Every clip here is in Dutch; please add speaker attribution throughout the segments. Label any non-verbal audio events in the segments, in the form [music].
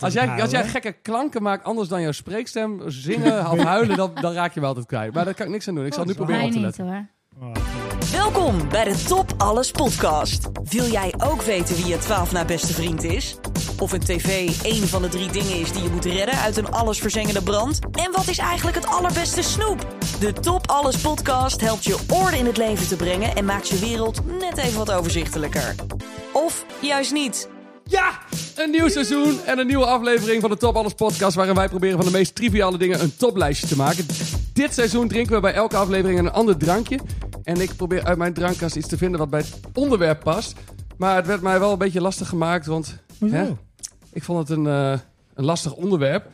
Speaker 1: Als jij, als jij gekke klanken maakt anders dan jouw spreekstem, zingen [laughs] of huilen, dan, dan raak je wel altijd kwijt. Maar daar kan ik niks aan doen. Ik zal nu proberen
Speaker 2: Mij
Speaker 1: op te
Speaker 2: niet
Speaker 1: letten.
Speaker 2: hoor.
Speaker 3: Welkom bij de Top Alles podcast. Wil jij ook weten wie je 12 na beste vriend is? Of een tv één van de drie dingen is die je moet redden uit een allesverzengende brand? En wat is eigenlijk het allerbeste snoep? De Top Alles podcast helpt je orde in het leven te brengen en maakt je wereld net even wat overzichtelijker. Of juist niet.
Speaker 1: Ja! Een nieuw seizoen en een nieuwe aflevering van de Top Alles podcast... waarin wij proberen van de meest triviale dingen een toplijstje te maken. Dit seizoen drinken we bij elke aflevering een ander drankje. En ik probeer uit mijn drankkast iets te vinden wat bij het onderwerp past. Maar het werd mij wel een beetje lastig gemaakt, want... hè, ik vond het een, eh, een lastig onderwerp.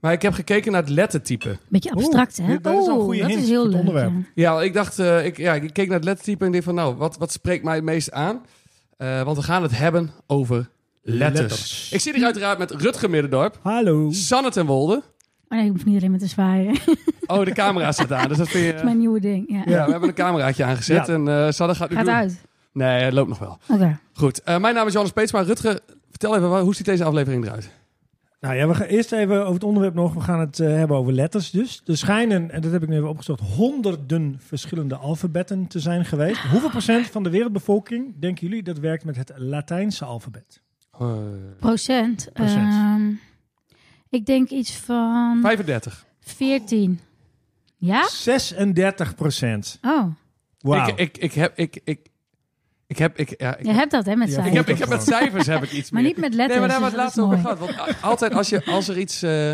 Speaker 1: Maar ik heb gekeken naar het lettertype.
Speaker 2: Beetje abstract, hè?
Speaker 4: dit- dat is al een
Speaker 2: Oeh,
Speaker 4: goede
Speaker 2: dat
Speaker 4: hint
Speaker 2: is heel
Speaker 4: voor het
Speaker 2: leuk.
Speaker 4: onderwerp.
Speaker 2: ja.
Speaker 1: Ja, ik dacht, eh, ik, ja, ik keek naar het lettertype en dacht van, nou, wat, wat spreekt mij het meest aan? Eh, want we gaan het hebben over letters.
Speaker 4: Letters.
Speaker 1: Ik zit hier uiteraard met Rutger Middendorp,
Speaker 4: Hallo.
Speaker 1: Sanne ten Wolde.
Speaker 2: Oh nee, ik hoef niet erin met te [laughs] zwaaien. dat
Speaker 1: Oh, de camera staat aan, dus dat vind je...
Speaker 2: Mijn nieuwe ding. Ja.
Speaker 1: Ja, we hebben een cameraatje aangezet
Speaker 4: Ja.
Speaker 1: en eh Sanne gaat nu
Speaker 2: Gaat
Speaker 1: doen.
Speaker 2: uit.
Speaker 1: Nee, het loopt nog wel.
Speaker 2: Oké.
Speaker 1: Goed, eh, mijn naam is Jonas Peetsma. Rutger, vertel even, waar- hoe ziet deze aflevering eruit?
Speaker 4: Nou ja, we gaan eerst even over het onderwerp nog. We gaan het eh, hebben over letters dus. Er schijnen, en dat heb ik nu even opgezocht, honderden verschillende alfabetten te zijn geweest. Hoeveel procent van de wereldbevolking, denken jullie, dat werkt met het Latijnse alfabet? Eh,
Speaker 2: Procent.
Speaker 4: Procent.
Speaker 2: ehm, ik denk iets van
Speaker 1: 35.
Speaker 2: 14. Ja?
Speaker 4: 36 procent.
Speaker 2: Oh,
Speaker 4: Wauw.
Speaker 1: Ik, ik, ik heb, ik, ik, ik heb, ik, ja, ik,
Speaker 2: je hebt dat hè met
Speaker 4: Ja,
Speaker 2: zwaaien.
Speaker 1: ik heb, ik heb met cijfers heb ik iets
Speaker 2: Maar
Speaker 1: meer.
Speaker 2: niet met letters.
Speaker 1: nee, maar daar
Speaker 2: dus
Speaker 1: hebben we het laatst
Speaker 2: dat
Speaker 1: over
Speaker 2: is
Speaker 1: gehad. Want a- altijd als, je, als er iets... eh,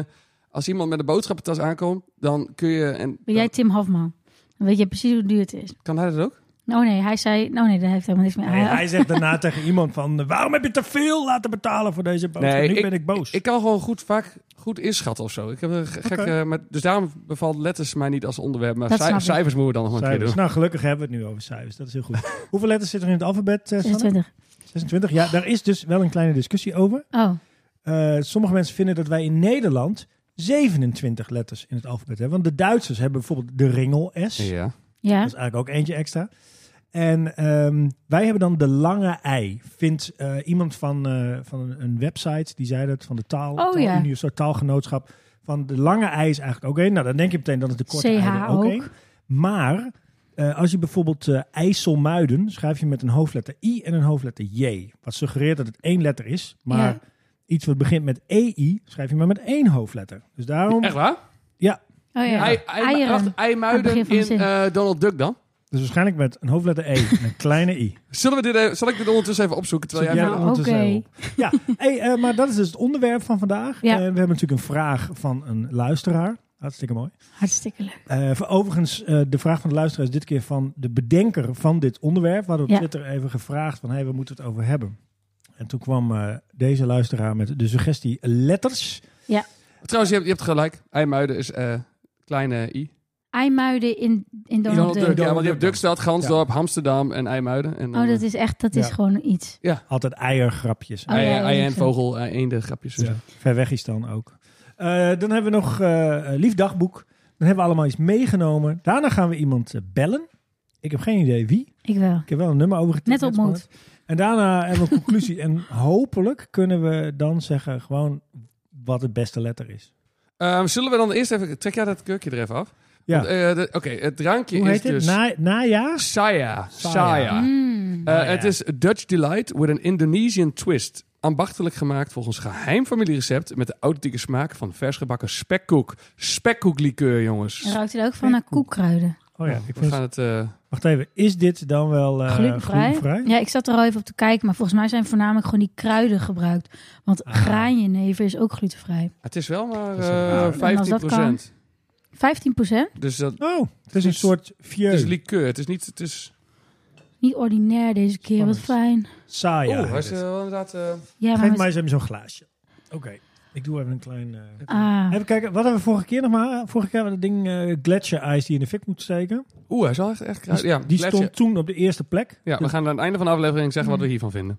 Speaker 1: als iemand met een boodschappentas aankomt, dan kun je... En,
Speaker 2: Ben jij Tim Hofman? Dan weet je precies hoe duur het is.
Speaker 1: Kan hij dat ook?
Speaker 2: Oh nee, hij zei... Oh nee, daar heeft helemaal niks meer
Speaker 4: Nee, hij zegt daarna [laughs] tegen iemand van, waarom heb je te veel laten betalen voor deze boodschap? nu ben ik boos.
Speaker 1: Ik kan gewoon goed vaak goed inschatten of zo. Ik heb een ge- gek,
Speaker 4: Oké.
Speaker 1: eh, met, dus daarom bevalt letters mij niet als onderwerp. Maar
Speaker 2: Dat
Speaker 1: ci-
Speaker 2: snap ik.
Speaker 1: cijfers moeten we dan nog maar een keer
Speaker 4: Cijfers.
Speaker 1: doen.
Speaker 4: Nou, gelukkig hebben we het nu over cijfers. Dat is heel goed. Hoeveel letters zitten er in het alfabet, eh,
Speaker 2: Ah,
Speaker 4: Sanne?
Speaker 2: 26.
Speaker 4: 26? Ja, daar is dus wel een kleine discussie over.
Speaker 2: Oh,
Speaker 4: Eh, sommige mensen vinden dat wij in Nederland 27 letters in het alfabet hebben. Want de Duitsers hebben bijvoorbeeld de ringel S.
Speaker 1: Ja.
Speaker 2: ja.
Speaker 4: Dat is eigenlijk ook eentje extra. En ehm, wij hebben dan de lange ei. Vindt eh, iemand van, eh, van een- een website, die zei dat, van de taal,
Speaker 2: Oh,
Speaker 4: taalunie
Speaker 2: ja.
Speaker 4: of zo, taalgenootschap. Van de lange ei is eigenlijk ook één. Nou, dan denk je meteen dat het de korte ei er
Speaker 2: CH
Speaker 4: ook
Speaker 2: ook.
Speaker 4: één. Maar eh, als je bijvoorbeeld eh IJsselmuiden schrijf je met een hoofdletter I en een hoofdletter J. Wat suggereert dat het één letter is. Maar
Speaker 2: Ja.
Speaker 4: iets wat begint met EI schrijf je maar met één hoofdletter. Dus daarom,
Speaker 1: Echt waar?
Speaker 4: ja.
Speaker 2: Oh ja.
Speaker 1: Ei- ei-
Speaker 2: Eieren.
Speaker 1: wacht,
Speaker 2: Aan het
Speaker 1: Eimuiden
Speaker 2: begin van de
Speaker 1: in
Speaker 2: zin.
Speaker 1: eh, Donald Duck dan?
Speaker 4: Dus waarschijnlijk met een hoofdletter E en een [laughs] kleine I.
Speaker 1: Zullen we dit, even- zal ik dit ondertussen even opzoeken? Terwijl
Speaker 4: Zoek
Speaker 1: jij
Speaker 4: jij
Speaker 1: verder-
Speaker 4: dat ondertussen
Speaker 2: oké.
Speaker 4: even op? Ja, hey, eh, maar dat is dus het onderwerp van vandaag.
Speaker 2: Ja.
Speaker 4: Eh, we hebben natuurlijk een vraag van een luisteraar. Hartstikke mooi.
Speaker 2: Hartstikke leuk.
Speaker 4: Eh, voor- overigens, eh, de vraag van de luisteraar is dit keer van de bedenker van dit onderwerp. We hadden op
Speaker 2: Ja.
Speaker 4: Twitter even gevraagd van, hey, we moeten het over hebben. En toen kwam eh, deze luisteraar met de suggestie letters.
Speaker 1: Trouwens, je hebt, je hebt gelijk. Eimuiden is eh, kleine i.
Speaker 2: Eimuiden in, in Oh, Donald Duck.
Speaker 1: Ja,
Speaker 4: Donald
Speaker 1: want je hebt
Speaker 4: Duck.
Speaker 1: Dukstad, Gansdorp, Amsterdam en Eimuiden. En, dan,
Speaker 2: Oh,
Speaker 1: eh,
Speaker 2: dat is echt, dat is
Speaker 4: Ja.
Speaker 2: gewoon iets.
Speaker 4: Altijd eiergrapjes.
Speaker 2: Oh, ja,
Speaker 1: ei-
Speaker 2: ja,
Speaker 1: ei-
Speaker 2: ja,
Speaker 1: en
Speaker 2: zo.
Speaker 1: vogel, eh, eenden, grapjes. en
Speaker 4: Ja.
Speaker 1: zo.
Speaker 4: Ver weg is dan ook. Eh, dan hebben we nog eh Lief Dagboek. Dan hebben we allemaal iets meegenomen. Daarna gaan we iemand eh, bellen. Ik heb geen idee wie.
Speaker 2: Ik wel.
Speaker 4: Ik heb wel een nummer over getikt.
Speaker 2: Net op
Speaker 4: spannend. En daarna hebben we een conclusie. en hopelijk kunnen we dan zeggen gewoon wat het beste letter is.
Speaker 1: Ehm, zullen we dan eerst even... Trek jij dat kurkje er even af?
Speaker 4: Ja.
Speaker 1: Want, eh, de- Oké, het drankje
Speaker 4: Hoe
Speaker 1: is
Speaker 4: heet dit?
Speaker 1: dus...
Speaker 4: Na, najaars?
Speaker 1: Saya.
Speaker 4: Saya.
Speaker 1: Saya.
Speaker 2: Mm.
Speaker 1: Eh,
Speaker 4: Saya.
Speaker 1: Het is Dutch Delight with an Indonesian twist. Ambachtelijk gemaakt volgens geheim familierecept... met de authentieke smaak van versgebakken spekkoek. Spekkoeklikeur,
Speaker 2: En
Speaker 1: jongens.
Speaker 2: ruikt het ook van naar koekkruiden.
Speaker 4: Oh ja, ik
Speaker 1: We
Speaker 4: vind
Speaker 1: gaan het... eh,
Speaker 4: Wacht even, is dit dan wel eh
Speaker 2: Glutenvrij?
Speaker 4: glutenvrij?
Speaker 2: Ja, ik zat er al even op te kijken, maar volgens mij zijn voornamelijk gewoon die kruiden gebruikt. Want
Speaker 4: Ah.
Speaker 2: graanjenever is ook glutenvrij.
Speaker 1: het is wel maar
Speaker 4: Dat is een raar.
Speaker 1: eh 15
Speaker 2: Nou, En als dat kan.
Speaker 1: procent.
Speaker 2: 15
Speaker 1: Dus dat
Speaker 4: Oh, het is een soort vieux.
Speaker 1: het is likeur. Het is niet... Het is...
Speaker 2: Niet ordinair deze keer, wat fijn.
Speaker 4: Saai.
Speaker 1: Oeh, hij is eh, wel inderdaad... eh,
Speaker 2: Ja, maar
Speaker 4: Geef
Speaker 2: met-
Speaker 4: mij eens even zo'n glaasje. Oké, ik doe even een klein... eh,
Speaker 2: Ah,
Speaker 4: Even kijken, wat hebben we vorige keer nog maar? Vorige keer hadden we dat ding eh Gletscher Ice die je in de fik moet steken.
Speaker 1: Oeh, hij is wel echt... echt
Speaker 4: Die,
Speaker 1: kruid- ja,
Speaker 4: die
Speaker 1: gletsjer.
Speaker 4: stond toen op de eerste plek.
Speaker 1: Ja, we gaan aan het einde van de aflevering zeggen
Speaker 2: Hmm.
Speaker 1: wat we hiervan vinden.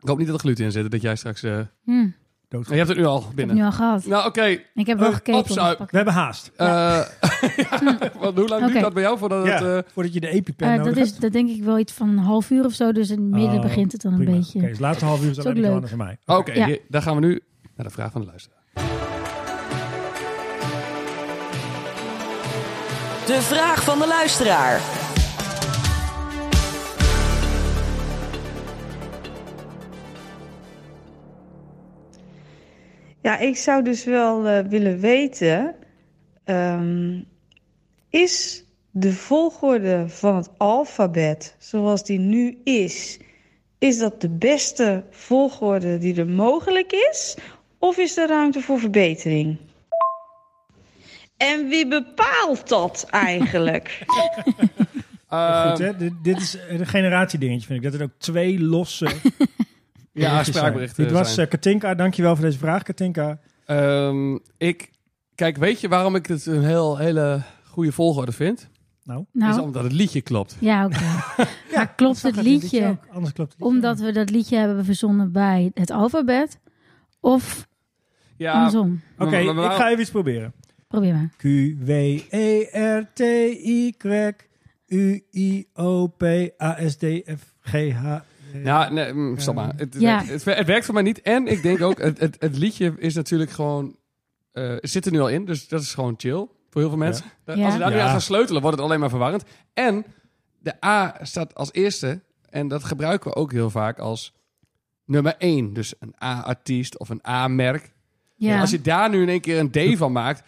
Speaker 1: Ik hoop niet dat er gluten in zit, dat jij straks... eh,
Speaker 2: hm, ik
Speaker 4: Dood.
Speaker 1: Oh. Je hebt het nu al
Speaker 2: heb
Speaker 1: binnen.
Speaker 2: nu al gehad.
Speaker 1: Nou, oké.
Speaker 2: Ik heb
Speaker 4: Oh,
Speaker 2: wel
Speaker 1: Eh,
Speaker 2: gekeken.
Speaker 1: opzuip.
Speaker 2: op het
Speaker 4: We
Speaker 2: pak-
Speaker 4: hebben haast.
Speaker 1: Eh, [laughs] ja, want hoe lang
Speaker 2: Hm. Oké.
Speaker 1: duurt dat bij jou voordat het...
Speaker 4: Ja,
Speaker 1: eh,
Speaker 4: voordat je de EpiPen
Speaker 2: Eh,
Speaker 4: nodig
Speaker 2: dat is dat denk ik wel iets van een half uur of zo, dus in het midden
Speaker 4: Oh,
Speaker 2: begint het dan een
Speaker 4: Prima.
Speaker 2: beetje.
Speaker 4: Oké, dus laatste half uur is
Speaker 2: Is
Speaker 4: alleen
Speaker 2: ook
Speaker 4: maar
Speaker 2: leuk.
Speaker 4: Johannes en mij.
Speaker 1: Oké,
Speaker 2: Ja.
Speaker 1: hier- daar gaan we nu naar de vraag van de luisteraar.
Speaker 3: De vraag van de luisteraar.
Speaker 5: Ja, ik zou dus wel eh, willen weten: ehm, is de volgorde van het alfabet zoals die nu is, is dat de beste volgorde die er mogelijk is? Of is er ruimte voor verbetering? En wie bepaalt dat [laughs] eigenlijk?
Speaker 4: Goed,
Speaker 1: Ehm,
Speaker 4: hè? Dit, dit is een generatiedingetje, vind ik. Dat er ook twee [laughs] losse
Speaker 1: ja,
Speaker 4: dingetjes zijn.
Speaker 1: spraakberichten.
Speaker 4: Dit was
Speaker 1: zijn.
Speaker 4: eh, Katinka. Dankjewel voor deze vraag, Katinka.
Speaker 1: Ehm, ik, kijk, weet je waarom ik het een heel, hele goede volgorde vind?
Speaker 4: Nou,
Speaker 1: Is
Speaker 2: Nou,
Speaker 1: omdat het liedje klopt.
Speaker 4: [laughs]
Speaker 2: ja, oké. maar
Speaker 4: dat
Speaker 2: klopt
Speaker 4: zag
Speaker 2: het
Speaker 4: in dit
Speaker 2: liedje
Speaker 4: ook. Anders klopt het liedje
Speaker 2: omdat
Speaker 4: niet.
Speaker 2: we dat liedje hebben verzonnen bij het alfabet? Of andersom?
Speaker 1: maar-
Speaker 4: Oké,
Speaker 1: maar waarom-
Speaker 4: ik ga even iets proberen.
Speaker 2: Probeer maar.
Speaker 4: Q, W, E, R, T, I, Q, U, I, O, P, A, S, D, F, G, H.
Speaker 1: Nou, nee, mm, stop maar. Het,
Speaker 2: Ja.
Speaker 1: het, het- het werkt voor mij niet. En ik denk ook, het, het, het liedje is natuurlijk gewoon... eh, zit er nu al in, dus dat is gewoon chill voor heel veel mensen.
Speaker 2: Ja.
Speaker 1: Als we daar nu
Speaker 4: Ja.
Speaker 1: aan gaan sleutelen, wordt het alleen maar verwarrend. En de A staat als eerste, en dat gebruiken we ook heel vaak als nummer één. Dus een A-artiest of een A-merk.
Speaker 2: Ja.
Speaker 1: Als je daar nu in één keer een D van maakt...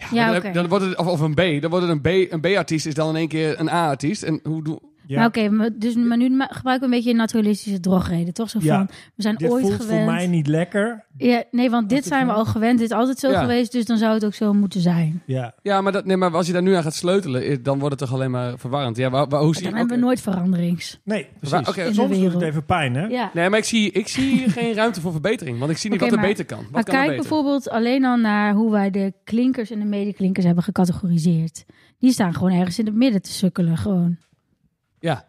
Speaker 1: Ja,
Speaker 2: Ja,
Speaker 1: dan, heb-
Speaker 2: oké.
Speaker 1: dan wordt het, of, of een B. Dan wordt het een B. Een B-artiest is dan in één keer een A-artiest. En hoe doen...
Speaker 4: Ja,
Speaker 2: Maar oké, maar, dus, maar nu ma- gebruiken we een beetje een naturalistische drogreden, toch? Zo van,
Speaker 4: Ja.
Speaker 2: we zijn
Speaker 4: dit
Speaker 2: ooit
Speaker 4: voelt
Speaker 2: gewend.
Speaker 4: voor mij niet lekker.
Speaker 2: Ja, nee, want dit zijn we al gewend. Dit is altijd zo
Speaker 1: Ja.
Speaker 2: geweest, dus dan zou het ook zo moeten zijn.
Speaker 4: Ja,
Speaker 1: Ja, maar, dat, nee, maar als je daar nu aan gaat sleutelen, eh, dan wordt het toch alleen maar verwarrend. Ja, waar, waar, hoe zie
Speaker 2: Dan
Speaker 1: je...
Speaker 2: hebben we
Speaker 1: oké.
Speaker 2: nooit veranderings.
Speaker 4: nee,
Speaker 1: Waar-
Speaker 4: precies.
Speaker 1: oké,
Speaker 2: In de
Speaker 4: Soms doet het
Speaker 2: wereld.
Speaker 4: even pijn, hè?
Speaker 2: Ja.
Speaker 1: Nee, maar ik zie, ik zie
Speaker 2: [laughs]
Speaker 1: hier geen ruimte voor verbetering. Want ik zie niet
Speaker 2: Oké,
Speaker 1: wat er
Speaker 2: maar-
Speaker 1: beter kan. Wat
Speaker 2: Maar
Speaker 1: kan er
Speaker 2: kijk
Speaker 1: beter?
Speaker 2: bijvoorbeeld alleen al naar hoe wij de klinkers en de medeklinkers hebben gecategoriseerd. Die staan gewoon ergens in het midden te sukkelen, gewoon.
Speaker 1: Ja.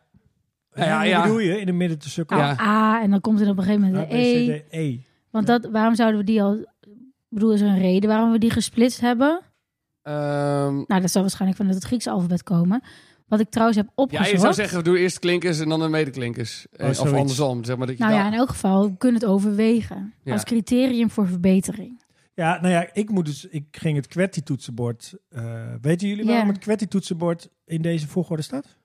Speaker 1: Ja, ja,
Speaker 4: Hoe
Speaker 1: ja.
Speaker 4: bedoel je? In de midden te sukken.
Speaker 1: Ja.
Speaker 2: Al A en dan komt er op een
Speaker 4: A,
Speaker 2: gegeven moment
Speaker 4: B,
Speaker 2: de
Speaker 4: C,
Speaker 2: E.
Speaker 4: D, E.
Speaker 2: Want dat, waarom zouden we die al... Ik bedoel, is er een reden waarom we die gesplitst hebben?
Speaker 1: Ehm,
Speaker 2: Nou, dat zal waarschijnlijk vanuit het Griekse alfabet komen. Wat ik trouwens heb
Speaker 1: ja,
Speaker 2: opgezocht...
Speaker 1: je zou zeggen, doe eerst klinkers en dan de medeklinkers. Eh, of
Speaker 4: zoiets.
Speaker 1: andersom, zeg maar. Dat je
Speaker 2: Nou ja,
Speaker 1: daar-
Speaker 2: in elk geval, we kunnen het overwegen.
Speaker 1: Ja.
Speaker 2: Als criterium voor verbetering.
Speaker 4: Ja, nou ja, ik, moet dus, ik ging het QWERTY-toetsenbord... eh, weten jullie
Speaker 2: Ja.
Speaker 4: waarom het QWERTY-toetsenbord in deze volgorde staat?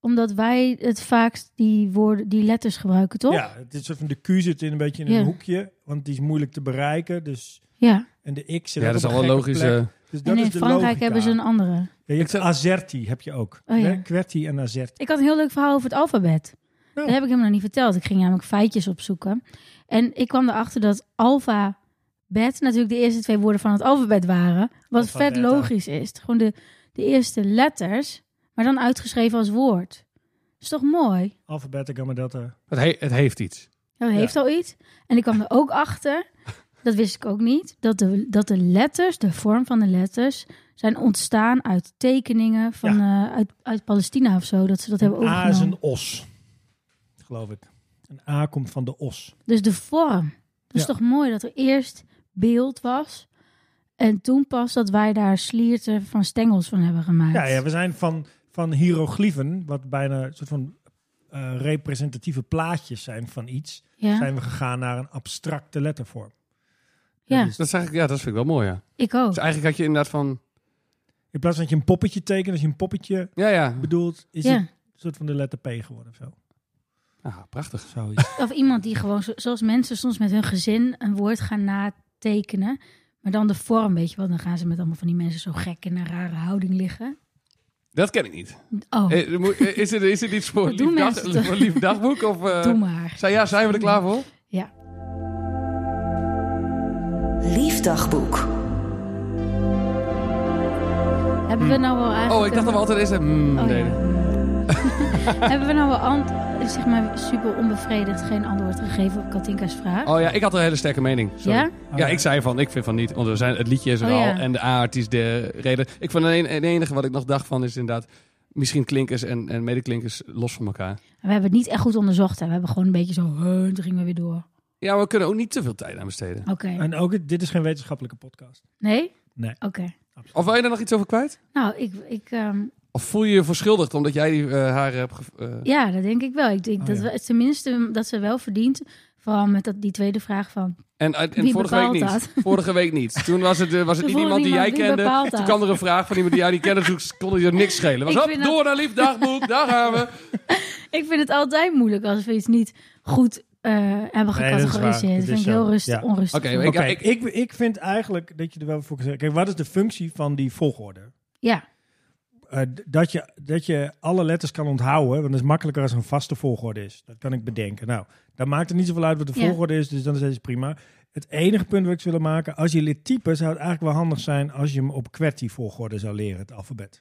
Speaker 2: Omdat wij het vaakst die, woorden, die letters gebruiken, toch?
Speaker 4: Ja, het is soort van de Q zit in een beetje in
Speaker 2: Ja.
Speaker 4: een hoekje, want die is moeilijk te bereiken. Dus,
Speaker 2: Ja.
Speaker 4: en de X zit
Speaker 1: ja,
Speaker 4: ook
Speaker 1: dat is
Speaker 4: op
Speaker 1: al
Speaker 4: een
Speaker 1: wel
Speaker 4: gekke
Speaker 1: logisch.
Speaker 4: plek.
Speaker 1: eh.
Speaker 4: Dus dat
Speaker 2: En
Speaker 4: is
Speaker 2: in
Speaker 4: de
Speaker 2: Frankrijk
Speaker 4: logica.
Speaker 2: hebben ze een andere.
Speaker 4: Ja, je hebt Azerti, heb je ook.
Speaker 2: Oh, ja.
Speaker 4: Hè? QWERTY en Azerti.
Speaker 2: Ik had een heel leuk verhaal over het alfabet.
Speaker 4: Nou.
Speaker 2: Dat heb ik hem nog niet verteld. Ik ging namelijk feitjes opzoeken. En ik kwam erachter dat alfabet natuurlijk de eerste twee woorden van het alfabet waren. Wat
Speaker 4: Alpha,
Speaker 2: vet
Speaker 4: beta.
Speaker 2: logisch is. Gewoon de, de eerste letters, maar dan uitgeschreven als woord. Is toch mooi?
Speaker 4: Alfabeta, gamma, delta.
Speaker 1: het, he- het heeft iets.
Speaker 2: Dat heeft al iets. En ik kwam er ook achter, dat wist ik ook niet, dat de, dat de letters, de vorm van de letters, zijn ontstaan uit tekeningen van, eh, uit, uit Palestina of zo. Dat ze dat hebben
Speaker 4: Een A is
Speaker 2: overgenomen.
Speaker 4: een os, geloof ik. Een A komt van de os.
Speaker 2: Dus de vorm. Dat is
Speaker 4: Ja.
Speaker 2: toch mooi dat er eerst beeld was. En toen pas dat wij daar slierten van stengels van hebben gemaakt.
Speaker 4: Ja, ja we zijn van, van hieroglyphen, wat bijna een soort van eh, representatieve plaatjes zijn van iets,
Speaker 2: Ja?
Speaker 4: zijn we gegaan naar een abstracte lettervorm.
Speaker 2: Ja,
Speaker 4: Dus
Speaker 1: Dat, is eigenlijk- ja, dat vind ik wel mooi, ja.
Speaker 2: ik
Speaker 1: Dus
Speaker 2: ook.
Speaker 1: eigenlijk had je inderdaad van...
Speaker 4: in plaats van dat je een poppetje tekent, als je een poppetje
Speaker 1: Ja, ja.
Speaker 4: bedoelt, is het
Speaker 2: Ja.
Speaker 4: een soort van de letter P geworden of zo.
Speaker 1: Ah, prachtig.
Speaker 4: Zoiets.
Speaker 2: Of iemand die gewoon, zo- zoals mensen soms met hun gezin, een woord gaan natekenen. Maar dan de vorm, weet je wel. Dan gaan ze met allemaal van die mensen zo gek in een rare houding liggen.
Speaker 1: Dat ken ik niet.
Speaker 2: Oh,
Speaker 1: Eh, moet- eh, Is het, is het iets
Speaker 2: [laughs]
Speaker 1: voor
Speaker 2: Dat doen
Speaker 1: lief, dag-
Speaker 2: mensen toch?
Speaker 1: voor lief dagboek? Of, eh,
Speaker 2: doe maar.
Speaker 1: zijn, ja, zijn we er klaar voor?
Speaker 2: Ja.
Speaker 3: Liefdagboek.
Speaker 2: Hebben we nou wel eigenlijk...
Speaker 1: Oh, ik dacht dat
Speaker 2: een-
Speaker 1: we altijd eens... Mm,
Speaker 2: Oh, ja.
Speaker 1: deden.
Speaker 2: [laughs] Hebben we nou wel ant- zeg maar super onbevredigd geen antwoord gegeven op Katinka's vraag?
Speaker 1: oh ja, ik had een hele sterke mening. Sorry.
Speaker 2: ja?
Speaker 1: Ja, ik zei van, ik vind van niet. Want we zijn, het liedje is er
Speaker 2: Oh,
Speaker 1: al.
Speaker 2: ja.
Speaker 1: En de A-artiest de reden. Ik vond alleen het enige wat ik nog dacht van is inderdaad... Misschien klinkers en, en medeklinkers los van elkaar.
Speaker 2: We hebben het niet echt goed onderzocht. Hè. We hebben gewoon een beetje zo... eh, Toen gingen we weer door.
Speaker 1: Ja, maar we kunnen ook niet te veel tijd aan besteden.
Speaker 2: Oké.
Speaker 4: En ook, het- dit is geen wetenschappelijke podcast.
Speaker 2: Nee?
Speaker 4: Nee.
Speaker 2: Oké.
Speaker 1: Of wil je daar nog iets over kwijt?
Speaker 2: Nou, ik... ik ehm,
Speaker 1: Of voel je je verschuldigd omdat jij die, eh, haar hebt... ge- eh,
Speaker 2: ja, dat denk ik wel. Ik denk
Speaker 4: Oh,
Speaker 2: dat
Speaker 4: ja.
Speaker 2: we, tenminste dat ze wel verdient... Vooral met dat, die tweede vraag van...
Speaker 1: En, en
Speaker 2: Wie
Speaker 1: vorige week niet.
Speaker 2: bepaalt
Speaker 1: Vorige week niet. Toen was het, eh, was het
Speaker 2: Toen
Speaker 1: niet iemand
Speaker 2: vond
Speaker 1: die jij
Speaker 2: niemand, wie
Speaker 1: kende.
Speaker 2: bepaalt
Speaker 1: Toen
Speaker 2: dat?
Speaker 1: kwam er een vraag van iemand die jij niet kende. Toen kon je er niks schelen. Was,
Speaker 2: Ik
Speaker 1: hop,
Speaker 2: vind dat-
Speaker 1: door naar lief dagboek. Daar gaan we.
Speaker 2: Ik vind het altijd moeilijk als we iets niet goed eh, hebben
Speaker 4: Nee, dat is waar. Dat
Speaker 2: gecategoriseerd. dat
Speaker 4: is
Speaker 2: vind ik
Speaker 4: zo.
Speaker 2: heel rustig,
Speaker 4: Ja.
Speaker 2: onrustig.
Speaker 1: Oké,
Speaker 2: van.
Speaker 1: ik-
Speaker 4: Oké, ik, ik, vind eigenlijk dat je er wel voor kan zeggen. Kijk, wat is de functie van die volgorde?
Speaker 2: Ja,
Speaker 4: Eh, d- dat, je, dat je alle letters kan onthouden, want dat is makkelijker als er een vaste volgorde is. Dat kan ik bedenken. Nou, dan maakt het niet zoveel uit wat de
Speaker 2: Ja.
Speaker 4: volgorde is, dus dan is het prima. Het enige punt wat ik zou willen maken, als je leert typen, zou het eigenlijk wel handig zijn als je hem op QWERTY volgorde zou leren, het alfabet.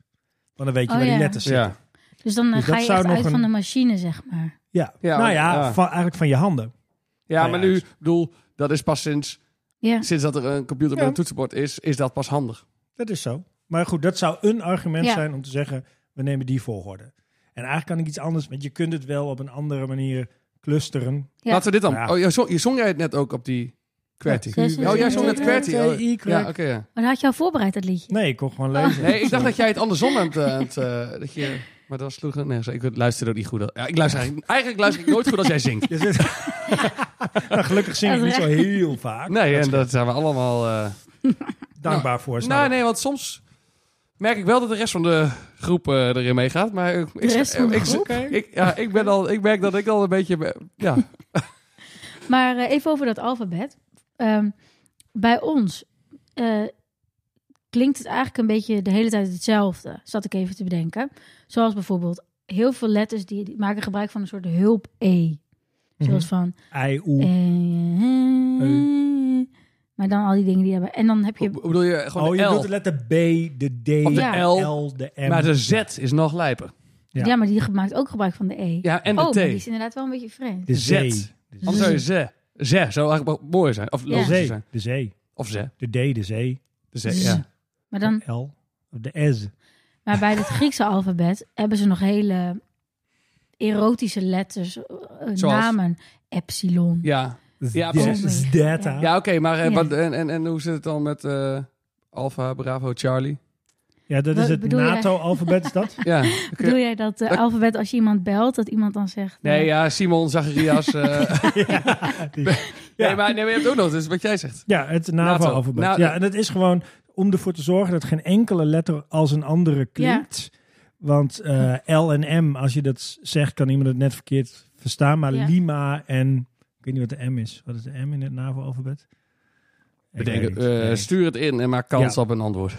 Speaker 4: Want dan weet je
Speaker 2: Oh,
Speaker 4: waar die
Speaker 2: ja.
Speaker 4: letters zitten.
Speaker 1: Ja.
Speaker 4: Ja,
Speaker 2: dus dan eh,
Speaker 4: Dus
Speaker 2: ga
Speaker 4: dat
Speaker 2: je
Speaker 4: zou
Speaker 2: echt
Speaker 4: nog
Speaker 2: uit
Speaker 4: een-
Speaker 2: van de machine, zeg maar.
Speaker 1: Ja,
Speaker 4: nou ja,
Speaker 1: ja.
Speaker 4: van- eigenlijk van je handen.
Speaker 1: ja,
Speaker 4: Nou
Speaker 1: maar
Speaker 4: ja,
Speaker 1: nu,
Speaker 4: dus-
Speaker 1: ik bedoel, dat is pas sinds,
Speaker 2: Ja,
Speaker 1: sinds dat er een computer met
Speaker 4: Ja.
Speaker 1: een toetsenbord is, is dat pas handig.
Speaker 4: Dat is zo. Maar goed, dat zou een argument
Speaker 2: Ja.
Speaker 4: zijn om te zeggen, we nemen die volgorde. En eigenlijk kan ik iets anders, want je kunt het wel op een andere manier clusteren.
Speaker 2: Ja.
Speaker 1: Laten we dit dan.
Speaker 4: Ja.
Speaker 1: Oh, je zong, je zong jij het net ook op die QWERTY.
Speaker 2: Ja, zes,
Speaker 1: oh, jij
Speaker 2: zes,
Speaker 1: zong net
Speaker 2: zes,
Speaker 1: QWERTY.
Speaker 4: zes,
Speaker 1: oh.
Speaker 4: zes, zes,
Speaker 1: Ja,
Speaker 4: zes.
Speaker 1: oké. ja.
Speaker 2: maar dat had je al voorbereid, dat liedje.
Speaker 4: Nee, ik kon gewoon lezen.
Speaker 1: Oh. Nee, ik dacht dat jij het andersom hebt. eh, aan het, eh, dat je, maar dat sloeg het nergens. Ik luisterde ook niet goed. Ja, ik luister eigenlijk, eigenlijk luister ik nooit goed als jij zingt.
Speaker 4: Je zit- [laughs] Nou, gelukkig zing ik niet zo heel vaak.
Speaker 1: Nee, en
Speaker 4: is
Speaker 1: dat zijn we allemaal... eh,
Speaker 4: dankbaar voor. snap
Speaker 1: Nou,
Speaker 4: ik.
Speaker 1: nee, want soms merk ik wel dat de rest van de groep eh, erin meegaat. Maar ik, ik,
Speaker 2: rest van de
Speaker 1: ik,
Speaker 2: groep?
Speaker 1: Ik, ja, ik, ben al, ik merk dat ik al een beetje. be- Ja,
Speaker 2: Maar eh, even over dat alfabet. Ehm, bij ons eh, klinkt het eigenlijk een beetje de hele tijd hetzelfde, zat ik even te bedenken. Zoals bijvoorbeeld heel veel letters die, die maken gebruik van een soort hulp-E. Zoals
Speaker 1: Mhm.
Speaker 2: van
Speaker 4: Ei, oe.
Speaker 1: E.
Speaker 2: Eh, Maar dan al die dingen die hebben. En dan heb
Speaker 1: Hoe-
Speaker 2: je.
Speaker 1: hoe bedoel je gewoon
Speaker 4: Oh,
Speaker 1: de
Speaker 4: je
Speaker 1: L.
Speaker 4: wilt de letter B, de D,
Speaker 1: Of de
Speaker 4: de
Speaker 1: L.
Speaker 4: L, de M.
Speaker 1: Maar de Z is nog lijper.
Speaker 4: Ja.
Speaker 2: Ja. maar die maakt ook gebruik van de E.
Speaker 1: Ja, en de
Speaker 2: oh, maar die is
Speaker 1: T.
Speaker 2: inderdaad wel een beetje vreemd.
Speaker 4: de
Speaker 1: Z.
Speaker 4: zee.
Speaker 1: Anders zou je ze. Ze zou eigenlijk wel mooi zijn. Of
Speaker 2: Ja.
Speaker 1: logisch
Speaker 4: Zee,
Speaker 1: zijn.
Speaker 4: de zee.
Speaker 1: Of ze.
Speaker 4: De D, de zee.
Speaker 1: De ze,
Speaker 2: Z.
Speaker 1: ja.
Speaker 2: Maar, dan,
Speaker 4: De L. Of de S.
Speaker 2: maar bij het Griekse alfabet hebben ze nog hele erotische letters, eh, namen. Epsilon.
Speaker 1: Ja, Ja,
Speaker 4: Z-
Speaker 2: precies.
Speaker 4: z- Delta.
Speaker 1: ja oké, maar eh,
Speaker 2: Ja.
Speaker 1: wat, en, en, en hoe zit het dan met eh Alpha, Bravo, Charlie?
Speaker 4: Ja, dat is
Speaker 2: Wat
Speaker 4: het
Speaker 2: bedoel je?
Speaker 4: NATO-alfabet, is
Speaker 1: [laughs]
Speaker 4: dat?
Speaker 2: [laughs]
Speaker 1: Ja, oké.
Speaker 2: Bedoel jij dat eh, alfabet als je iemand belt, dat iemand dan zegt. eh,
Speaker 1: Nee, ja, Simon, Zacharias.
Speaker 2: [laughs]
Speaker 1: eh,
Speaker 4: Die-
Speaker 1: nee, maar, nee, maar je hebt ook nog, dus wat jij zegt.
Speaker 4: Ja, het NAVO-alfabet.
Speaker 1: NATO.
Speaker 4: ja, en dat is gewoon om ervoor te zorgen dat geen enkele letter als een andere klinkt. Want eh, L en M, als je dat s- zegt, kan iemand het net verkeerd verstaan. Maar
Speaker 2: Ja.
Speaker 4: Lima en... Ik weet niet wat de M is. Wat is de M in het NAVO-alfabet? Ik
Speaker 1: Bedenk,
Speaker 4: weet
Speaker 1: het,
Speaker 4: niet.
Speaker 1: eh,
Speaker 4: Nee.
Speaker 1: Stuur het in en maak kans
Speaker 4: Ja.
Speaker 1: op een
Speaker 4: [laughs]
Speaker 1: antwoord.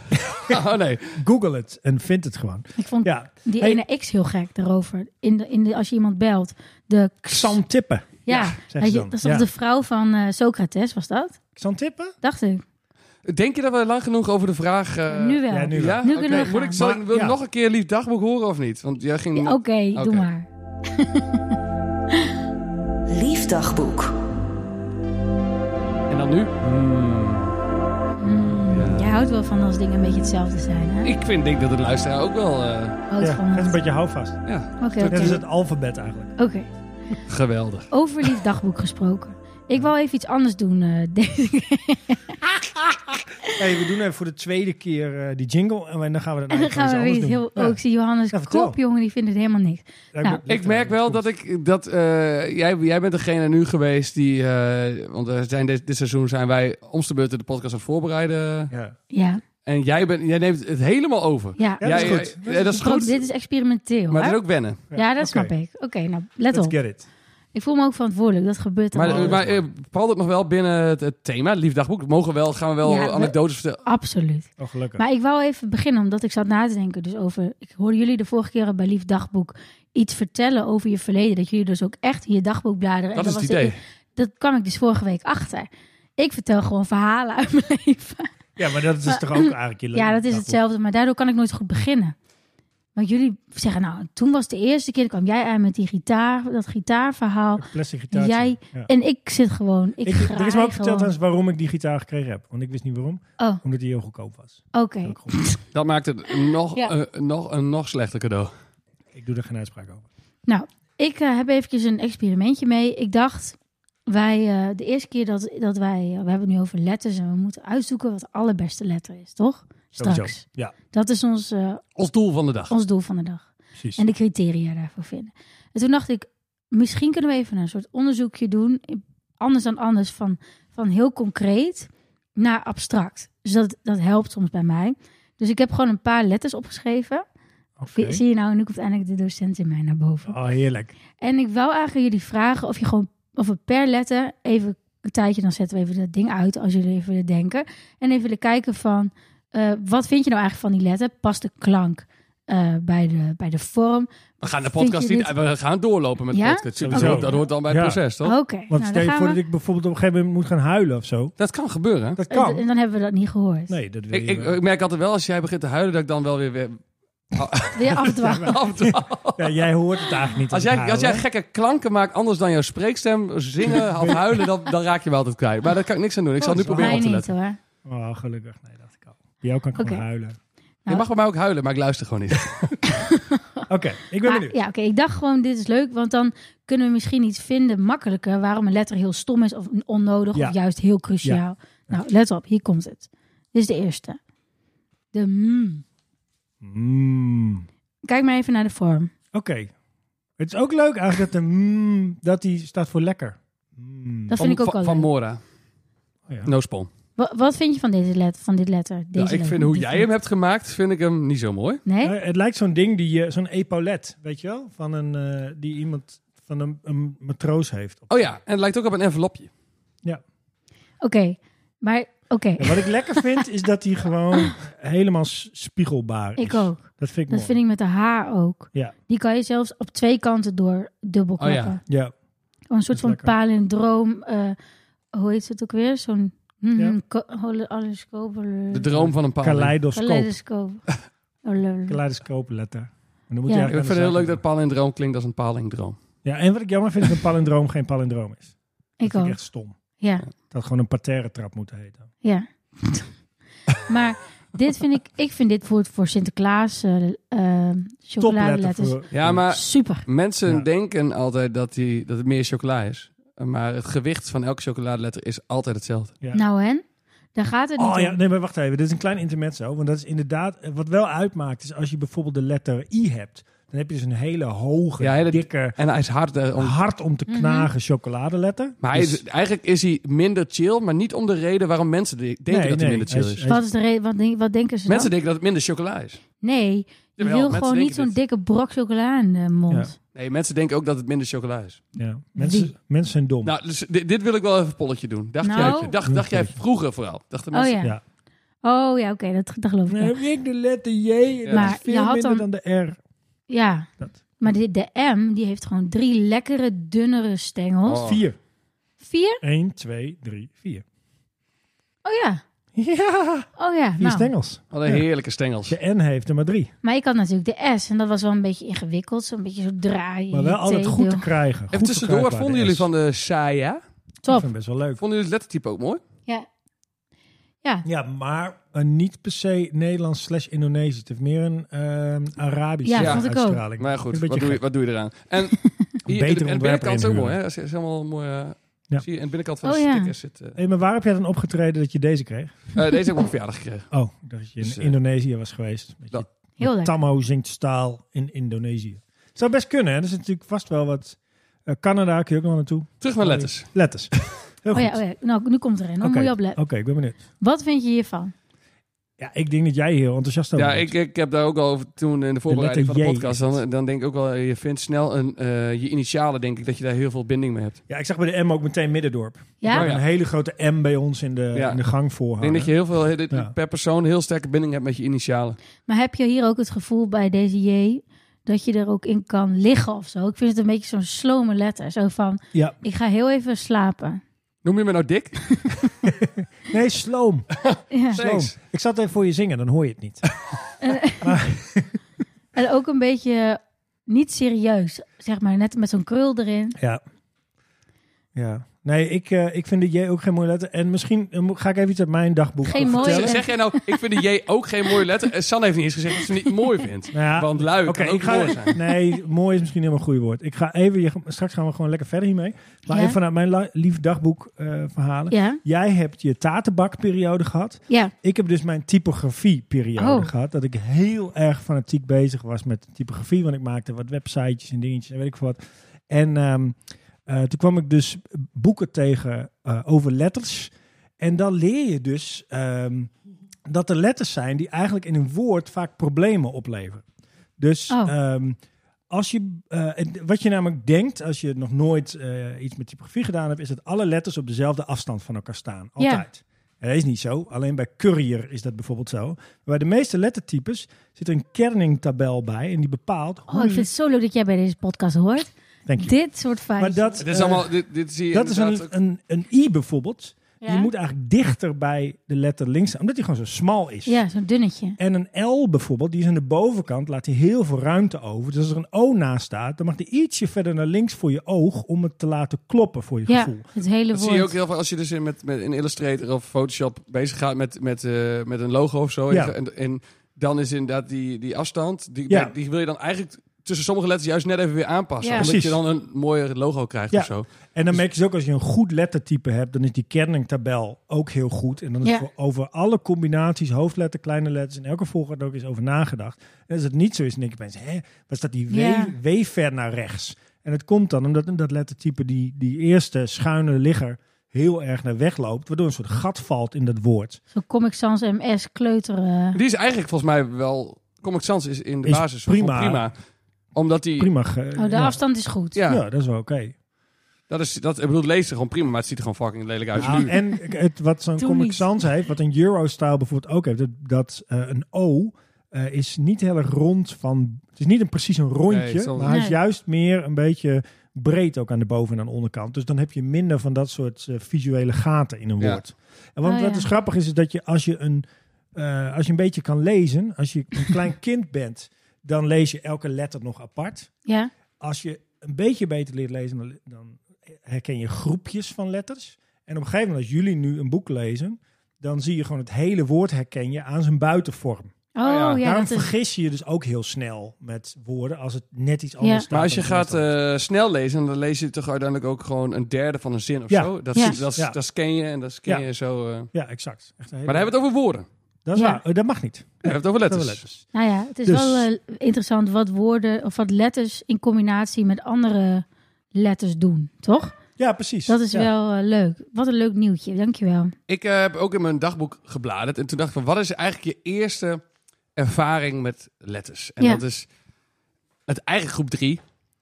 Speaker 1: oh nee.
Speaker 4: Google het en vind het gewoon.
Speaker 2: Ik vond
Speaker 4: Ja,
Speaker 2: die
Speaker 4: Hey.
Speaker 2: ene X heel gek daarover. In de, in de, als je iemand belt, de X.
Speaker 4: Xantippe.
Speaker 2: Ja,
Speaker 4: ze
Speaker 2: weet je,
Speaker 4: dan.
Speaker 2: dat is toch
Speaker 4: Ja.
Speaker 2: de vrouw van eh, Socrates, was dat?
Speaker 4: Xantippe?
Speaker 2: Dacht ik.
Speaker 1: Denk je dat we lang genoeg over de vraag... eh,
Speaker 2: nu wel.
Speaker 4: ja, nu wel.
Speaker 1: Ja?
Speaker 2: Nu
Speaker 1: Oké,
Speaker 2: kunnen we
Speaker 1: Moet
Speaker 2: gaan.
Speaker 1: ik, zal ik-
Speaker 4: Maar-
Speaker 1: wil ik
Speaker 4: ja.
Speaker 1: nog een keer lief dagboek horen of niet? Want jij ging...
Speaker 2: Ja, Oké,
Speaker 1: Oké.
Speaker 2: doe maar.
Speaker 3: Liefdagboek.
Speaker 1: En dan nu?
Speaker 2: Mm, Jij houdt wel van als dingen een beetje hetzelfde zijn, hè?
Speaker 1: Ik vind, denk dat het luisteraar ook wel... eh,
Speaker 2: Houdt
Speaker 4: Ja,
Speaker 2: van
Speaker 4: dat is een
Speaker 2: het.
Speaker 4: beetje houvast.
Speaker 1: ja,
Speaker 2: Oké,
Speaker 4: Dat is
Speaker 2: oké.
Speaker 4: het alfabet eigenlijk.
Speaker 2: Oké.
Speaker 1: geweldig.
Speaker 2: Over lief dagboek gesproken. Ik wou even iets anders doen eh, deze keer.
Speaker 4: Hey, we doen even voor de tweede keer eh, die jingle en dan gaan we dat
Speaker 2: En [laughs] dan gaan we weer iets heel... Oh, ik zie Johannes
Speaker 4: Ja, vertel.
Speaker 2: kop, jongen, die vindt het helemaal niks. Nou,
Speaker 1: Ik merk wel dat ik... Dat, eh, jij, jij bent degene nu geweest die... eh, want we zijn dit, dit seizoen zijn wij om de beurt de podcast aan het voorbereiden.
Speaker 4: Ja.
Speaker 2: Ja,
Speaker 1: En jij, bent, jij neemt het helemaal over.
Speaker 2: ja.
Speaker 4: Ja, dat is
Speaker 1: Jij-
Speaker 4: goed.
Speaker 1: ja, dat is
Speaker 2: Bro,
Speaker 1: goed.
Speaker 2: Dit is experimenteel,
Speaker 1: Maar
Speaker 2: hè?
Speaker 1: het is ook wennen.
Speaker 2: Ja, dat
Speaker 4: Oké.
Speaker 2: snap ik. Oké, nou, let
Speaker 4: Let's
Speaker 2: op.
Speaker 4: get it.
Speaker 2: Ik voel me ook verantwoordelijk. Dat gebeurt er
Speaker 1: Maar,
Speaker 2: wel.
Speaker 1: maar eh, valt het nog wel binnen het, het thema, het liefdagboek? Mogen we wel, gaan we wel
Speaker 2: Ja, we-
Speaker 1: anekdotes vertellen?
Speaker 2: Absoluut.
Speaker 4: Oh, gelukkig.
Speaker 2: Maar ik wou even beginnen, omdat ik zat na te denken. Dus over, ik hoorde jullie de vorige keer al bij Lief Dagboek iets vertellen over je verleden. Dat jullie dus ook echt in je dagboek bladeren.
Speaker 1: Dat
Speaker 2: en
Speaker 1: is het
Speaker 2: was
Speaker 1: idee.
Speaker 2: ik- dat kwam ik dus vorige week achter. Ik vertel gewoon verhalen uit mijn [laughs] leven.
Speaker 4: Ja, maar dat is toch ook eigenlijk je
Speaker 2: Ja, dat is
Speaker 4: dagboek.
Speaker 2: hetzelfde, maar daardoor kan ik nooit goed beginnen. Want jullie zeggen, nou, toen was de eerste keer, dan kwam jij aan met die gitaar, dat gitaarverhaal.
Speaker 4: Plastic gitaar.
Speaker 2: Jij, en ik zit gewoon, ik,
Speaker 4: Ik,
Speaker 2: graai
Speaker 4: er is me ook verteld
Speaker 2: gewoon.
Speaker 4: trouwens waarom ik die gitaar gekregen heb. Want ik wist niet waarom.
Speaker 2: Oh,
Speaker 4: Omdat die heel goedkoop was.
Speaker 2: oké.
Speaker 4: Heel goedkoop.
Speaker 1: Dat maakt het nog,
Speaker 2: Ja.
Speaker 1: eh, nog een nog slechter cadeau.
Speaker 4: ik doe er geen uitspraak over.
Speaker 2: Nou, ik eh, heb eventjes een experimentje mee. Ik dacht, wij, eh, de eerste keer dat, dat wij, eh, we hebben het nu over letters en we moeten uitzoeken wat de allerbeste letter is, toch? Straks.
Speaker 4: Sowieso. Ja,
Speaker 2: Dat is ons, eh,
Speaker 1: Ons doel van de dag.
Speaker 2: ons doel van de dag.
Speaker 4: precies.
Speaker 2: En de criteria daarvoor vinden. En toen dacht ik, misschien kunnen we even een soort onderzoekje doen. anders dan anders van, van heel concreet naar abstract. Dus dat, dat helpt soms bij mij. Dus ik heb gewoon een paar letters opgeschreven.
Speaker 4: Oké.
Speaker 2: Zie je nou, nu komt eindelijk de docent in mij naar boven.
Speaker 4: Oh, heerlijk.
Speaker 2: En ik wou eigenlijk jullie vragen of je gewoon of we per letter even een tijdje, dan zetten we even dat ding uit als jullie even willen denken. En even willen kijken van eh, wat vind je nou eigenlijk van die letter? Past de klank eh, bij, de, bij de vorm?
Speaker 1: We gaan de
Speaker 2: Vind je
Speaker 1: podcast niet...
Speaker 2: dit-
Speaker 1: We gaan doorlopen met de
Speaker 2: Ja?
Speaker 1: podcast.
Speaker 4: Sowieso.
Speaker 1: Dat- Dat hoort dan bij het
Speaker 4: Ja.
Speaker 1: proces, toch?
Speaker 2: Oké,
Speaker 4: Want
Speaker 2: nou
Speaker 4: stel
Speaker 2: dan
Speaker 4: je
Speaker 2: gaan
Speaker 4: voor
Speaker 2: we.
Speaker 4: dat ik bijvoorbeeld op een gegeven moment moet gaan huilen of zo.
Speaker 1: Dat kan gebeuren.
Speaker 4: Dat
Speaker 2: Eh,
Speaker 4: kan.
Speaker 2: d- En dan hebben we dat niet gehoord.
Speaker 4: Nee, dat wil
Speaker 1: Ik,
Speaker 4: je
Speaker 1: ik,
Speaker 4: wel.
Speaker 1: ik merk altijd wel, als jij begint te huilen, dat ik dan wel weer... weer
Speaker 4: [laughs]
Speaker 2: Weer afdwalen.
Speaker 1: afdwaal.
Speaker 4: Ja, jij hoort het eigenlijk niet.
Speaker 1: als,
Speaker 4: het
Speaker 1: jij, als jij
Speaker 4: huilen.
Speaker 1: gekke klanken maakt, anders dan jouw spreekstem, zingen of huilen, dan, dan raak je me altijd kwijt. Maar daar kan ik niks aan doen. Ik zal nu
Speaker 4: dat is
Speaker 1: proberen
Speaker 2: Mij
Speaker 1: op te
Speaker 2: niet
Speaker 1: letten.
Speaker 2: hoor.
Speaker 4: Oh, gelukkig. Nee, dat kan. Bij jou kan ik
Speaker 2: Oké.
Speaker 4: gewoon huilen.
Speaker 1: Je mag bij mij ook huilen, maar ik luister gewoon niet.
Speaker 4: Oké, ik ben
Speaker 2: Maar-
Speaker 4: benieuwd.
Speaker 2: ja, oké. Ik dacht gewoon, dit is leuk, want dan kunnen we misschien iets vinden makkelijker waarom een letter heel stom is of onnodig
Speaker 4: Ja.
Speaker 2: of juist heel cruciaal. Nou, let op, hier komt het. Dit is de eerste. De mm.
Speaker 4: Mm.
Speaker 2: Kijk maar even naar de vorm.
Speaker 4: Oké. Het is ook leuk eigenlijk dat de mm, dat die staat voor lekker. Mm.
Speaker 2: Dat
Speaker 1: Van,
Speaker 2: vind ik ook
Speaker 1: van,
Speaker 2: al
Speaker 1: van
Speaker 2: leuk.
Speaker 1: Mora.
Speaker 4: Oh ja.
Speaker 1: No spawn.
Speaker 2: Wa- Wat vind je van deze letter? Van dit letter
Speaker 1: Ja,
Speaker 2: deze
Speaker 1: ik
Speaker 2: letter,
Speaker 1: vind hoe
Speaker 2: die
Speaker 1: jij hem
Speaker 2: vind-
Speaker 1: hebt gemaakt, vind ik hem niet zo mooi.
Speaker 2: Nee?
Speaker 4: Eh, het lijkt zo'n ding, die, eh, zo'n epaulet, weet je wel? Van een, eh, die iemand van een, een matroos heeft.
Speaker 2: [laughs]
Speaker 1: Oh ja, en het lijkt ook op een envelopje.
Speaker 2: Oké. Maar, oké.
Speaker 4: En wat ik lekker vind, is dat die gewoon helemaal s- spiegelbaar is.
Speaker 2: Ik ook.
Speaker 4: Dat vind ik
Speaker 2: Dat
Speaker 4: mooi.
Speaker 2: vind ik met de H ook.
Speaker 4: Ja.
Speaker 2: Die kan je zelfs op twee kanten door dubbel
Speaker 1: Oh ja.
Speaker 2: knappen.
Speaker 4: Ja.
Speaker 2: Oh, Een soort
Speaker 4: is
Speaker 2: van
Speaker 4: lekker.
Speaker 2: palindroom. eh, hoe heet het ook weer? Zo'n... Mm,
Speaker 4: Ja.
Speaker 2: ko- hol- horoscoop, hol-
Speaker 1: De droom van een palindroom.
Speaker 4: Kaleidoscoop.
Speaker 2: Kaleidoscoop. [laughs] Oh, Holol-
Speaker 4: Kaleidoscoopletter. En dan moet
Speaker 2: Ja.
Speaker 4: je
Speaker 1: Ik vind
Speaker 4: eigenlijk
Speaker 1: het
Speaker 4: aan
Speaker 1: heel
Speaker 4: de
Speaker 1: leuk dat
Speaker 4: zijkant.
Speaker 1: palindroom klinkt als een palindroom.
Speaker 4: Ja, en wat ik jammer vind, is dat een palindroom geen palindroom is. Dat
Speaker 2: Ik
Speaker 4: vind
Speaker 2: ook.
Speaker 4: ik echt stom.
Speaker 2: Ja,
Speaker 4: Dat gewoon een parterre trap moet heten.
Speaker 2: ja. [laughs] maar dit vind ik... Ik vind dit bijvoorbeeld voor Sinterklaas eh eh, chocoladeletters
Speaker 4: Topletter voor...
Speaker 1: Ja, maar
Speaker 2: super.
Speaker 1: mensen
Speaker 4: Ja.
Speaker 1: denken altijd dat, die, dat het meer chocola is. Maar het gewicht van elke chocoladeletter is altijd hetzelfde.
Speaker 4: Ja.
Speaker 2: Nou en? Daar gaat het niet
Speaker 4: Oh ja,
Speaker 2: om.
Speaker 4: nee, maar wacht even. Dit is een klein intermezzo. Want dat is inderdaad... eh, Wat wel uitmaakt, is als je bijvoorbeeld de letter I hebt... dan heb je dus een hele hoge,
Speaker 1: Ja, hele-
Speaker 4: dikke,
Speaker 1: En hij is hard. eh, om-
Speaker 4: hard om te
Speaker 2: Mhm.
Speaker 4: knagen chocoladeletter.
Speaker 1: Maar hij
Speaker 4: Ah, Dus-
Speaker 1: is, eigenlijk is hij minder chill, maar niet om de reden waarom mensen de- denken
Speaker 4: Nee,
Speaker 1: dat
Speaker 4: nee,
Speaker 1: hij minder chill
Speaker 4: hij
Speaker 1: is.
Speaker 4: is-
Speaker 2: Dus Wat, is de reden, wat, denk- wat denken ze
Speaker 1: Mensen
Speaker 2: dan?
Speaker 1: denken dat het minder chocola is.
Speaker 2: Nee, je
Speaker 1: Jawel,
Speaker 2: wil
Speaker 1: mensen
Speaker 2: gewoon niet
Speaker 1: denken
Speaker 2: zo'n
Speaker 1: dit.
Speaker 2: dikke brok chocola in de mond.
Speaker 1: Nee, mensen denken ook dat het minder chocola is.
Speaker 4: Ja. Mensen, mensen zijn dom.
Speaker 1: Nou, dus dit, dit wil ik wel even een polletje doen. Dacht,
Speaker 2: Nou.
Speaker 1: jij, dacht, dacht jij vroeger vooral? Dachten
Speaker 2: Oh
Speaker 1: mensen,
Speaker 2: ja.
Speaker 4: Ja.
Speaker 2: Oh ja, oké, dat, dat geloof ik
Speaker 4: Dan
Speaker 2: wel.
Speaker 4: heb ik de letter J en dat
Speaker 2: Maar
Speaker 4: is veel
Speaker 2: je had
Speaker 4: minder
Speaker 2: dan-
Speaker 4: dan de R.
Speaker 2: Ja.
Speaker 4: Dat.
Speaker 2: Maar de, de M, die heeft gewoon drie lekkere, dunnere stengels.
Speaker 1: Oh.
Speaker 4: Vier.
Speaker 2: Vier?
Speaker 4: 1, 2, 3, 4.
Speaker 2: Oh ja.
Speaker 4: Ja!
Speaker 2: Oh ja.
Speaker 4: Vier
Speaker 2: nou.
Speaker 4: stengels.
Speaker 1: wat een
Speaker 4: Ja.
Speaker 1: heerlijke stengels.
Speaker 4: De N heeft er maar drie.
Speaker 2: Maar ik had natuurlijk de S en dat was wel een beetje ingewikkeld. Zo'n beetje zo draaien.
Speaker 4: Maar wel altijd goed te krijgen. Goed
Speaker 1: Even tussendoor, wat
Speaker 4: verkrijgbaar,
Speaker 1: vonden
Speaker 4: de
Speaker 1: jullie
Speaker 4: S.
Speaker 1: van de Saya?
Speaker 4: Ik
Speaker 2: Top.
Speaker 4: vind het best wel leuk.
Speaker 1: Vonden jullie het lettertype ook mooi?
Speaker 2: Ja. Ja.
Speaker 4: Ja, maar een niet per se Nederlands slash Indonesisch. Het heeft meer een ehm Arabische
Speaker 2: Ja,
Speaker 1: Nou Ja.
Speaker 2: vond ik ook.
Speaker 4: uitstraling.
Speaker 1: Maar
Speaker 4: Een
Speaker 1: goed,
Speaker 4: beetje
Speaker 1: wat doe, je,
Speaker 4: gek.
Speaker 1: wat doe je
Speaker 4: [laughs]
Speaker 1: eraan? En, hier, en de- en de
Speaker 4: ontwerper
Speaker 1: binnenkant is ook
Speaker 4: inhuren.
Speaker 1: mooi. Hè? Dat is- is helemaal mooi. eh,
Speaker 4: Ja.
Speaker 1: Zie je, en de binnenkant van de
Speaker 2: Oh, ja.
Speaker 1: sticker zit... eh,
Speaker 4: Hey, maar waar heb jij dan opgetreden dat je deze kreeg?
Speaker 1: eh, deze heb ik op mijn verjaardag gekregen.
Speaker 4: Oh, ik dacht dat je in
Speaker 1: Dus, eh,
Speaker 4: Indonesië was geweest. Met je
Speaker 1: dat-
Speaker 2: Heel leuk.
Speaker 4: Tammo zingt staal in Indonesië. Zou best kunnen, hè? Er zit natuurlijk vast wel wat... eh, Canada kun je ook nog naartoe.
Speaker 1: Terug naar letters.
Speaker 4: Letters. [laughs] Heel
Speaker 2: Oh
Speaker 4: goed.
Speaker 2: ja, oh ja, nou nu komt er een. Dan moet
Speaker 4: Oké,
Speaker 2: je opletten.
Speaker 4: ik ben benieuwd.
Speaker 2: Wat vind je hiervan?
Speaker 4: Ja, ik denk dat jij heel enthousiast over
Speaker 1: Ja,
Speaker 4: bent.
Speaker 1: ik, ik heb daar ook al over toen in de voorbereiding van de
Speaker 4: letter J
Speaker 1: podcast.
Speaker 4: is het.
Speaker 1: Dan, dan denk ik ook wel, je vindt snel een, eh, je initialen, denk ik, dat je daar heel veel binding mee hebt.
Speaker 4: ja, ik zag bij de M ook meteen Middendorp.
Speaker 2: Ja?
Speaker 1: Oh ja.
Speaker 4: Een hele grote M bij ons in de,
Speaker 1: Ja.
Speaker 4: in de gang
Speaker 1: Ik
Speaker 4: voorhouden.
Speaker 1: denk dat je heel veel, heel- dit-
Speaker 4: Ja.
Speaker 1: per persoon heel sterke binding hebt met je initialen.
Speaker 2: Maar heb je hier ook het gevoel bij deze J dat je er ook in kan liggen of zo? Ik vind het een beetje zo'n slome letter. Zo van,
Speaker 4: Ja.
Speaker 2: ik ga heel even slapen.
Speaker 1: Noem je me nou dik?
Speaker 4: Nee, sloom.
Speaker 2: Ja.
Speaker 4: sloom.
Speaker 1: Thanks.
Speaker 4: Ik zat even voor je zingen, dan hoor je het
Speaker 1: [laughs]
Speaker 4: niet.
Speaker 2: En ook een beetje niet serieus, zeg maar. Net met zo'n krul erin.
Speaker 4: Ja. Ja. Nee, ik, eh, ik vind de J ook geen mooie letter. En misschien eh, mo- ga ik even iets uit mijn dagboek
Speaker 2: Geen mooie
Speaker 4: vertellen.
Speaker 2: letter.
Speaker 1: Zeg jij nou, ik vind de J ook geen mooie letter. En San heeft niet eens gezegd dat ze hem niet mooi vindt.
Speaker 4: Nou ja,
Speaker 1: Want lui
Speaker 4: Oké,
Speaker 1: kan ook
Speaker 4: ik ga.
Speaker 1: mooi
Speaker 4: [laughs]
Speaker 1: zijn.
Speaker 4: Nee, mooi is misschien helemaal een goed woord. Ik ga even. je- Straks gaan we gewoon lekker verder hiermee. Maar
Speaker 2: Ja.
Speaker 4: even vanuit mijn la- lief dagboek eh, verhalen.
Speaker 2: Ja,
Speaker 4: Jij hebt je tatenbakperiode gehad.
Speaker 2: ja.
Speaker 4: Ik heb dus mijn typografieperiode
Speaker 2: Oh.
Speaker 4: gehad. Dat ik heel erg fanatiek bezig was met typografie. Want ik maakte wat websitejes en dingetjes en weet ik veel wat. En ehm, Eh, toen kwam ik dus boeken tegen eh, over letters. En dan leer je dus ehm, dat er letters zijn die eigenlijk in een woord vaak problemen opleveren. Dus
Speaker 2: Oh.
Speaker 4: ehm, als je, eh, en wat je namelijk denkt, als je nog nooit eh, iets met typografie gedaan hebt, is dat alle letters op dezelfde afstand van elkaar staan.
Speaker 2: Ja.
Speaker 4: Altijd. En dat is niet zo. Alleen bij courier is dat bijvoorbeeld zo. Maar bij de meeste lettertypes zit er een kerningtabel bij. En die bepaalt hoe
Speaker 2: Oh, ik
Speaker 4: je-
Speaker 2: vind het zo leuk dat jij bij deze podcast hoort.
Speaker 4: Dank je.
Speaker 2: Dit soort
Speaker 4: Hmm. Maar
Speaker 2: feitjes.
Speaker 4: dat,
Speaker 1: Dit is
Speaker 4: eh,
Speaker 1: allemaal, dit, dit zie je
Speaker 4: dat is
Speaker 1: inderdaad
Speaker 4: een,
Speaker 1: ook-
Speaker 4: een, een i bijvoorbeeld.
Speaker 2: Ja?
Speaker 4: Die moet eigenlijk dichter bij de letter links staan. Omdat die gewoon zo smal is.
Speaker 2: Ja, zo'n dunnetje.
Speaker 4: En een L bijvoorbeeld, die is aan de bovenkant, laat hij heel veel ruimte over. Dus als er een O naast staat, dan mag die ietsje verder naar links voor je oog om het te laten kloppen voor je
Speaker 2: Ja,
Speaker 4: gevoel.
Speaker 2: het hele
Speaker 1: Dat
Speaker 2: woord.
Speaker 1: zie je ook heel veel als je dus in, met, met in Illustrator of Photoshop bezig gaat met, met, eh, met een logo of zo.
Speaker 4: Ja.
Speaker 1: En, en dan is inderdaad die, die afstand, die,
Speaker 4: Ja.
Speaker 1: die wil je dan eigenlijk tussen sommige letters juist net even weer aanpassen.
Speaker 2: Ja.
Speaker 1: Omdat
Speaker 4: Precies.
Speaker 1: je dan een mooier logo krijgt
Speaker 4: Ja.
Speaker 1: of zo.
Speaker 4: En dan merk je dus ook als je een goed lettertype hebt, dan is die kerningtabel ook heel goed. En dan is
Speaker 2: Ja.
Speaker 4: voor over alle combinaties, hoofdletter, kleine letters, in elke volgorde ook eens over nagedacht. En als het niet zo is, dan denk je opeens, hè, wat staat die W,
Speaker 2: Ja.
Speaker 4: w ver naar rechts? En het komt dan omdat dat lettertype die, die eerste schuine ligger heel erg naar weg loopt, waardoor een soort gat valt in dat woord.
Speaker 2: Zo'n Comic Sans MS kleuteren.
Speaker 1: Die is eigenlijk volgens mij wel... Comic Sans is in de
Speaker 4: Is
Speaker 1: basis gewoon
Speaker 4: prima.
Speaker 1: prima. Omdat die...
Speaker 4: Prima. ge-
Speaker 2: Oh, de
Speaker 4: ja.
Speaker 2: afstand is goed.
Speaker 1: Ja,
Speaker 4: Ja, dat is wel oké.
Speaker 1: Dat is, dat, ik bedoel, het leest er gewoon prima, maar het ziet er gewoon fucking lelijk uit.
Speaker 4: Ja,
Speaker 1: nu.
Speaker 4: en het, wat zo'n
Speaker 2: Toen
Speaker 4: Comic
Speaker 2: niet.
Speaker 4: Sans heeft, wat een Euro-style bijvoorbeeld ook heeft, dat, dat eh, een O eh, is niet heel erg rond van... Het is niet een, precies een
Speaker 1: Nee, het
Speaker 4: rondje,
Speaker 1: zal-
Speaker 4: maar hij is
Speaker 2: Nee.
Speaker 4: juist meer een beetje breed ook aan de boven- en aan de onderkant. Dus dan heb je minder van dat soort eh, visuele gaten in een
Speaker 1: Ja.
Speaker 4: woord. En want
Speaker 2: Oh,
Speaker 4: wat
Speaker 2: ja.
Speaker 4: dus grappig is, is dat je als je een, eh, als je een beetje kan lezen, als je een
Speaker 2: [laughs]
Speaker 4: klein kind bent, dan lees je elke letter nog apart.
Speaker 2: Ja.
Speaker 4: als je een beetje beter leert lezen, dan, dan herken je groepjes van letters. En op een gegeven moment, als jullie nu een boek lezen, dan zie je gewoon het hele woord herken je aan zijn buitenvorm.
Speaker 2: Oh,
Speaker 1: Ah, ja.
Speaker 2: ja.
Speaker 4: Daarom
Speaker 2: dat
Speaker 1: [laughs]
Speaker 2: is...
Speaker 4: vergis je je dus ook heel snel met woorden als het net iets anders
Speaker 2: Ja.
Speaker 4: staat.
Speaker 1: Maar als je
Speaker 4: dan
Speaker 1: gaat
Speaker 4: staat.
Speaker 1: eh, snel lezen, dan lees je toch uiteindelijk ook gewoon een derde van een zin of
Speaker 4: Ja.
Speaker 1: zo. Dat,
Speaker 2: Ja.
Speaker 1: dat,
Speaker 4: Ja.
Speaker 1: dat scan je en dat scan
Speaker 4: Ja.
Speaker 1: je zo. eh. Maar
Speaker 4: Ja, exact. Echt een hele-
Speaker 1: dan hebben we het over woorden.
Speaker 4: Dat is
Speaker 2: Ja.
Speaker 4: waar. Eh, Dat mag niet.
Speaker 1: We hebben het over
Speaker 4: Dat
Speaker 1: letters.
Speaker 4: hebben we letters.
Speaker 2: Nou ja, het is
Speaker 4: Dus-
Speaker 2: wel eh, interessant wat woorden of wat letters in combinatie met andere letters doen, toch?
Speaker 4: Ja, precies.
Speaker 2: Dat is
Speaker 4: Ja.
Speaker 2: wel eh, leuk. Wat een leuk nieuwtje, dankjewel.
Speaker 1: Ik eh, heb ook in mijn dagboek gebladerd. En toen dacht ik van, wat is eigenlijk je eerste ervaring met letters? En
Speaker 2: Ja.
Speaker 1: dat is het eigen groep 3.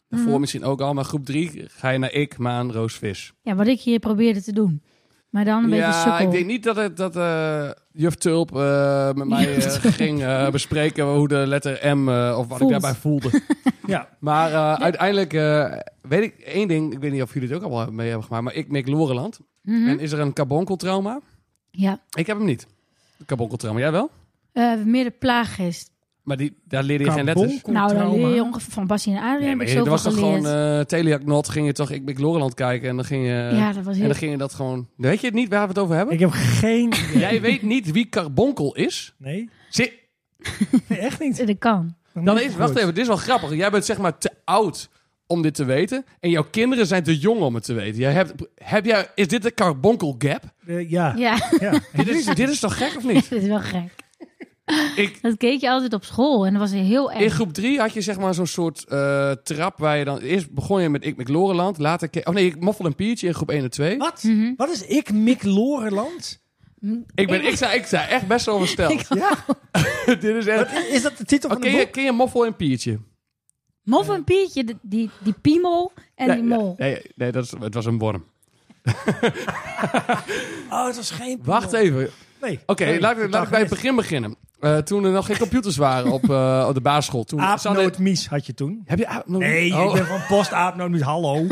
Speaker 1: Daarvoor
Speaker 2: Mhm.
Speaker 1: misschien ook al, maar groep 3 ga je naar ik, Maan, Roos, Vis.
Speaker 2: Ja, wat ik hier probeerde te doen. Maar dan een beetje
Speaker 1: ja,
Speaker 2: sukkel.
Speaker 1: ik denk niet dat, het, dat eh, juf Tulp eh, met mij eh,
Speaker 2: Juf Tulp.
Speaker 1: ging eh, bespreken hoe de letter M eh, of wat ik
Speaker 2: Voelt.
Speaker 1: daarbij voelde.
Speaker 4: Ja.
Speaker 1: Maar
Speaker 2: [laughs]
Speaker 1: eh, uiteindelijk eh, weet ik één ding. Ik weet niet of jullie het ook allemaal mee hebben gemaakt, maar ik mik Loreland.
Speaker 2: Mhm.
Speaker 1: En is er een carbonkeltrauma?
Speaker 2: Ja,
Speaker 1: Ik heb hem niet. Carbonkeltrauma, jij wel?
Speaker 2: Eh, meer de plaaggeest.
Speaker 1: Maar die, daar leerde je geen
Speaker 4: Carbon-
Speaker 1: letters.
Speaker 2: Nou, dan
Speaker 4: trauma.
Speaker 2: leer je ongeveer van Bassie en Adrien
Speaker 1: Nee,
Speaker 2: heb
Speaker 1: maar
Speaker 2: ik
Speaker 1: je- er
Speaker 2: zoveel
Speaker 1: was toch
Speaker 2: geleerd.
Speaker 1: gewoon eh Teliac Not, ging je toch Ik Mik Loreland kijken en dan ging je...
Speaker 2: ja, dat was
Speaker 1: Eh, En
Speaker 2: heel...
Speaker 1: dan ging je dat gewoon... Weet je het niet waar we het over hebben?
Speaker 4: Ik heb geen...
Speaker 1: Jij weet niet wie carbonkel is?
Speaker 4: Nee,
Speaker 1: Zit,
Speaker 4: Nee, echt
Speaker 2: [laughs]
Speaker 4: niet.
Speaker 2: Dat kan.
Speaker 1: Dan is, wacht even, dit is wel grappig. Jij bent zeg maar te oud om dit te weten. En jouw kinderen zijn te jong om het te weten. Jij hebt, heb jij, is dit de carbonkel gap?
Speaker 4: Eh, ja.
Speaker 2: Ja, [laughs]
Speaker 4: ja.
Speaker 1: Dit is, dit is toch gek of niet?
Speaker 2: dit is wel gek.
Speaker 1: [laughs] Ik,
Speaker 2: Dat keek je altijd op school en dat was heel
Speaker 1: in
Speaker 2: erg.
Speaker 1: groep 3 had je zeg maar zo'n soort eh, trap waar je dan... Eerst begon je met Ik McLoreland. Later... ke- Oh nee, ik moffel en Piertje in groep 1 en 2.
Speaker 4: Wat?
Speaker 2: Mhm.
Speaker 4: Wat is ik, Mick Loreland?
Speaker 2: [laughs]
Speaker 1: Ik ben ik, zei, ik zei echt best wel versteld.
Speaker 4: Ja.
Speaker 1: dit is echt...
Speaker 4: Is, is dat de titel
Speaker 1: Oh,
Speaker 4: van
Speaker 1: ken,
Speaker 4: het
Speaker 1: je,
Speaker 4: boek?
Speaker 1: ken je moffel en Piertje?
Speaker 2: Mof en Pietje, de- die, die piemel en
Speaker 1: Ja,
Speaker 2: die
Speaker 1: ja.
Speaker 2: mol.
Speaker 1: Nee, nee dat is, het was een worm.
Speaker 4: Oh, het was geen...
Speaker 1: Wacht even.
Speaker 4: Nee.
Speaker 1: Oké,
Speaker 4: Sorry,
Speaker 1: laat, ik-
Speaker 4: totaal
Speaker 1: laat ik bij het
Speaker 4: gemist.
Speaker 1: begin beginnen. Eh, toen er nog geen computers waren op, eh, op de basisschool. Toen
Speaker 4: Aap
Speaker 1: Sanne-
Speaker 4: Noot Mies had je toen.
Speaker 1: Heb je aap- nooit-
Speaker 4: Nee,
Speaker 1: Oh,
Speaker 4: ik ben van post Aap Noot Mies. [laughs] Hallo.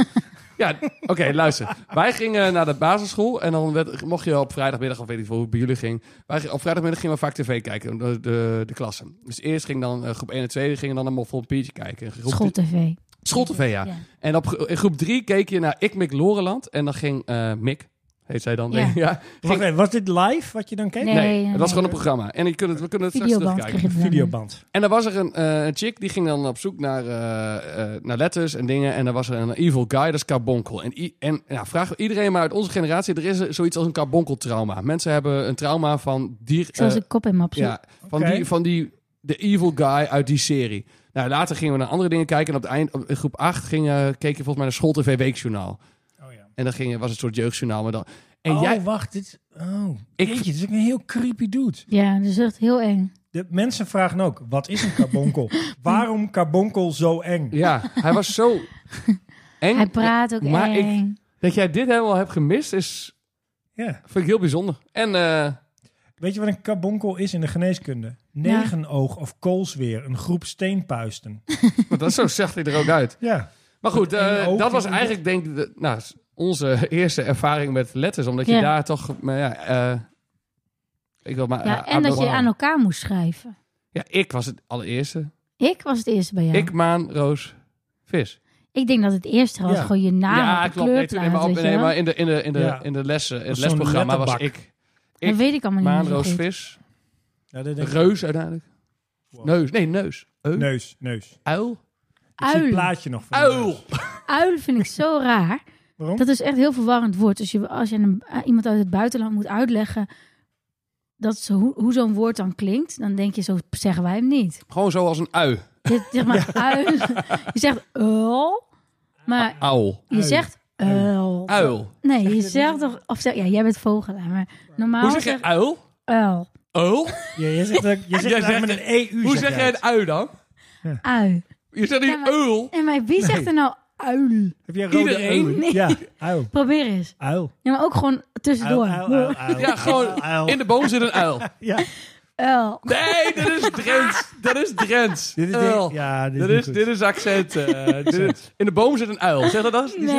Speaker 1: Ja, oké, luister. Wij gingen naar de basisschool en dan werd, mocht je op vrijdagmiddag, of weet ik veel hoe het bij jullie ging. Wij, gingen- op vrijdagmiddag gingen we vaak tv kijken, de, de, de klassen. Dus eerst ging dan eh, groep 1 en 2, gingen dan naar Moffel en Pietje kijken. Groep
Speaker 2: School TV.
Speaker 1: School TV, ja.
Speaker 2: Ja.
Speaker 1: En op, gro- in groep 3 keek je naar Ik, Mick, Loreland. En dan ging eh, Mick, heet zij dan.
Speaker 2: Ja.
Speaker 1: denk ik, [laughs] ja.
Speaker 4: Wacht even, was dit live wat je dan keek?
Speaker 2: Nee.
Speaker 1: Nee, het was
Speaker 2: nee.
Speaker 1: gewoon een programma. En je kunt het, we kunnen het straks
Speaker 2: Videoband
Speaker 1: terugkijken.
Speaker 2: kreeg het wel.
Speaker 4: Videoband.
Speaker 1: En dan was er een, eh, een chick die ging dan op zoek naar, eh, eh, naar letters en dingen. En dan was er een evil guy, dat is carbonkel. En, i- en ja, vraag iedereen maar uit onze generatie: er is zoiets als een carbonkeltrauma. Mensen hebben een trauma van die.
Speaker 2: Zoals
Speaker 1: eh,
Speaker 2: een kop in map.
Speaker 1: ja, van,
Speaker 4: Oké.
Speaker 1: die, van die. De evil guy uit die serie. Nou, later gingen we naar andere dingen kijken. En op het eind, op groep 8, ging, eh, keek je volgens mij naar School TV Weekjournaal.
Speaker 4: Oh, ja.
Speaker 1: En dat ging, was een soort jeugdjournaal. Maar dan, en
Speaker 4: oh,
Speaker 1: jij,
Speaker 4: wacht. Dit, oh,
Speaker 1: Ik-
Speaker 4: ik, jeetje, dit is ook een heel creepy dude.
Speaker 2: Ja, dat is echt heel eng.
Speaker 4: De mensen vragen ook, wat is een [laughs] carbonkel? Waarom carbonkel zo eng?
Speaker 1: ja, hij was
Speaker 2: [laughs]
Speaker 1: zo eng.
Speaker 2: Hij praat ook
Speaker 1: Maar ik-
Speaker 2: eng.
Speaker 1: Dat jij dit helemaal hebt gemist, is,
Speaker 4: Ja.
Speaker 1: vind ik heel bijzonder. En eh,
Speaker 4: Weet je wat een carbonkel is in de geneeskunde? Negenoog of koolsweer, een groep steenpuisten.
Speaker 1: want [laughs] dat, zo zag hij er ook uit.
Speaker 4: Ja,
Speaker 1: Maar goed,
Speaker 4: Met één
Speaker 1: eh,
Speaker 4: oog
Speaker 1: dat was
Speaker 4: in-
Speaker 1: eigenlijk denk ik de- nou, s- onze [laughs] eerste ervaring met letters. Omdat je
Speaker 2: Ja.
Speaker 1: daar toch... Maar ja, eh, ik wil maar,
Speaker 2: Ja,
Speaker 1: eh,
Speaker 2: en dat je
Speaker 1: wauw.
Speaker 2: aan elkaar moest schrijven.
Speaker 1: Ja, ik was het allereerste.
Speaker 2: Ik was het eerste bij jou.
Speaker 1: Ik, Maan, Roos, Vis.
Speaker 2: Ik denk dat het eerste was
Speaker 4: Ja.
Speaker 2: gewoon je naam
Speaker 1: ja,
Speaker 2: op de kleur
Speaker 1: Nee, toen- nee, maar,
Speaker 2: plaat,
Speaker 1: op-
Speaker 2: weet je
Speaker 1: nee,
Speaker 2: wel.
Speaker 1: maar in, de, in, de, in, de,
Speaker 4: Ja.
Speaker 1: in de lessen, in het
Speaker 4: was zo'n
Speaker 1: lesprogramma was
Speaker 4: letterbak.
Speaker 1: ik.
Speaker 2: dat weet ik allemaal
Speaker 1: Maan,
Speaker 2: niet meer
Speaker 1: Roos,
Speaker 2: zo goed.
Speaker 1: Vis.
Speaker 4: ja dat denk ik.
Speaker 1: Reus uiteindelijk.
Speaker 4: Wow.
Speaker 1: Neus. Nee, neus. Eu,
Speaker 4: Neus, neus.
Speaker 1: Uil.
Speaker 4: Ik zie het
Speaker 2: Uil.
Speaker 4: plaatje nog van de
Speaker 1: Uil.
Speaker 4: neus.
Speaker 2: Uil vind ik zo raar.
Speaker 4: Waarom?
Speaker 2: Dat is echt heel verwarrend woord. Dus je, als je aan een- aan iemand uit het buitenland moet uitleggen dat zo, hoe, hoe zo'n woord dan klinkt, dan denk je zo zeggen wij hem niet.
Speaker 1: Gewoon zo als een ui.
Speaker 2: Je, zeg maar [laughs] uil. Je zegt uil, maar
Speaker 1: Uil.
Speaker 2: je
Speaker 4: Uil.
Speaker 2: zegt uil.
Speaker 1: Uil.
Speaker 2: Nee, je zegt toch of zeg, ja, jij bent vogelaar, maar normaal
Speaker 1: Hoe zeg je
Speaker 2: zegt
Speaker 1: uil?
Speaker 2: uil.
Speaker 1: Uil?
Speaker 4: Ja, je zegt,
Speaker 1: [laughs]
Speaker 4: dat- je zegt,
Speaker 1: Jij
Speaker 4: het
Speaker 1: zegt
Speaker 4: eigenlijk met een EU.
Speaker 1: Hoe zeg
Speaker 4: jij
Speaker 1: je
Speaker 4: het.
Speaker 1: een ui dan?
Speaker 2: Ui.
Speaker 1: Je zegt
Speaker 2: Ja,
Speaker 1: niet
Speaker 2: maar-
Speaker 1: uil.
Speaker 2: En maar wie zegt er nou uil?
Speaker 4: Heb jij rode
Speaker 1: Iedereen?
Speaker 4: uilen?
Speaker 2: Nee.
Speaker 4: Ja, uil.
Speaker 2: Probeer eens.
Speaker 4: Uil.
Speaker 2: Ja, maar ook gewoon
Speaker 4: Uil,
Speaker 2: tussendoor.
Speaker 4: uil, uil, uil.
Speaker 1: Ja, gewoon
Speaker 4: Uil.
Speaker 1: In de boom zit een
Speaker 4: [laughs]
Speaker 1: uil.
Speaker 4: Ja,
Speaker 2: Uil.
Speaker 1: Nee, dat is Drents. Dat is Drents.
Speaker 4: dit is,
Speaker 1: Uil.
Speaker 4: ja, dit is,
Speaker 1: Dat
Speaker 4: niet
Speaker 1: is,
Speaker 4: goed.
Speaker 1: dit is
Speaker 4: [laughs]
Speaker 1: accent. eh, dit is- in de boom zit een uil. Zeg dat als?
Speaker 2: Nee.
Speaker 1: Doe,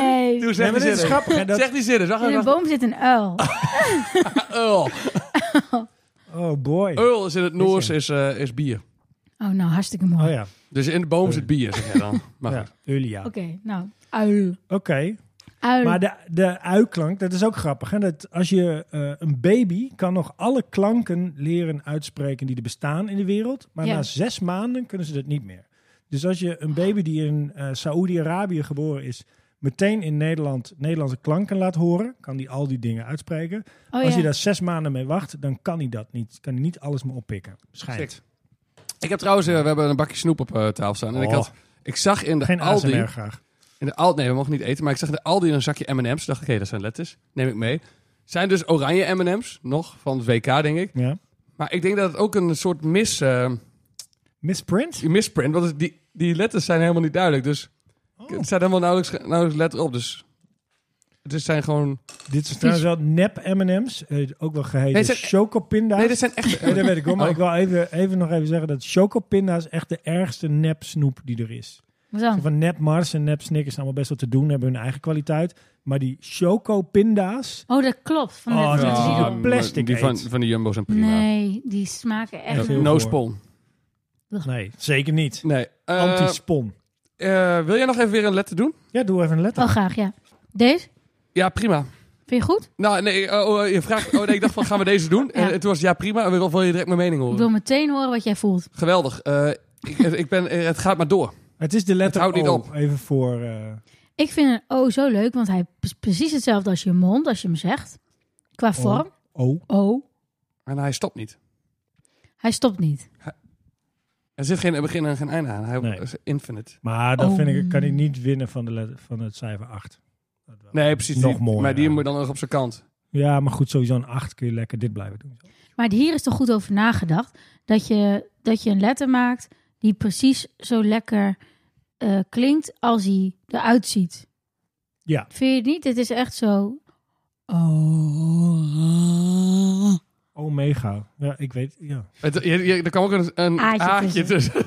Speaker 4: Nee,
Speaker 1: zeg
Speaker 4: maar
Speaker 1: die
Speaker 4: dit is
Speaker 1: zin.
Speaker 4: grappig. hè, dat-
Speaker 1: Zeg die zin. eens. Wacht
Speaker 2: In
Speaker 1: even,
Speaker 2: een
Speaker 1: wacht.
Speaker 2: boom zit een uil.
Speaker 1: Uil.
Speaker 4: Oh boy.
Speaker 1: Uil is in het Noors
Speaker 4: Is er.
Speaker 1: is, eh, is bier.
Speaker 2: Oh, nou, hartstikke mooi.
Speaker 4: Oh ja,
Speaker 1: Dus in de boom zit bier, zeg jij
Speaker 4: [laughs]
Speaker 1: dan. Maar
Speaker 4: ja.
Speaker 1: goed.
Speaker 4: Ulia. Oké,
Speaker 2: Oké, nou, uil. Uil.
Speaker 4: maar de, de uiklank, dat is ook grappig. Hè? Dat als je eh, een baby kan nog alle klanken leren uitspreken die er bestaan in de wereld, maar
Speaker 2: Ja.
Speaker 4: na zes maanden kunnen ze dat niet meer. Dus als je een baby die in eh Saoedi-Arabië geboren is, meteen in Nederland Nederlandse klanken laat horen, kan die al die dingen uitspreken.
Speaker 2: oh,
Speaker 4: als
Speaker 2: ja.
Speaker 4: je daar zes maanden mee wacht, dan kan hij dat niet. Kan hij niet alles meer oppikken. Schijnt.
Speaker 1: Sick. Ik heb trouwens, eh, we hebben een bakje snoep op eh, tafel staan. En ik,
Speaker 4: Oh.
Speaker 1: had, ik zag in de
Speaker 4: Geen
Speaker 1: Aldi...
Speaker 4: ASMR graag.
Speaker 1: In de Aldi, nee, we mogen niet eten. Maar ik zag in de Aldi een zakje M&M's. dacht ik, hé, dat zijn letters. Neem ik mee. Zijn dus oranje M&M's, nog, van het WK, denk ik.
Speaker 4: Ja.
Speaker 1: Maar ik denk dat het ook een soort mis, eh,
Speaker 4: Misprint?
Speaker 1: misprint... Want het- die, die letters zijn helemaal niet duidelijk. Dus
Speaker 4: Oh.
Speaker 1: het staat helemaal nauwelijks, nauwelijks letter op. Dus het is- zijn gewoon...
Speaker 4: Dit zijn trouwens wel nep M&M's. eh, ook wel geheten
Speaker 1: Nee, het zijn-
Speaker 4: chocopinda's.
Speaker 1: Nee, dit zijn echt...
Speaker 4: Ja, dat weet ik wel. Maar
Speaker 1: Oh.
Speaker 4: ik wil even, even nog even zeggen dat chocopinda's echt de ergste nep snoep die er is.
Speaker 2: Wat dan?
Speaker 4: Van nep Mars en nep Snickers allemaal best wel te doen. Hebben hun eigen kwaliteit. Maar die chocopinda's...
Speaker 2: Oh, dat klopt. Van
Speaker 4: Oh,
Speaker 2: net
Speaker 4: dat
Speaker 2: van
Speaker 4: is
Speaker 2: Lidl.
Speaker 4: niet een plastic
Speaker 1: Ah, die van,
Speaker 4: eet.
Speaker 1: van de Jumbo zijn prima.
Speaker 2: Nee, die smaken
Speaker 1: Ja,
Speaker 2: echt...
Speaker 4: heel
Speaker 1: no
Speaker 4: goor.
Speaker 1: spon.
Speaker 4: Nee, zeker niet.
Speaker 1: Nee. Eh,
Speaker 4: Antispon.
Speaker 1: eh, wil jij nog even weer een letter doen?
Speaker 4: Ja, doe even een letter.
Speaker 2: Oh, graag, ja. Deze?
Speaker 1: Ja, prima.
Speaker 2: Vind je goed?
Speaker 1: Nou, nee, eh, oh, eh, je vraagt, oh, nee, ik dacht van, gaan we deze doen?
Speaker 2: [laughs] Ja.
Speaker 1: En toen was het, ja, prima. Wil, wil je direct mijn mening
Speaker 2: Ik
Speaker 1: horen?
Speaker 2: wil meteen horen wat jij voelt.
Speaker 1: Geweldig. Eh, ik, ik ben, eh, het gaat maar door.
Speaker 4: Het is de letter
Speaker 1: houdt niet
Speaker 4: O.
Speaker 1: op.
Speaker 4: Even voor... eh,
Speaker 2: Ik vind een O zo leuk, want hij is precies hetzelfde als je mond, als je hem zegt. Qua
Speaker 4: Oh.
Speaker 2: vorm.
Speaker 4: o.
Speaker 2: O.
Speaker 1: En hij stopt niet.
Speaker 2: Hij stopt niet.
Speaker 1: Er zit geen begin en geen einde aan. Hij
Speaker 4: Nee.
Speaker 1: is infinite.
Speaker 4: Maar dat
Speaker 2: Oh.
Speaker 4: vind ik, kan hij niet winnen van, de letter, van het cijfer 8. Dat wel.
Speaker 1: Nee, precies.
Speaker 4: Nog
Speaker 1: Die-
Speaker 4: mooier
Speaker 1: Maar die moet
Speaker 4: eigenlijk.
Speaker 1: dan nog op zijn kant.
Speaker 4: Ja, maar goed, sowieso een 8 kun je lekker dit blijven doen.
Speaker 2: Maar hier is toch goed over nagedacht. Dat je, dat je een letter maakt die precies zo lekker eh, klinkt als hij eruit ziet.
Speaker 4: Ja.
Speaker 2: Vind je het niet? Het is echt zo... Oh.
Speaker 4: Omega. Ja, ik weet. Ja.
Speaker 1: Het, je, je- er kwam ook een, een
Speaker 2: Aatje
Speaker 1: aatje tussen. [laughs]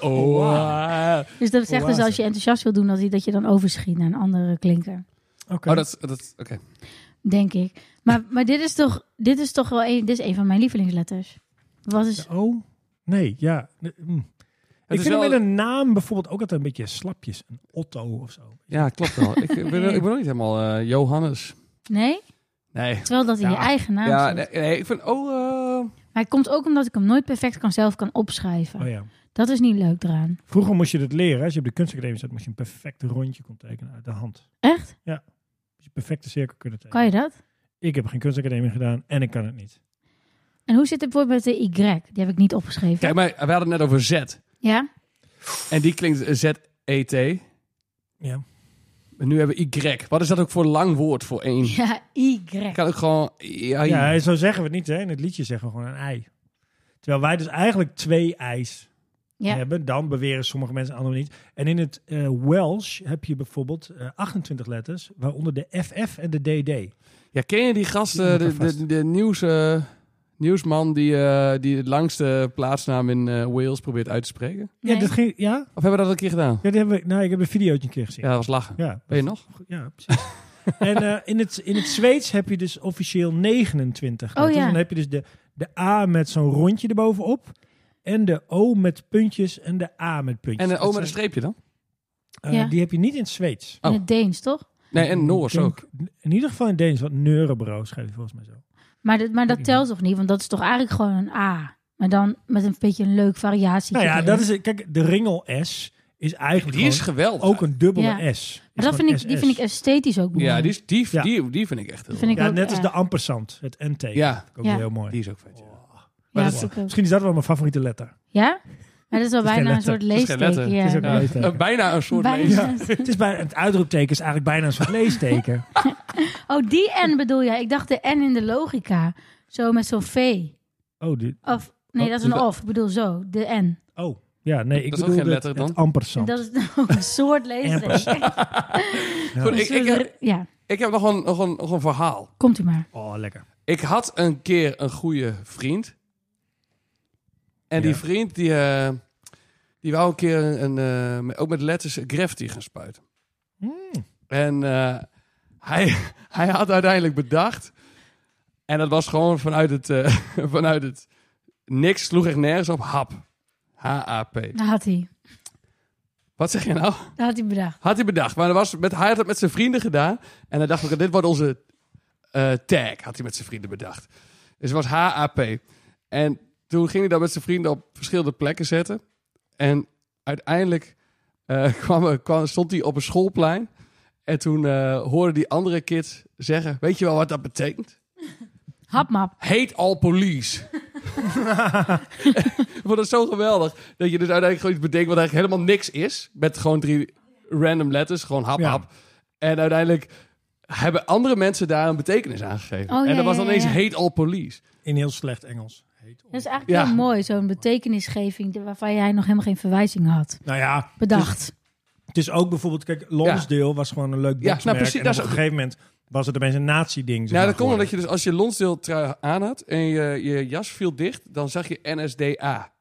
Speaker 1: oh,
Speaker 4: wow.
Speaker 1: ah.
Speaker 2: Dus dat zegt dus
Speaker 4: Oase.
Speaker 2: als je enthousiast wil doen, dat, die- dat je dan overschiet naar een andere klinker.
Speaker 4: Oké.
Speaker 1: oh dat, dat, oké.
Speaker 2: Denk ik. Maar, maar dit, is toch, dit is toch wel een, dit is een van mijn lievelingsletters. Wat is,
Speaker 4: De O? oh, Nee, ja. Nee, hm.
Speaker 1: Het
Speaker 4: Ik
Speaker 1: is
Speaker 4: vind
Speaker 1: wel-
Speaker 4: hem met een naam bijvoorbeeld ook altijd een beetje slapjes. Een Otto of zo.
Speaker 1: Ja, klopt wel. ik, ik, ben, ik ben ook niet helemaal eh, Johannes.
Speaker 2: nee?
Speaker 1: Nee.
Speaker 2: Terwijl dat in je
Speaker 1: Ja.
Speaker 2: eigen naam
Speaker 1: Ja,
Speaker 2: zit.
Speaker 1: nee, nee, ik vind, oh, eh,
Speaker 2: Maar het komt ook omdat ik hem nooit perfect kan zelf kan opschrijven.
Speaker 4: Oh ja.
Speaker 2: Dat is niet leuk eraan.
Speaker 4: Vroeger moest je dat leren. Als je op de kunstacademie zat, moest je een perfecte rondje kon tekenen uit de hand.
Speaker 2: Echt?
Speaker 4: Moest je een perfecte cirkel kunnen tekenen.
Speaker 2: Kan je dat?
Speaker 4: Ik heb geen kunstacademie gedaan en ik kan het niet.
Speaker 2: En hoe zit het bijvoorbeeld met de Y? Die heb ik niet opgeschreven.
Speaker 1: kijk, maar we hadden het net over Z.
Speaker 2: Ja? [laughs]
Speaker 1: En die klinkt eh, Z-E-T. En
Speaker 4: Ja.
Speaker 1: nu hebben we Y. Wat is dat ook voor lang woord voor één?
Speaker 2: Ja, Y.
Speaker 1: Ik kan ook gewoon... Ja,
Speaker 4: ja, zo zeggen we het niet. Hè? In het liedje zeggen we gewoon een ei. Terwijl wij dus eigenlijk twee eis
Speaker 2: Ja.
Speaker 4: hebben. Dan beweren sommige mensen, anderen niet. En in het eh, Welsh heb je bijvoorbeeld eh, 28 letters, waaronder de FF en de DD.
Speaker 1: Ja, ken je die
Speaker 4: Die
Speaker 1: gasten, de,
Speaker 4: moet er
Speaker 1: de, de nieuws, eh, nieuwsman die, eh, die het langste plaatsnaam in eh, Wales probeert uit te spreken?
Speaker 4: Ja,
Speaker 2: Nee.
Speaker 4: dat ging, ja?
Speaker 1: Of hebben we dat al een keer gedaan?
Speaker 4: ja die hebben we, nou, ik heb een videootje een keer gezien.
Speaker 1: Ja, dat was lachen.
Speaker 4: Ja,
Speaker 1: Weet je nog?
Speaker 4: ja
Speaker 1: [laughs]
Speaker 4: precies. en eh, in, het, in het Zweeds heb je dus officieel 29
Speaker 2: Oh,
Speaker 4: letters.
Speaker 2: ja.
Speaker 4: Dan heb je dus de, de A met zo'n rondje erbovenop. En de O met puntjes en de A met puntjes.
Speaker 1: En eh,
Speaker 4: Dat
Speaker 1: de oma een
Speaker 4: zijn-
Speaker 1: streepje dan?
Speaker 4: eh,
Speaker 2: Ja.
Speaker 4: Die heb je niet in het Zweeds.
Speaker 2: In het Deens, toch?
Speaker 1: Nee, en Noors
Speaker 4: Ik denk-
Speaker 1: ook.
Speaker 4: In ieder geval in Deens, want Neurebro schrijf je volgens mij zo.
Speaker 2: Maar, dat- maar dat
Speaker 4: Ja.
Speaker 2: telt toch niet? Want dat is toch eigenlijk gewoon een A. Maar dan met een beetje een leuk variatie.
Speaker 4: Nou ja, dat is het. Kijk, de ringel S is eigenlijk
Speaker 1: Die is
Speaker 4: gewoon
Speaker 1: geweldig.
Speaker 4: ook een dubbele
Speaker 2: Ja.
Speaker 4: S. Is
Speaker 2: Maar dat
Speaker 4: gewoon
Speaker 2: vind ik, die
Speaker 4: SS.
Speaker 2: vind ik esthetisch ook mooi.
Speaker 1: ja, die, is, die,
Speaker 4: Ja.
Speaker 1: Die, die vind ik echt heel
Speaker 2: vind ik
Speaker 4: Ja,
Speaker 2: ook
Speaker 4: net als
Speaker 2: erg.
Speaker 4: de ampersand, het N-teken.
Speaker 1: Ja.
Speaker 4: Vind ik ook
Speaker 2: Ja.
Speaker 4: heel mooi.
Speaker 1: Die is ook vet. ja.
Speaker 2: Ja,
Speaker 1: dat
Speaker 2: dat
Speaker 1: is-
Speaker 2: vind ik ook.
Speaker 4: Misschien is dat wel mijn favoriete letter.
Speaker 2: Ja? Maar dat is wel
Speaker 4: Het is geen
Speaker 2: bijna een
Speaker 4: letter.
Speaker 2: soort
Speaker 1: Het is geen
Speaker 2: leesteken.
Speaker 1: letter.
Speaker 2: Ja.
Speaker 4: Het is ook een
Speaker 1: Ja,
Speaker 4: leesteken.
Speaker 1: eh, bijna een soort
Speaker 2: [laughs] Bijna.
Speaker 1: lees.
Speaker 4: Het is bij, het uitroepteken is eigenlijk bijna een soort
Speaker 2: [laughs]
Speaker 4: leesteken.
Speaker 2: Oh, die N bedoel jij? Ik dacht de N in de logica. Zo met zo'n V.
Speaker 4: Oh, dit.
Speaker 2: Of, nee,
Speaker 1: Oh,
Speaker 2: dat is
Speaker 1: dus
Speaker 2: een
Speaker 1: dat-
Speaker 2: of. Ik bedoel zo, de N.
Speaker 4: Oh, ja, nee, ik
Speaker 1: Dat is ook
Speaker 4: bedoel
Speaker 1: geen
Speaker 4: het-
Speaker 1: letter dan?
Speaker 4: het ampersand.
Speaker 2: Dat is [laughs] ook een soort leesteken.
Speaker 1: Goed, ik,
Speaker 2: Dus
Speaker 1: ik, heb,
Speaker 2: we- Ja,
Speaker 1: ik heb nog een, nog, een, nog een verhaal.
Speaker 2: komt u maar.
Speaker 4: [laughs] Oh, lekker.
Speaker 1: Ik had een keer een goede vriend. En die
Speaker 4: Ja.
Speaker 1: vriend die, eh, die wou een keer een, een, eh, met- ook met letters graffiti gaan spuiten. En eh, hij, [laughs] hij had uiteindelijk bedacht. En dat was gewoon vanuit het, eh, [laughs] vanuit het niks, sloeg echt nergens op. Hap. H-A-P.
Speaker 2: Daar had hij.
Speaker 1: Wat zeg je nou?
Speaker 2: Daar had hij bedacht.
Speaker 1: Had hij bedacht. Maar dat was met, hij had het met zijn vrienden gedaan. En hij dacht, oké, dit wordt onze eh, tag. Had hij met zijn vrienden bedacht. Dus het was HAP. En toen ging hij dat met zijn vrienden op verschillende plekken zetten. En uiteindelijk eh, [laughs] kwam, er- kwam, stond hij op een schoolplein. En toen eh hoorden die andere kids zeggen... Weet je wel wat dat betekent?
Speaker 2: Hapmap.
Speaker 1: Hate all police. ik vond het zo geweldig dat je dus uiteindelijk gewoon iets bedenkt wat eigenlijk helemaal niks is. Met gewoon drie random letters, gewoon hap
Speaker 4: Ja.
Speaker 1: hap. En uiteindelijk hebben andere mensen daar een betekenis aan gegeven.
Speaker 2: Oh, ja,
Speaker 1: en dat was
Speaker 2: ja,
Speaker 1: dan ineens
Speaker 2: ja, ja.
Speaker 1: hate all police.
Speaker 4: In heel slecht Engels. Heet
Speaker 2: Dat is eigenlijk
Speaker 1: Ja.
Speaker 2: heel mooi, zo'n betekenisgeving de- waarvan jij nog helemaal geen verwijzing had.
Speaker 4: Nou ja,
Speaker 2: Bedacht.
Speaker 4: Dus- het is ook bijvoorbeeld, kijk, Lonsdale was gewoon een leuk
Speaker 1: Ja,
Speaker 4: boxmerk.
Speaker 1: nou, precies,
Speaker 4: en op
Speaker 1: dat is
Speaker 4: een
Speaker 1: ook-
Speaker 4: gegeven moment was het opeens een nazi-ding. zeg
Speaker 1: Nou,
Speaker 4: maar,
Speaker 1: dat komt omdat
Speaker 4: geworden.
Speaker 1: je dus als je Lonsdale trui aan had en je, je jas viel dicht, dan zag je NSDA.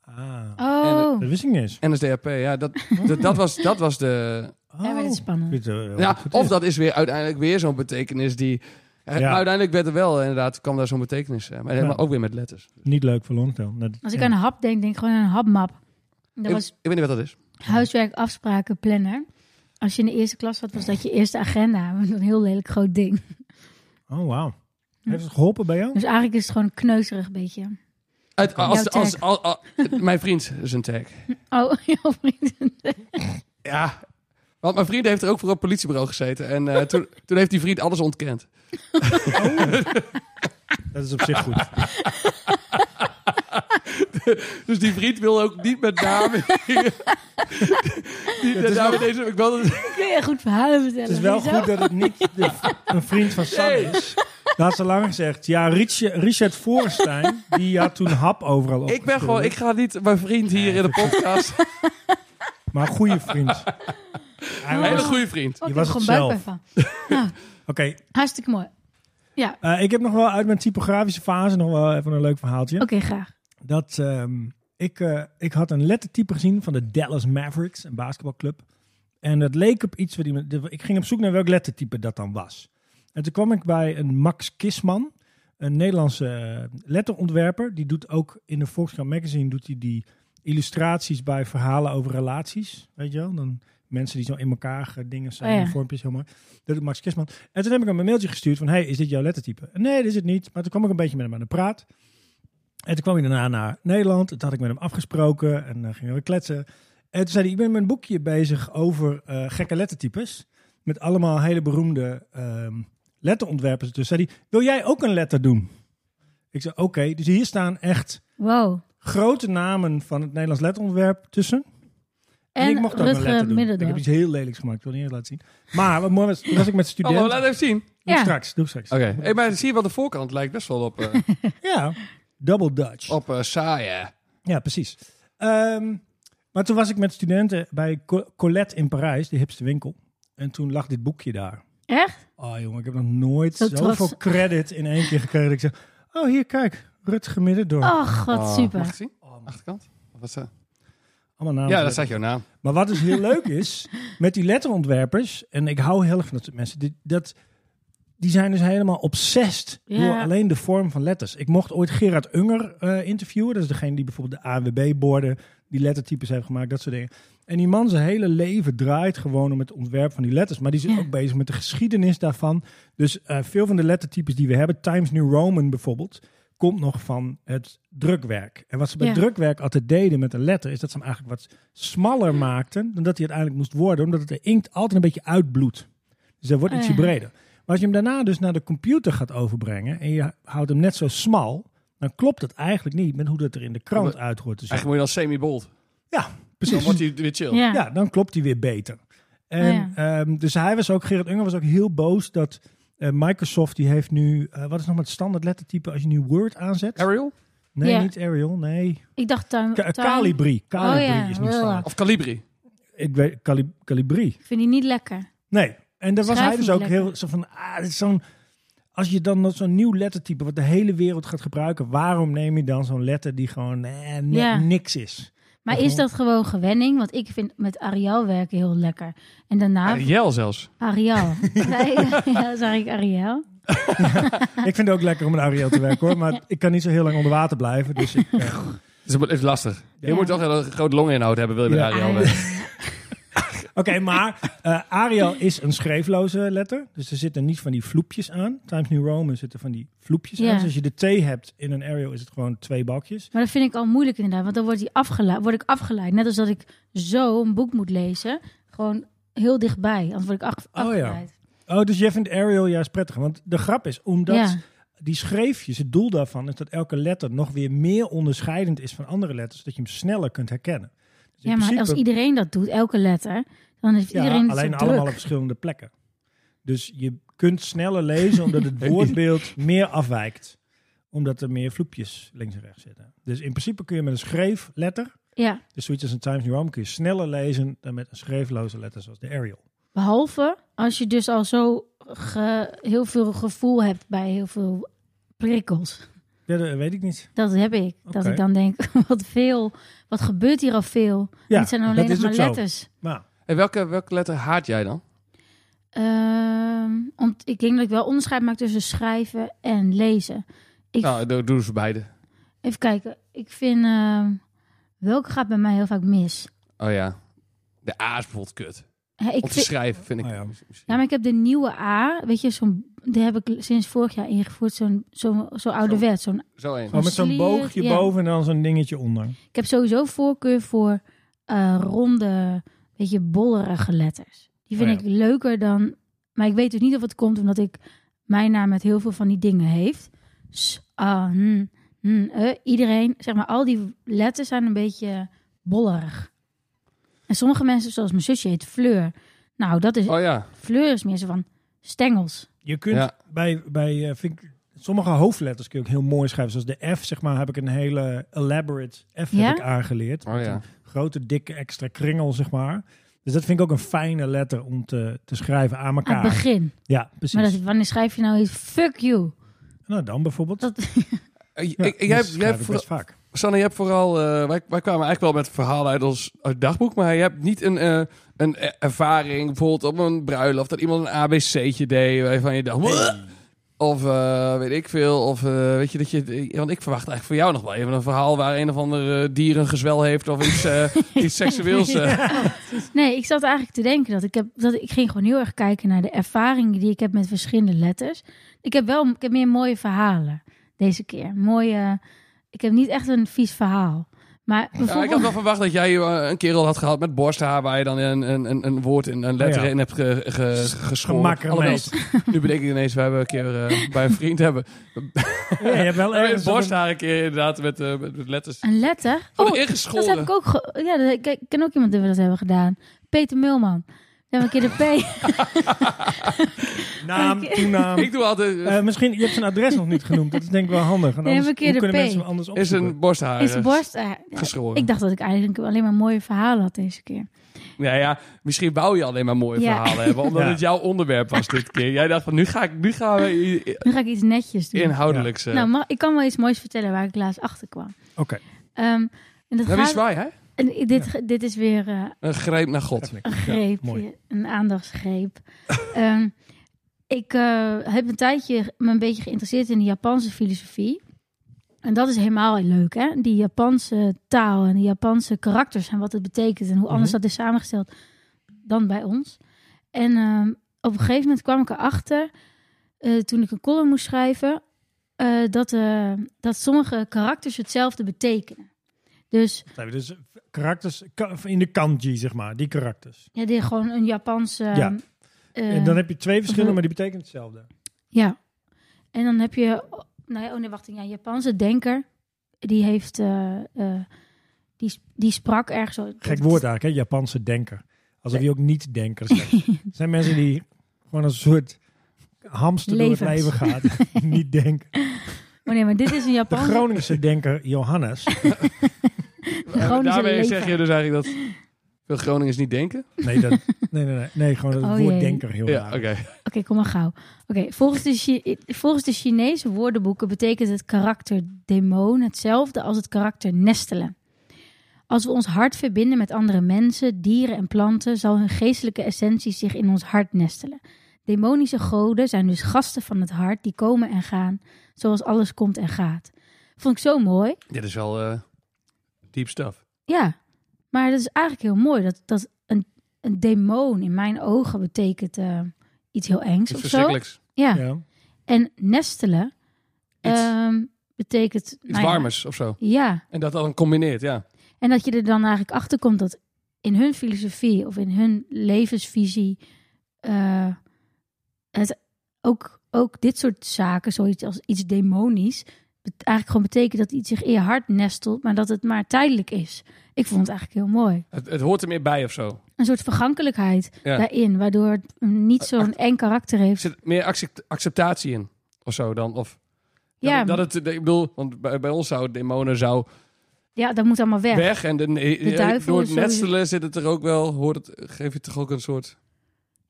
Speaker 4: Ah,
Speaker 2: Oh,
Speaker 4: dat wist ik niet eens.
Speaker 1: NSDAP, ja, dat, dat, dat, was, dat was de...
Speaker 4: Oh.
Speaker 2: daar werd het spannend.
Speaker 4: Dit, eh,
Speaker 1: Ja,
Speaker 4: wat goed
Speaker 1: of
Speaker 4: is.
Speaker 1: dat is weer uiteindelijk weer zo'n betekenis die. eh,
Speaker 4: Ja.
Speaker 1: Maar uiteindelijk werd er wel, eh, inderdaad, kwam daar zo'n betekenis. eh, Maar,
Speaker 4: Ja.
Speaker 1: maar ook weer met letters.
Speaker 4: Niet leuk voor Lonsdale. Nou, Dat-
Speaker 2: Als ik
Speaker 4: ja.
Speaker 2: aan hap denk, denk ik gewoon aan hapmap. Dat
Speaker 1: Ik,
Speaker 2: was
Speaker 1: ik weet niet wat dat is.
Speaker 2: huiswerk, afspraken, planner. Als je in de eerste klas zat, was dat je eerste agenda. [laughs] Een heel lelijk groot ding.
Speaker 4: Oh, wauw. Heeft het geholpen bij jou?
Speaker 2: Dus eigenlijk is het gewoon een kneuzerig beetje.
Speaker 1: Uit, als,
Speaker 2: Jouw
Speaker 1: als,
Speaker 2: tag.
Speaker 1: als- als- eh, [laughs] mijn vriend is een tag.
Speaker 2: Oh, [laughs] jouw vriend.
Speaker 1: Ja. Want mijn vriend heeft er ook voor op het politiebureau gezeten. En eh, toen, [laughs] toen heeft die vriend alles ontkend.
Speaker 4: Dat is op zich
Speaker 2: [laughs]
Speaker 4: goed.
Speaker 1: Dus die vriend wil ook niet met name.
Speaker 2: [laughs]
Speaker 1: die, met name deze, ik wil dat-
Speaker 2: Kun je goed verhalen vertellen?
Speaker 4: Het is wel
Speaker 2: Vind je zo?
Speaker 4: goed dat het niet
Speaker 1: [laughs]
Speaker 4: de- een vriend van Sam
Speaker 1: Nee.
Speaker 4: is. Dat had ze lang gezegd. Ja, Richard, Richard Voorstein, die had toen hap overal op.
Speaker 1: ik ben gewoon, ik ga niet mijn vriend hier in de
Speaker 4: [laughs]
Speaker 1: podcast.
Speaker 4: Maar een goede vriend. Hij
Speaker 1: Een
Speaker 4: was-
Speaker 1: hele
Speaker 4: Oké,
Speaker 1: goede vriend.
Speaker 2: Oh, ik
Speaker 4: Je was
Speaker 2: heb
Speaker 4: het
Speaker 2: gewoon buikpijn van. Hartstikke mooi.
Speaker 4: eh, ik heb nog wel uit mijn typografische fase nog wel even een leuk verhaaltje.
Speaker 2: Oké, graag.
Speaker 4: Dat, ehm, ik, eh, ik had een lettertype gezien van de Dallas Mavericks, een basketbalclub. En dat leek op iets wat iemand. Ik ging op zoek naar welk lettertype dat dan was. En toen kwam ik bij een Max Kisman, een Nederlandse eh, letterontwerper. Die doet ook in de Volkskrant Magazine doet hij die illustraties bij verhalen over relaties. Weet je wel? Dan mensen die zo in elkaar eh, dingen zijn,
Speaker 2: Oh ja.
Speaker 4: en vormpjes, heel mooi. Dat doet Max Kisman. En toen heb ik hem een mailtje gestuurd van, hey, is dit jouw lettertype? Nee, dat is het niet. Maar toen kwam ik een beetje met hem aan de praat. En toen kwam hij daarna naar Nederland. Toen had ik met hem afgesproken en eh, gingen we kletsen. En Eh, toen zei hij, ik ben met een boekje bezig over eh, gekke lettertypes. Met allemaal hele beroemde ehm, letterontwerpers. Dus zei hij, wil jij ook een letter doen? Ik zei, oké. Dus hier staan echt
Speaker 2: Wow.
Speaker 4: grote namen van het Nederlands letterontwerp tussen. En, ik
Speaker 2: En
Speaker 4: mocht ook een
Speaker 2: Rutger
Speaker 4: letter doen. Ik
Speaker 2: Middendorp.
Speaker 4: heb iets heel lelijks gemaakt. Ik wil niet eens laten zien. Maar wat mooi was, was ik
Speaker 1: [laughs]
Speaker 4: met
Speaker 1: Oh,
Speaker 4: studenten.
Speaker 1: maar laat even zien.
Speaker 4: Doe ik
Speaker 2: Ja.
Speaker 4: straks, doe ik straks.
Speaker 1: Oké. Hey, maar zie je wel, de voorkant lijkt best wel op,
Speaker 4: [laughs]
Speaker 1: eh
Speaker 4: Ja, double Dutch.
Speaker 1: op eh, saaie.
Speaker 4: Ja, precies. Ehm, maar toen was ik met studenten bij Co- Colette in Parijs, de hipste winkel. En toen lag dit boekje daar.
Speaker 2: Echt?
Speaker 4: Oh jongen, ik heb nog nooit
Speaker 2: Zo
Speaker 4: zoveel
Speaker 2: trots.
Speaker 4: credit in één keer gekregen. Dat Ik zeg, oh hier kijk, Rutger Middendorp.
Speaker 2: Och, wat
Speaker 1: Oh. Mag ik
Speaker 2: super.
Speaker 1: zien? Achterkant? Of wat is dat?
Speaker 4: Allemaal namen.
Speaker 1: Ja, daar staat jouw naam.
Speaker 4: Maar wat dus heel leuk is, met die letterontwerpers, en ik hou heel erg van dat soort mensen, die, dat, die zijn dus helemaal obsessed
Speaker 2: Ja.
Speaker 4: door alleen de vorm van letters. Ik mocht ooit Gerard Unger eh, interviewen, dat is degene die bijvoorbeeld de ANWB-borden, die lettertypes heeft gemaakt, dat soort dingen. En die man zijn hele leven draait gewoon om het ontwerp van die letters, maar die is
Speaker 2: Ja.
Speaker 4: ook bezig met de geschiedenis daarvan. Dus eh, veel van de lettertypes die we hebben, Times New Roman bijvoorbeeld, komt nog van het drukwerk. En wat ze bij
Speaker 2: Ja.
Speaker 4: drukwerk altijd deden met een letter, is dat ze hem eigenlijk wat smaller maakten dan dat hij uiteindelijk moest worden, omdat het de inkt altijd een beetje uitbloedt. Dus hij wordt
Speaker 2: Oh,
Speaker 4: ietsje
Speaker 2: ja.
Speaker 4: breder. Maar als je hem daarna dus naar de computer gaat overbrengen en je houdt hem net zo smal, dan klopt het eigenlijk niet met hoe dat er in de krant
Speaker 1: Ja,
Speaker 4: uit hoort te zien.
Speaker 1: Eigenlijk moet je dan semi-bold.
Speaker 4: Ja,
Speaker 1: Dan
Speaker 4: precies.
Speaker 1: wordt hij weer chill.
Speaker 2: Ja.
Speaker 4: Ja, dan klopt hij weer beter. En,
Speaker 2: Ah,
Speaker 4: ehm, dus hij was ook, Gerard Unger was ook heel boos dat eh, Microsoft, die heeft nu, eh, wat is nog maar het standaard lettertype als je nu Word aanzet?
Speaker 1: Arial?
Speaker 4: nee,
Speaker 2: Ja.
Speaker 4: niet Arial, nee.
Speaker 2: Ik dacht tuin...
Speaker 4: Ka-
Speaker 2: tuin-
Speaker 4: Calibri. Calibri
Speaker 2: ja,
Speaker 4: is nu
Speaker 2: wel.
Speaker 4: standaard.
Speaker 1: Of Calibri?
Speaker 4: Ik weet, Cali- Calibri.
Speaker 2: Ik vind die niet lekker.
Speaker 4: Nee. En daar was
Speaker 2: Schrijf
Speaker 4: hij dus
Speaker 2: niet
Speaker 4: ook
Speaker 2: lekker.
Speaker 4: heel zo van, ah, dit is zo'n... Als je dan nog zo'n nieuw lettertype, wat de hele wereld gaat gebruiken, waarom neem je dan zo'n letter die gewoon eh, net
Speaker 2: Ja.
Speaker 4: niks is?
Speaker 2: Maar
Speaker 4: Waarom?
Speaker 2: is dat gewoon gewenning? Want ik vind met Ariel werken heel lekker. En daarna...
Speaker 1: Ariel zelfs.
Speaker 4: [laughs]
Speaker 2: Ariel. Nee, [laughs] ja, zag ik Ariel.
Speaker 4: ik vind het ook lekker om met Ariel te werken
Speaker 2: [laughs]
Speaker 4: hoor, maar ik kan niet zo heel lang onder water blijven. Dus ik, eh,
Speaker 1: Dat is- is lastig. Je
Speaker 2: Ja.
Speaker 1: moet toch een groot longinhoud hebben, wil je
Speaker 4: Ja.
Speaker 1: bij Ariel werken.
Speaker 4: Oké, maar eh, Arial is een schreefloze letter. Dus er zitten niet van die vloepjes aan. Times New Roman zitten van die vloepjes
Speaker 2: Ja.
Speaker 4: aan. Dus als je de T hebt in een Arial is het gewoon twee balkjes.
Speaker 2: Maar dat vind ik al moeilijk inderdaad. Want dan word, die afgeleid, word ik afgeleid. Net als dat ik zo een boek moet lezen. Gewoon heel dichtbij. Anders word ik af,
Speaker 4: ja.
Speaker 2: afgeleid.
Speaker 4: Oh, dus jij vindt Arial juist prettig. Want de grap is, omdat
Speaker 2: Ja.
Speaker 4: die schreefjes, het doel daarvan is dat elke letter nog weer meer onderscheidend is van andere letters. Dat je hem sneller kunt herkennen. Dus in
Speaker 2: Ja, maar
Speaker 4: principe-
Speaker 2: als iedereen dat doet, elke letter, dan heeft
Speaker 4: Ja,
Speaker 2: iedereen het
Speaker 4: alleen
Speaker 2: zo
Speaker 4: allemaal op
Speaker 2: druk.
Speaker 4: verschillende plekken. Dus je kunt sneller lezen omdat het woordbeeld meer afwijkt. Omdat er meer vloepjes links en rechts zitten. Dus in principe kun je met een schreefletter,
Speaker 2: Ja,
Speaker 4: dus zoiets als een Times New Roman, kun je sneller lezen dan met een schreefloze letter zoals de Arial.
Speaker 2: behalve als je dus al zo ge- heel veel gevoel hebt bij heel veel prikkels.
Speaker 4: Ja, dat weet ik niet.
Speaker 2: Dat heb ik. Dat
Speaker 4: Oké.
Speaker 2: ik dan denk, [laughs] wat veel. Wat gebeurt hier al veel?
Speaker 4: Ja,
Speaker 2: Dit zijn
Speaker 4: dat
Speaker 2: alleen nog
Speaker 4: is
Speaker 2: maar
Speaker 4: ook zo. Nou,
Speaker 2: letters.
Speaker 4: Maar
Speaker 1: En welke, welke letter haat jij dan?
Speaker 2: Ehm, om, ik denk dat ik wel onderscheid maak tussen schrijven en lezen. Ik,
Speaker 1: Nou, doe, doe ze beide.
Speaker 2: Even kijken. Ik vind... ehm, welke gaat bij mij heel vaak mis?
Speaker 1: Oh ja. De A is bijvoorbeeld kut.
Speaker 2: Hè, ik
Speaker 1: Om te
Speaker 2: vind-
Speaker 1: schrijven vind ik.
Speaker 4: Oh ja.
Speaker 2: ja, maar ik heb de nieuwe A. Weet je, zo'n, die heb ik sinds vorig jaar ingevoerd. Zo'n, zo'n, zo'n ouderwet. Zo'n,
Speaker 1: Zo één.
Speaker 4: oh, met zo'n
Speaker 2: slier,
Speaker 4: boogje
Speaker 2: ja.
Speaker 4: boven en dan zo'n dingetje onder.
Speaker 2: ik heb sowieso voorkeur voor eh, ronde, weet je, bollerige letters. Die vind
Speaker 4: Oh ja.
Speaker 2: ik leuker dan... Maar ik weet dus niet of het komt omdat ik... Mijn naam met heel veel van die dingen heeft. S, A, N, N, E. Iedereen, zeg maar, al die letters zijn een beetje bollerig. En sommige mensen, zoals mijn zusje, heet Fleur. Nou, dat is...
Speaker 1: Oh ja.
Speaker 2: Fleur is meer zo van stengels.
Speaker 4: Je kunt
Speaker 1: Ja.
Speaker 4: bij, bij eh, vind ik, sommige hoofdletters kun je ook heel mooi schrijven. Zoals de F, zeg maar, heb ik een hele elaborate F
Speaker 2: Ja?
Speaker 4: heb ik aangeleerd.
Speaker 1: Oh
Speaker 4: Met
Speaker 1: ja.
Speaker 4: een grote, dikke, extra kringel, zeg maar. Dus dat vind ik ook een fijne letter om te, te schrijven aan
Speaker 2: Aan
Speaker 4: elkaar.
Speaker 2: het begin.
Speaker 4: ja, precies.
Speaker 2: Maar dat, wanneer schrijf je nou iets? Fuck you.
Speaker 4: Nou, dan bijvoorbeeld.
Speaker 2: Dat,
Speaker 1: Eh,
Speaker 4: Ja,
Speaker 1: ik- ik-
Speaker 4: dat
Speaker 1: jij hebt-
Speaker 4: schrijf
Speaker 1: jij hebt
Speaker 4: ik
Speaker 1: vooral-
Speaker 4: best vaak.
Speaker 1: Sanne, je hebt vooral. eh, wij, wij kwamen eigenlijk wel met verhalen uit ons uit het dagboek. Maar je hebt niet een, eh, een eh, ervaring. Bijvoorbeeld op een bruiloft. Dat iemand een ABC'tje deed. Waarvan je dacht. "Wah!" Of eh, weet ik veel. Of eh, weet je dat je. Want ik verwacht eigenlijk voor jou nog wel even een verhaal. waar een of ander eh, dier een gezwel heeft. of iets, eh, iets seksueels. eh.
Speaker 2: Nee, ik zat eigenlijk te denken dat ik heb dat ik ging gewoon heel erg kijken naar de ervaringen die ik heb met verschillende letters. Ik heb wel ik heb meer mooie verhalen deze keer. Mooie. Ik heb niet echt een vies verhaal. Maar
Speaker 1: Ja, ik had
Speaker 2: bijvoorbeeld...
Speaker 1: wel verwacht dat jij eh, een kerel had gehad met borsthaar... waar je dan een, een, een, een woord in een letter
Speaker 4: Ja.
Speaker 1: in hebt ge, ge, geschoren. Alhoewel, [laughs]
Speaker 4: Gemakkermeest.
Speaker 1: nu bedenk ik ineens, we hebben een keer eh, bij een vriend... hebben
Speaker 4: Ja, je hebt wel
Speaker 1: een
Speaker 4: ergens...
Speaker 1: borsthaar een keer inderdaad met, eh, met, met letters
Speaker 2: Een letter?
Speaker 1: Voor
Speaker 2: Oh, dat heb
Speaker 1: ingeschoren.
Speaker 2: ik ook... ge- ja, dat, ik, ik ken ook iemand die we dat hebben gedaan. Peter Mulman. Dan
Speaker 1: [laughs]
Speaker 2: hebben we een keer de P... [laughs]
Speaker 4: Naam, toenaam.
Speaker 1: [laughs] Ik doe altijd...
Speaker 4: Eh, misschien, je hebt zijn adres nog niet genoemd. Dat is denk ik wel handig. Want
Speaker 2: Nee,
Speaker 4: anders,
Speaker 2: heb ik hier
Speaker 4: hoe
Speaker 2: de
Speaker 4: kunnen
Speaker 2: P.
Speaker 4: mensen hem anders
Speaker 1: is
Speaker 4: opzoeken?
Speaker 1: een borsthaar
Speaker 2: is de
Speaker 1: eh,
Speaker 2: borst... eh,
Speaker 1: geschoren.
Speaker 2: ik dacht dat ik eigenlijk alleen maar mooie verhalen had deze keer.
Speaker 1: Nou ja, misschien wou je alleen maar mooie
Speaker 2: Ja.
Speaker 1: verhalen hebben, [laughs] omdat
Speaker 4: Ja.
Speaker 1: het jouw onderwerp was dit keer. Jij dacht van, nu, ga ik, nu gaan we i- i-
Speaker 2: Nu ga ik iets netjes doen.
Speaker 1: inhoudelijks... eh.
Speaker 2: Nou, mag- ik kan wel iets moois vertellen waar ik laatst achter kwam.
Speaker 4: Oké.
Speaker 2: Ehm, en dat
Speaker 1: Ja, wie
Speaker 2: gaat,
Speaker 1: zwaai, hè?
Speaker 2: en dit, dit is weer eh,
Speaker 1: Een greep naar God.
Speaker 4: Even
Speaker 2: een
Speaker 4: niks.
Speaker 2: greep,
Speaker 4: mooi.
Speaker 2: ja, een aandachtsgreep. [laughs] Ehm, ik eh, heb een tijdje me een beetje geïnteresseerd in de Japanse filosofie. En dat is helemaal heel leuk, hè? Die Japanse taal en de Japanse karakters en wat het betekent en hoe anders dat is samengesteld dan bij ons. En ehm, op een gegeven moment kwam ik erachter, eh, toen ik een column moest schrijven, eh, dat, eh, dat sommige karakters hetzelfde betekenen. Dus
Speaker 4: Dat hebben we Dus karakters ka- in de kanji, zeg maar. Die karakters.
Speaker 2: Ja, dit gewoon een Japanse.
Speaker 4: Ja.
Speaker 2: eh,
Speaker 4: en dan heb je twee verschillende,
Speaker 2: eh,
Speaker 4: maar die betekenen hetzelfde.
Speaker 2: ja. En dan heb je. Nou ja, oh nee, wacht. Ja, een Japanse denker. Die heeft. eh, eh, die, die sprak ergens. zo-
Speaker 4: Gek woord eigenlijk, hè? Japanse denker. Alsof je ook niet-denkers hebt. Er zijn mensen die gewoon als een soort hamster door het
Speaker 2: Levens.
Speaker 4: leven gaat. [laughs] niet denken.
Speaker 2: Oh nee, maar dit
Speaker 4: [laughs]
Speaker 2: is een
Speaker 4: De
Speaker 2: Japanse.
Speaker 4: Groningse denker Johannes.
Speaker 2: Groningen is
Speaker 1: Daarmee
Speaker 2: een leven.
Speaker 1: zeg je dus eigenlijk dat veel Groningers niet denken?
Speaker 4: Nee, dat, nee, nee, nee, nee, gewoon het
Speaker 2: Oh,
Speaker 4: woord
Speaker 2: jee.
Speaker 4: denker heel
Speaker 1: Ja,
Speaker 4: raar.
Speaker 1: oké.
Speaker 2: Oké, kom maar gauw. Oké, volgens, de Chi- volgens de Chinese woordenboeken betekent het karakter demon hetzelfde als het karakter nestelen. Als we ons hart verbinden met andere mensen, dieren en planten, zal hun geestelijke essentie zich in ons hart nestelen. Demonische goden zijn dus gasten van het hart die komen en gaan, zoals alles komt en gaat. Vond ik zo mooi.
Speaker 1: Dit is wel eh, deep stuff.
Speaker 2: Ja, maar dat is eigenlijk heel mooi. Dat, dat een, een demon in mijn ogen betekent eh, iets heel engs
Speaker 1: Iets
Speaker 2: of zo.
Speaker 1: verschrikkelijks.
Speaker 2: Ja.
Speaker 4: Ja.
Speaker 2: En nestelen
Speaker 1: Iets,
Speaker 2: ehm, betekent...
Speaker 1: iets
Speaker 2: nou ja,
Speaker 1: warmers of zo.
Speaker 2: Ja,
Speaker 1: En dat dan combineert, ja.
Speaker 2: en dat je er dan eigenlijk achter komt dat in hun filosofie of in hun levensvisie eh, het ook, ook dit soort zaken, zoiets als iets demonisch, bet- eigenlijk gewoon betekent dat iets zich in je hart nestelt, maar dat het maar tijdelijk is. Ik vond het eigenlijk heel mooi.
Speaker 1: Het, het hoort er meer bij of zo.
Speaker 2: Een soort vergankelijkheid
Speaker 1: Ja. Eh,
Speaker 2: daarin, waardoor het niet zo'n eng karakter
Speaker 1: Er
Speaker 2: heeft.
Speaker 1: zit meer accept- acceptatie in of zo dan. Of, dat,
Speaker 2: Ja,
Speaker 1: het- dat het, ik bedoel, want bij, bij ons zou demonen zou
Speaker 2: ja, dat moet allemaal weg.
Speaker 1: weg. En de, eh,
Speaker 2: duivel
Speaker 1: door het
Speaker 2: is sowieso-
Speaker 1: nestelen zit het er ook wel, hoort het, geeft het toch ook een soort...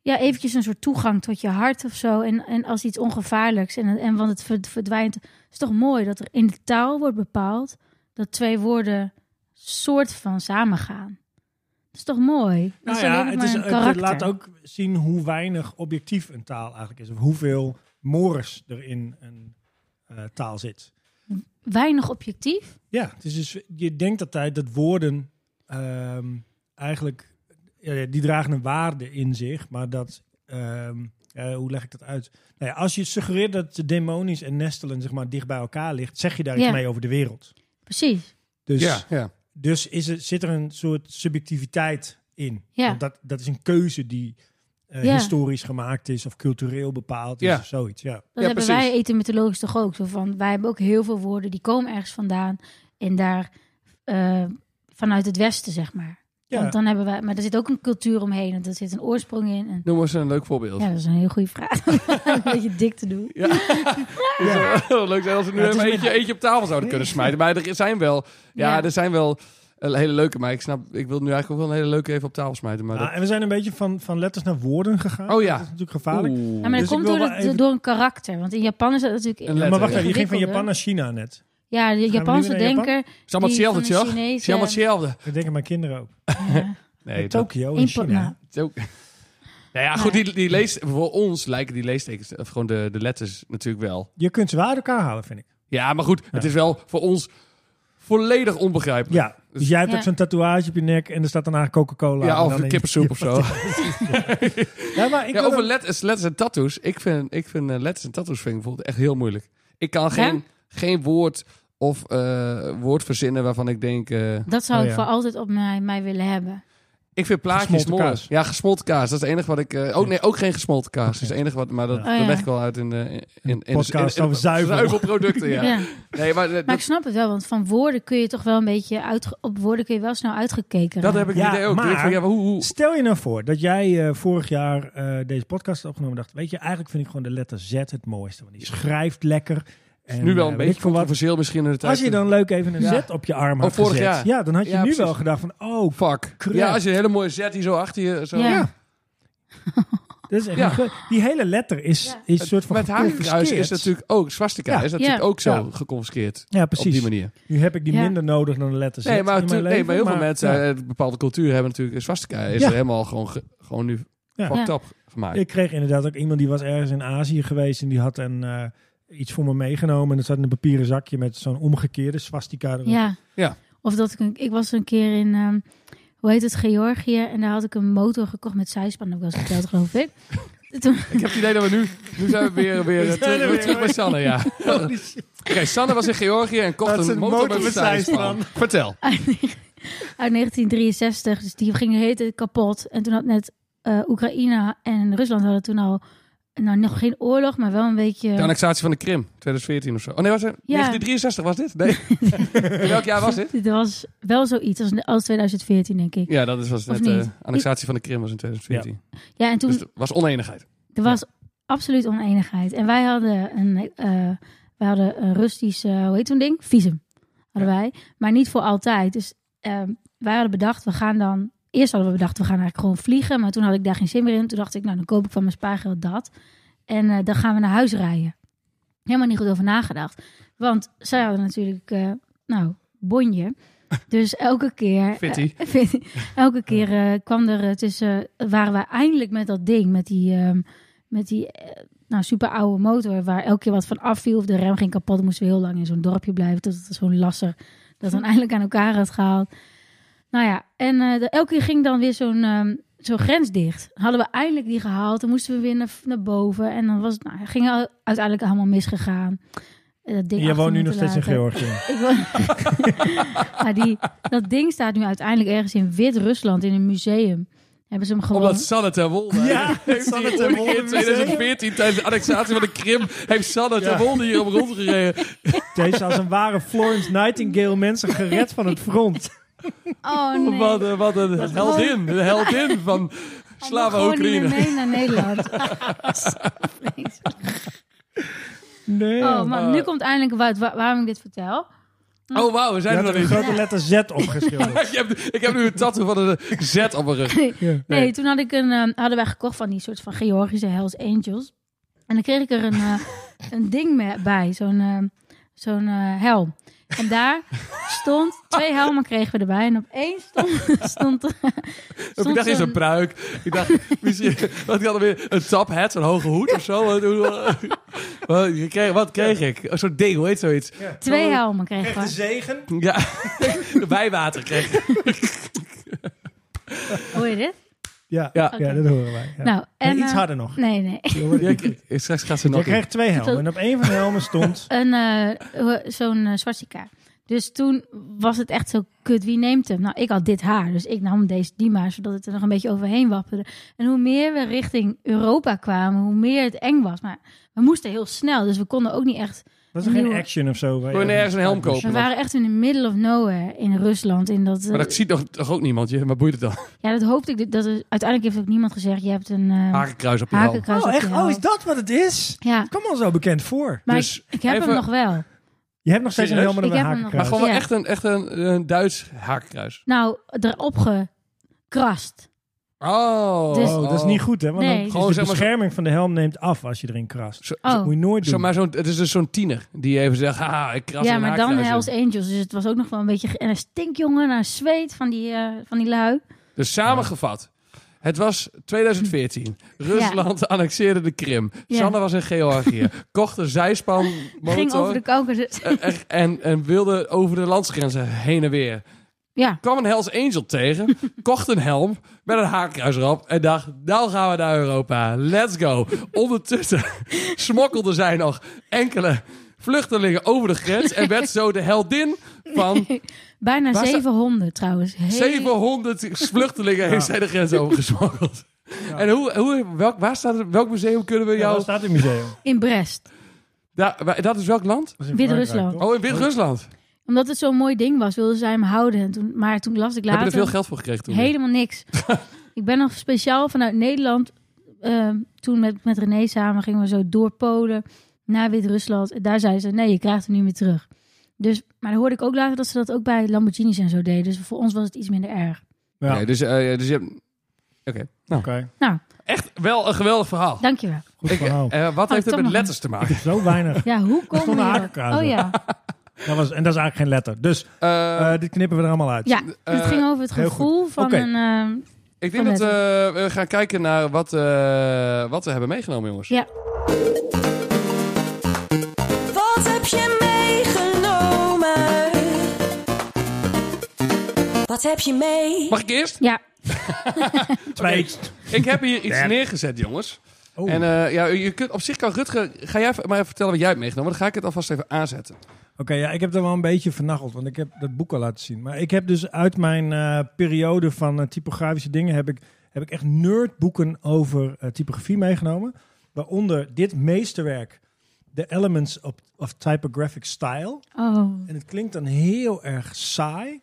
Speaker 2: Ja, eventjes een soort toegang tot je hart of zo. En, en als iets ongevaarlijks. En, en want het verd- verdwijnt. Het is toch mooi dat er in de taal wordt bepaald dat twee woorden soort van samengaan. Dat is toch mooi? Dat
Speaker 4: Nou
Speaker 2: is
Speaker 4: ja,
Speaker 2: alleen nog
Speaker 4: het,
Speaker 2: maar
Speaker 4: is,
Speaker 2: een
Speaker 4: het
Speaker 2: karakter.
Speaker 4: laat ook zien hoe weinig objectief een taal eigenlijk is. Of hoeveel mores er in een eh, taal zit.
Speaker 2: Weinig objectief.
Speaker 4: Ja, het is dus, je denkt altijd dat woorden ehm, eigenlijk, ja, die dragen een waarde in zich, maar dat, ehm, eh, hoe leg ik dat uit? Nou ja, als je suggereert dat demonisch en nestelen zeg maar, dicht bij elkaar ligt, zeg je daar iets
Speaker 2: Ja.
Speaker 4: mee over de wereld.
Speaker 2: Precies.
Speaker 4: Dus,
Speaker 1: Ja, ja.
Speaker 4: dus is er, zit er een soort subjectiviteit in.
Speaker 2: Ja.
Speaker 4: Want dat, dat is een keuze die eh,
Speaker 2: Ja.
Speaker 4: historisch gemaakt is of cultureel bepaald is
Speaker 1: Ja.
Speaker 4: of zoiets. Ja.
Speaker 2: Dat
Speaker 1: Ja,
Speaker 2: hebben
Speaker 1: precies.
Speaker 2: wij etymologisch toch ook. Zo van, wij hebben ook heel veel woorden die komen ergens vandaan. En daar eh, vanuit het westen, zeg maar.
Speaker 4: Ja.
Speaker 2: Want dan hebben wij, maar er zit ook een cultuur omheen. En er zit een oorsprong in. En
Speaker 1: Noem eens een leuk voorbeeld. [laughs]
Speaker 2: Ja, dat is een heel goede vraag. [laughs] een beetje dik te doen.
Speaker 1: Ja. Het zou wel Leuk zijn als we nu
Speaker 4: Ja, het
Speaker 1: even
Speaker 4: is
Speaker 1: eentje, eentje op tafel zouden kunnen smijten. Maar er zijn wel, ja,
Speaker 2: Ja.
Speaker 1: er zijn wel eh, hele leuke. Maar ik snap, ik wil nu eigenlijk ook wel een hele leuke even op tafel smijten. Maar
Speaker 4: Nou, en we zijn een beetje van, van letters naar woorden gegaan.
Speaker 1: Oh ja.
Speaker 4: Dat is natuurlijk
Speaker 1: dat,
Speaker 4: gevaarlijk.
Speaker 1: Oeh.
Speaker 2: Ja,
Speaker 4: Dus
Speaker 2: maar dat
Speaker 4: ik
Speaker 2: komt
Speaker 4: wil
Speaker 2: door,
Speaker 4: wel
Speaker 2: het-
Speaker 4: even-
Speaker 2: door een karakter. Want in Japan is dat natuurlijk...
Speaker 1: Een letter,
Speaker 4: maar wacht
Speaker 1: ja.
Speaker 4: even, je ging van
Speaker 2: Ingewikkelder.
Speaker 4: Japan naar China net.
Speaker 2: Ja, de
Speaker 4: nu
Speaker 2: Japanse
Speaker 4: weer naar Japan?
Speaker 2: denker...
Speaker 1: Het is allemaal
Speaker 2: die van
Speaker 1: hetzelfde,
Speaker 2: de
Speaker 1: toch? Het is
Speaker 2: Chinezen-
Speaker 1: allemaal hetzelfde.
Speaker 4: Dat denken mijn kinderen ook.
Speaker 2: ja,
Speaker 1: Nee, dat
Speaker 4: Tokio
Speaker 2: in
Speaker 4: in
Speaker 2: Po- nou,
Speaker 4: China.
Speaker 1: is ook. [laughs] Nou ja, goed, die, die leest, voor ons lijken die leestekens, of gewoon de, de letters natuurlijk wel.
Speaker 4: Je kunt ze wel uit elkaar halen, vind ik.
Speaker 1: Ja, maar goed, het is wel voor ons volledig onbegrijpelijk.
Speaker 4: Ja. Dus jij hebt
Speaker 2: Ja.
Speaker 4: ook zo'n tatoeage op je nek en er staat daarna Coca-Cola.
Speaker 1: Ja,
Speaker 4: en
Speaker 1: of
Speaker 4: dan
Speaker 1: een
Speaker 4: in-
Speaker 1: kippensoep of
Speaker 4: [laughs]
Speaker 1: zo.
Speaker 4: Ja, maar ik
Speaker 1: ja,
Speaker 4: wil
Speaker 1: over
Speaker 4: ook-
Speaker 1: letters, letters en tattoos. Ik vind, ik vind eh, letters en tattoos vind ik bijvoorbeeld echt heel moeilijk. Ik kan geen, geen woord Of eh, woord verzinnen waarvan ik denk... eh,
Speaker 2: Dat zou
Speaker 4: Oh,
Speaker 2: ik
Speaker 4: ja.
Speaker 2: voor altijd op mij, mij willen hebben.
Speaker 1: ik vind plaatjes
Speaker 4: Gesmolten
Speaker 1: mooi.
Speaker 4: kaas.
Speaker 1: Ja, gesmolten kaas. Dat is het enige wat ik... eh, ook, nee, ook geen gesmolten kaas. Dat is het enige wat... Maar dat,
Speaker 4: Oh,
Speaker 1: dat
Speaker 2: ja.
Speaker 1: leg ik wel uit in... de in, in, in
Speaker 4: podcast
Speaker 1: in- in-
Speaker 4: over zuivel.
Speaker 1: Zuivelproducten,
Speaker 4: [laughs]
Speaker 1: ja.
Speaker 2: Ja.
Speaker 1: Nee, maar, eh, dat,
Speaker 2: Maar ik snap het wel, want van woorden kun je toch wel een beetje uit, op woorden kun je wel snel uitgekeken.
Speaker 1: dat
Speaker 2: raken.
Speaker 1: heb ik
Speaker 4: Ja,
Speaker 1: niet ook.
Speaker 4: maar-
Speaker 1: Ik van, ja, maar hoe, hoe,
Speaker 4: Stel je nou voor dat jij eh, vorig jaar eh, deze podcast had opgenomen. en Dacht, weet je, eigenlijk vind ik gewoon de letter Z het mooiste. Want die schrijft lekker. En,
Speaker 1: nu wel een
Speaker 4: eh, weet
Speaker 1: beetje
Speaker 4: ik veel wat.
Speaker 1: controversieel misschien in de tijd.
Speaker 4: Als je dan leuk even een
Speaker 1: Ja.
Speaker 4: Z op je arm
Speaker 1: Oh,
Speaker 4: had
Speaker 1: vorig
Speaker 4: gezet.
Speaker 1: jaar.
Speaker 4: Ja, dan had je
Speaker 1: Ja,
Speaker 4: nu
Speaker 1: precies.
Speaker 4: wel gedacht van, oh,
Speaker 1: Fuck.
Speaker 4: Crap.
Speaker 1: Ja, als je een hele mooie zet die zo achter je... Zo,
Speaker 2: Ja.
Speaker 4: dat is echt
Speaker 1: Ja.
Speaker 4: niet goed. Die hele letter is,
Speaker 2: Ja.
Speaker 4: is een soort van
Speaker 1: Met hakenkruis is
Speaker 4: geconfiskeerd.
Speaker 1: natuurlijk ook... Swastika
Speaker 4: Ja.
Speaker 1: is natuurlijk
Speaker 2: Ja.
Speaker 1: ook zo
Speaker 4: Ja.
Speaker 1: geconfiskeerd.
Speaker 4: Ja,
Speaker 1: Op die
Speaker 4: precies.
Speaker 1: manier.
Speaker 4: Nu heb ik die
Speaker 2: Ja.
Speaker 4: minder nodig dan de letter Z
Speaker 1: Nee, maar,
Speaker 4: in
Speaker 1: tu-
Speaker 4: mijn leven.
Speaker 1: nee, maar heel veel
Speaker 4: maar-
Speaker 1: mensen
Speaker 4: ja.
Speaker 1: uit bepaalde culturen hebben natuurlijk swastika. Is
Speaker 4: Ja.
Speaker 1: er helemaal gewoon, ge- gewoon nu
Speaker 4: Ja.
Speaker 1: fucked
Speaker 2: Ja.
Speaker 1: up gemaakt.
Speaker 4: Ik kreeg inderdaad ook iemand die was ergens in Azië geweest en die had een, eh, iets voor me meegenomen. En dat zat in een papieren zakje met zo'n omgekeerde swastika. erop.
Speaker 2: Ja.
Speaker 1: Ja.
Speaker 2: Of dat ik, een- ik was een keer in, ehm, hoe heet het, Georgië. En daar had ik een motor gekocht met zijspan. Dat heb ik wel eens verteld, geloof ik. Toen,
Speaker 1: Ik heb het idee dat we nu... Nu zijn we
Speaker 4: [laughs]
Speaker 1: weer, weer, eh,
Speaker 4: zijn
Speaker 1: terug,
Speaker 4: er
Speaker 1: weer
Speaker 4: weer,
Speaker 1: terug bij Sanne, ja.
Speaker 4: [laughs]
Speaker 1: Oké, Sanne was in Georgië en kocht
Speaker 4: Dat is
Speaker 1: een
Speaker 4: een
Speaker 1: motor,
Speaker 4: motor
Speaker 1: met
Speaker 4: met
Speaker 1: zijspan.
Speaker 4: zijspan.
Speaker 1: Vertel.
Speaker 2: uit 1963. Dus die ging de hele tijd kapot. En toen had net eh, Oekraïne en Rusland hadden toen al, nou nog geen oorlog, maar wel een beetje...
Speaker 1: De annexatie van de Krim, 2014 of zo. Oh nee, was het? 1963 was dit?
Speaker 2: [laughs]
Speaker 1: Nee. In welk jaar was dit?
Speaker 2: Dit was wel zoiets als, als 2014, denk ik.
Speaker 1: Ja, dat is- was
Speaker 2: Of
Speaker 1: net de
Speaker 2: niet?
Speaker 1: annexatie van de Krim was in 2014.
Speaker 2: Ja, en toen
Speaker 1: Dus er was oneenigheid.
Speaker 2: er was absoluut oneenigheid. En wij hadden een, eh wij hadden een Russisch, eh, hoe heet zo'n ding? Visum. Hadden wij. Maar niet voor altijd. Dus ehm, wij hadden bedacht, we gaan dan... Eerst hadden we bedacht, we gaan eigenlijk gewoon vliegen. Maar toen had ik daar geen zin meer in. Toen dacht ik, nou dan koop ik van mijn spaargeld dat. En eh, dan gaan we naar huis rijden. Helemaal niet goed over nagedacht. Want zij hadden natuurlijk, eh, nou, bonje. Dus elke keer...
Speaker 1: Fitty.
Speaker 2: eh, fitty. elke keer eh, kwam er eh, tussen... Waren wij eindelijk met dat ding, met die... ehm, met die eh, nou, super oude motor waar elke keer wat van afviel of de rem ging kapot, dan moesten we heel lang in zo'n dorpje blijven tot het zo'n lasser dat dan eindelijk aan elkaar had gehaald. Nou ja, en eh, de- elke keer ging dan weer zo'n ehm, zo'n grens dicht. Hadden we eindelijk die gehaald, dan moesten we weer naar, naar boven en dan was het, nou, ging al- uiteindelijk allemaal misgegaan. Eh, dat ding
Speaker 4: En jij
Speaker 2: achter
Speaker 4: woont nu nog
Speaker 2: moeten
Speaker 4: steeds in
Speaker 2: laten.
Speaker 4: Georgië.
Speaker 2: Ik wil- [laughs] Maar die, dat ding staat nu uiteindelijk ergens in Wit-Rusland in een museum. Hebben ze hem gewoon...
Speaker 1: Omdat Sanne ter Wolde... [laughs]
Speaker 2: [laughs]
Speaker 4: Ja,
Speaker 1: heeft
Speaker 4: Sanne
Speaker 1: hier
Speaker 4: ter
Speaker 1: ooit een keer
Speaker 4: Wolde
Speaker 1: in 2014 tijdens de annexatie van de Krim... heeft Sanne ter
Speaker 4: Ja.
Speaker 1: Wolde hier op rondgereden.
Speaker 4: Deze als een ware Florence Nightingale mensen gered van het front.
Speaker 2: Oh
Speaker 1: [laughs]
Speaker 2: nee.
Speaker 1: Wat, een- wat een heldin. Een heldin van
Speaker 2: Hij mag gewoon
Speaker 1: Slava-Oekraïne.
Speaker 2: niet meer mee naar Nederland. [laughs] Vreselijk.
Speaker 4: Nee.
Speaker 2: oh, maar nu komt eindelijk waar, waar- waarom ik dit vertel.
Speaker 1: Oh, wauw, we
Speaker 4: Je
Speaker 1: zijn er
Speaker 4: had
Speaker 1: nog
Speaker 4: er een
Speaker 1: niet.
Speaker 4: grote letter Z opgeschilderd.
Speaker 1: [laughs] Ik heb, ik heb nu een tattoo van
Speaker 2: [laughs]
Speaker 1: een Z op mijn rug.
Speaker 2: Nee, toen had ik een, ehm, hadden wij gekocht van die soort van Georgische Hells Angels. En dan kreeg ik er een, eh, een ding me- bij, zo'n ehm, zo'n eh, helm. En daar stond, twee helmen kregen we erbij. En op één stond, [laughs] stond, er- stond
Speaker 1: ik dacht eens
Speaker 2: zo'n-
Speaker 1: een pruik. Ik dacht, [laughs] misschien... Want ik had weer een taphead, een hoge hoed of zo. Wat, hoe- [laughs] wat, je kreeg, wat kreeg ik? Een soort ding, hoe heet zoiets?
Speaker 2: [laughs] twee helmen kregen we.
Speaker 4: zegen.
Speaker 1: Ja, [laughs] bijwater kreeg ik.
Speaker 2: Hoor je dit?
Speaker 4: Ja,
Speaker 1: Ja.
Speaker 4: ja.
Speaker 2: Oké.
Speaker 4: dat horen wij. Ja.
Speaker 2: Nou, en,
Speaker 4: Maar iets
Speaker 2: eh,
Speaker 4: harder nog.
Speaker 2: Nee, nee.
Speaker 4: Je wordt-
Speaker 1: [laughs] Ja, ik- Straks gaat ze
Speaker 4: Je
Speaker 1: nog in.
Speaker 4: kreeg twee helmen. En op één van de helmen stond...
Speaker 2: een, eh, hoe- zo'n eh, swastika. Dus toen was het echt zo kut, wie neemt hem? Nou, ik had dit haar, dus ik nam deze die maar, zodat het er nog een beetje overheen wapperde. En hoe meer we richting Europa kwamen, hoe meer het eng was. Maar we moesten heel snel, dus we konden ook niet echt...
Speaker 4: Dat is geen
Speaker 2: nieuwe-
Speaker 4: action of zo. waar
Speaker 1: Kon je
Speaker 4: je-
Speaker 1: nergens een helm kopen?
Speaker 2: We waren echt in de middle of nowhere in Rusland. In dat, eh,
Speaker 1: Maar dat ziet toch, toch ook niemand, je? Maar boeit het dan?
Speaker 2: ja, dat hoopte ik. Dat er, uiteindelijk heeft ook niemand gezegd, je hebt een eh
Speaker 1: Hakenkruis op je helm.
Speaker 2: hakenkruis op
Speaker 4: Oh,
Speaker 2: je
Speaker 4: echt? Oh,
Speaker 2: helm.
Speaker 4: is dat wat het is?
Speaker 2: Ja,
Speaker 4: Kom al zo bekend voor.
Speaker 2: maar
Speaker 1: Dus
Speaker 2: ik, ik heb
Speaker 1: even-
Speaker 2: hem nog wel.
Speaker 4: Je hebt nog steeds een
Speaker 1: Serieus?
Speaker 4: helm en een
Speaker 2: Ik heb hem nog.
Speaker 1: Maar
Speaker 4: hakenkruis.
Speaker 1: gewoon wel
Speaker 2: Ja.
Speaker 1: echt, een, echt een, een Duits hakenkruis.
Speaker 2: Nou, erop gekrast.
Speaker 1: Oh,
Speaker 2: Dus-
Speaker 4: Oh, dat is niet goed, hè? Want
Speaker 2: Nee.
Speaker 4: dan is
Speaker 1: Gewoon,
Speaker 4: de
Speaker 1: zeg maar, zo-
Speaker 4: bescherming van de helm neemt af als je erin krast.
Speaker 1: Zo,
Speaker 2: Oh.
Speaker 4: Moet je nooit doen.
Speaker 1: zo, maar zo'n- het is dus zo'n tiener die even zegt, haha, ik kras
Speaker 2: Ja,
Speaker 1: een
Speaker 2: maar dan
Speaker 1: hakenkruis in."
Speaker 2: Hells Angels. Dus het was ook nog wel een beetje... ge- En een stinkjongen naar zweet van die, eh, van die lui.
Speaker 1: Dus samengevat. Het was 2014. Rusland [laughs] annexeerde de Krim.
Speaker 2: Ja.
Speaker 1: Sanne was in Georgië. kocht een zijspan
Speaker 2: Ging over de Dus- Caucasus.
Speaker 1: en, en, en wilde over de landsgrenzen heen en weer.
Speaker 2: ja,
Speaker 1: Kwam een Hells Angel
Speaker 2: [laughs]
Speaker 1: tegen. kocht een helm met een haakkruis erop. En dacht, nou gaan we
Speaker 2: [laughs]
Speaker 1: naar Europa. Let's go. Ondertussen smokkelde zij nog enkele vluchtelingen over de grens en werd zo de heldin
Speaker 2: [laughs]
Speaker 1: van
Speaker 2: Bijna
Speaker 1: Waar sta-
Speaker 2: 700 trouwens. Hele-
Speaker 1: 700 vluchtelingen heeft zij de grens overgesmokkeld. En hoe, hoe, welk, waar staat, het- welk museum kunnen we
Speaker 4: Ja,
Speaker 1: jou...
Speaker 4: dat staat in het museum.
Speaker 2: In Brest.
Speaker 1: Da- wa- dat is welk land?
Speaker 2: [laughs]
Speaker 4: Dat is in
Speaker 2: Wit-Rusland.
Speaker 4: Frankrijk, toch?
Speaker 1: Oh, in Wit-Rusland.
Speaker 2: Omdat het zo'n mooi ding was, wilden zij hem houden. En toen, maar toen las ik
Speaker 1: Heb je
Speaker 2: later...
Speaker 1: er veel geld voor gekregen toen?
Speaker 2: Helemaal
Speaker 4: [laughs]
Speaker 2: niks. ik ben nog speciaal vanuit Nederland. ehm, toen met, met René samen gingen we zo door Polen naar Wit-Rusland. En Daar zeiden ze: nee, je krijgt hem niet meer terug. Dus, maar dan hoorde ik ook later dat ze dat ook bij Lamborghinis en zo deden. Dus voor ons was het iets minder erg.
Speaker 4: Ja,
Speaker 1: Nee, dus, eh, dus je hebt... Oké.
Speaker 4: oké.
Speaker 2: Nou,
Speaker 1: Echt wel een geweldig verhaal.
Speaker 2: dankjewel.
Speaker 4: Goed
Speaker 1: Ik-
Speaker 4: verhaal.
Speaker 1: eh, wat heeft
Speaker 2: Oh,
Speaker 1: het
Speaker 2: toch
Speaker 1: met
Speaker 2: nog
Speaker 1: letters te
Speaker 2: [laughs]
Speaker 1: maken?
Speaker 4: Zo weinig.
Speaker 2: Ja, hoe
Speaker 4: stond een
Speaker 2: kom je?
Speaker 4: hakenkaas
Speaker 2: Oh
Speaker 4: op.
Speaker 2: ja,
Speaker 4: Dat was, en dat is eigenlijk geen letter. Dus
Speaker 1: Eh,
Speaker 4: eh, dit knippen we er allemaal uit.
Speaker 2: ja het
Speaker 1: Eh,
Speaker 2: ging over het
Speaker 4: heel
Speaker 2: gevoel van
Speaker 4: Oké.
Speaker 2: een... ehm,
Speaker 1: ik denk
Speaker 2: van
Speaker 1: dat eh, we gaan kijken naar wat, eh, wat we hebben meegenomen, jongens.
Speaker 2: ja,
Speaker 3: Wat heb je meegenomen? Wat heb je mee?
Speaker 1: Mag ik eerst?
Speaker 2: ja,
Speaker 4: Twee.
Speaker 1: Ik heb hier iets
Speaker 4: Ja.
Speaker 1: neergezet, jongens.
Speaker 4: Oh.
Speaker 1: En eh, ja, je kunt, op zich kan Rutger... Ga jij even- maar even vertellen wat jij hebt meegenomen. Dan ga ik het alvast even aanzetten.
Speaker 4: Oké, ja, ik heb er wel een beetje vernacheld, want ik heb dat boek al laten zien. Maar ik heb dus uit mijn eh, periode van eh, typografische dingen heb ik, heb ik echt nerdboeken over eh, typografie meegenomen. Waaronder dit meesterwerk, The Elements of, of Typographic Style.
Speaker 2: oh.
Speaker 4: En het klinkt dan heel erg saai.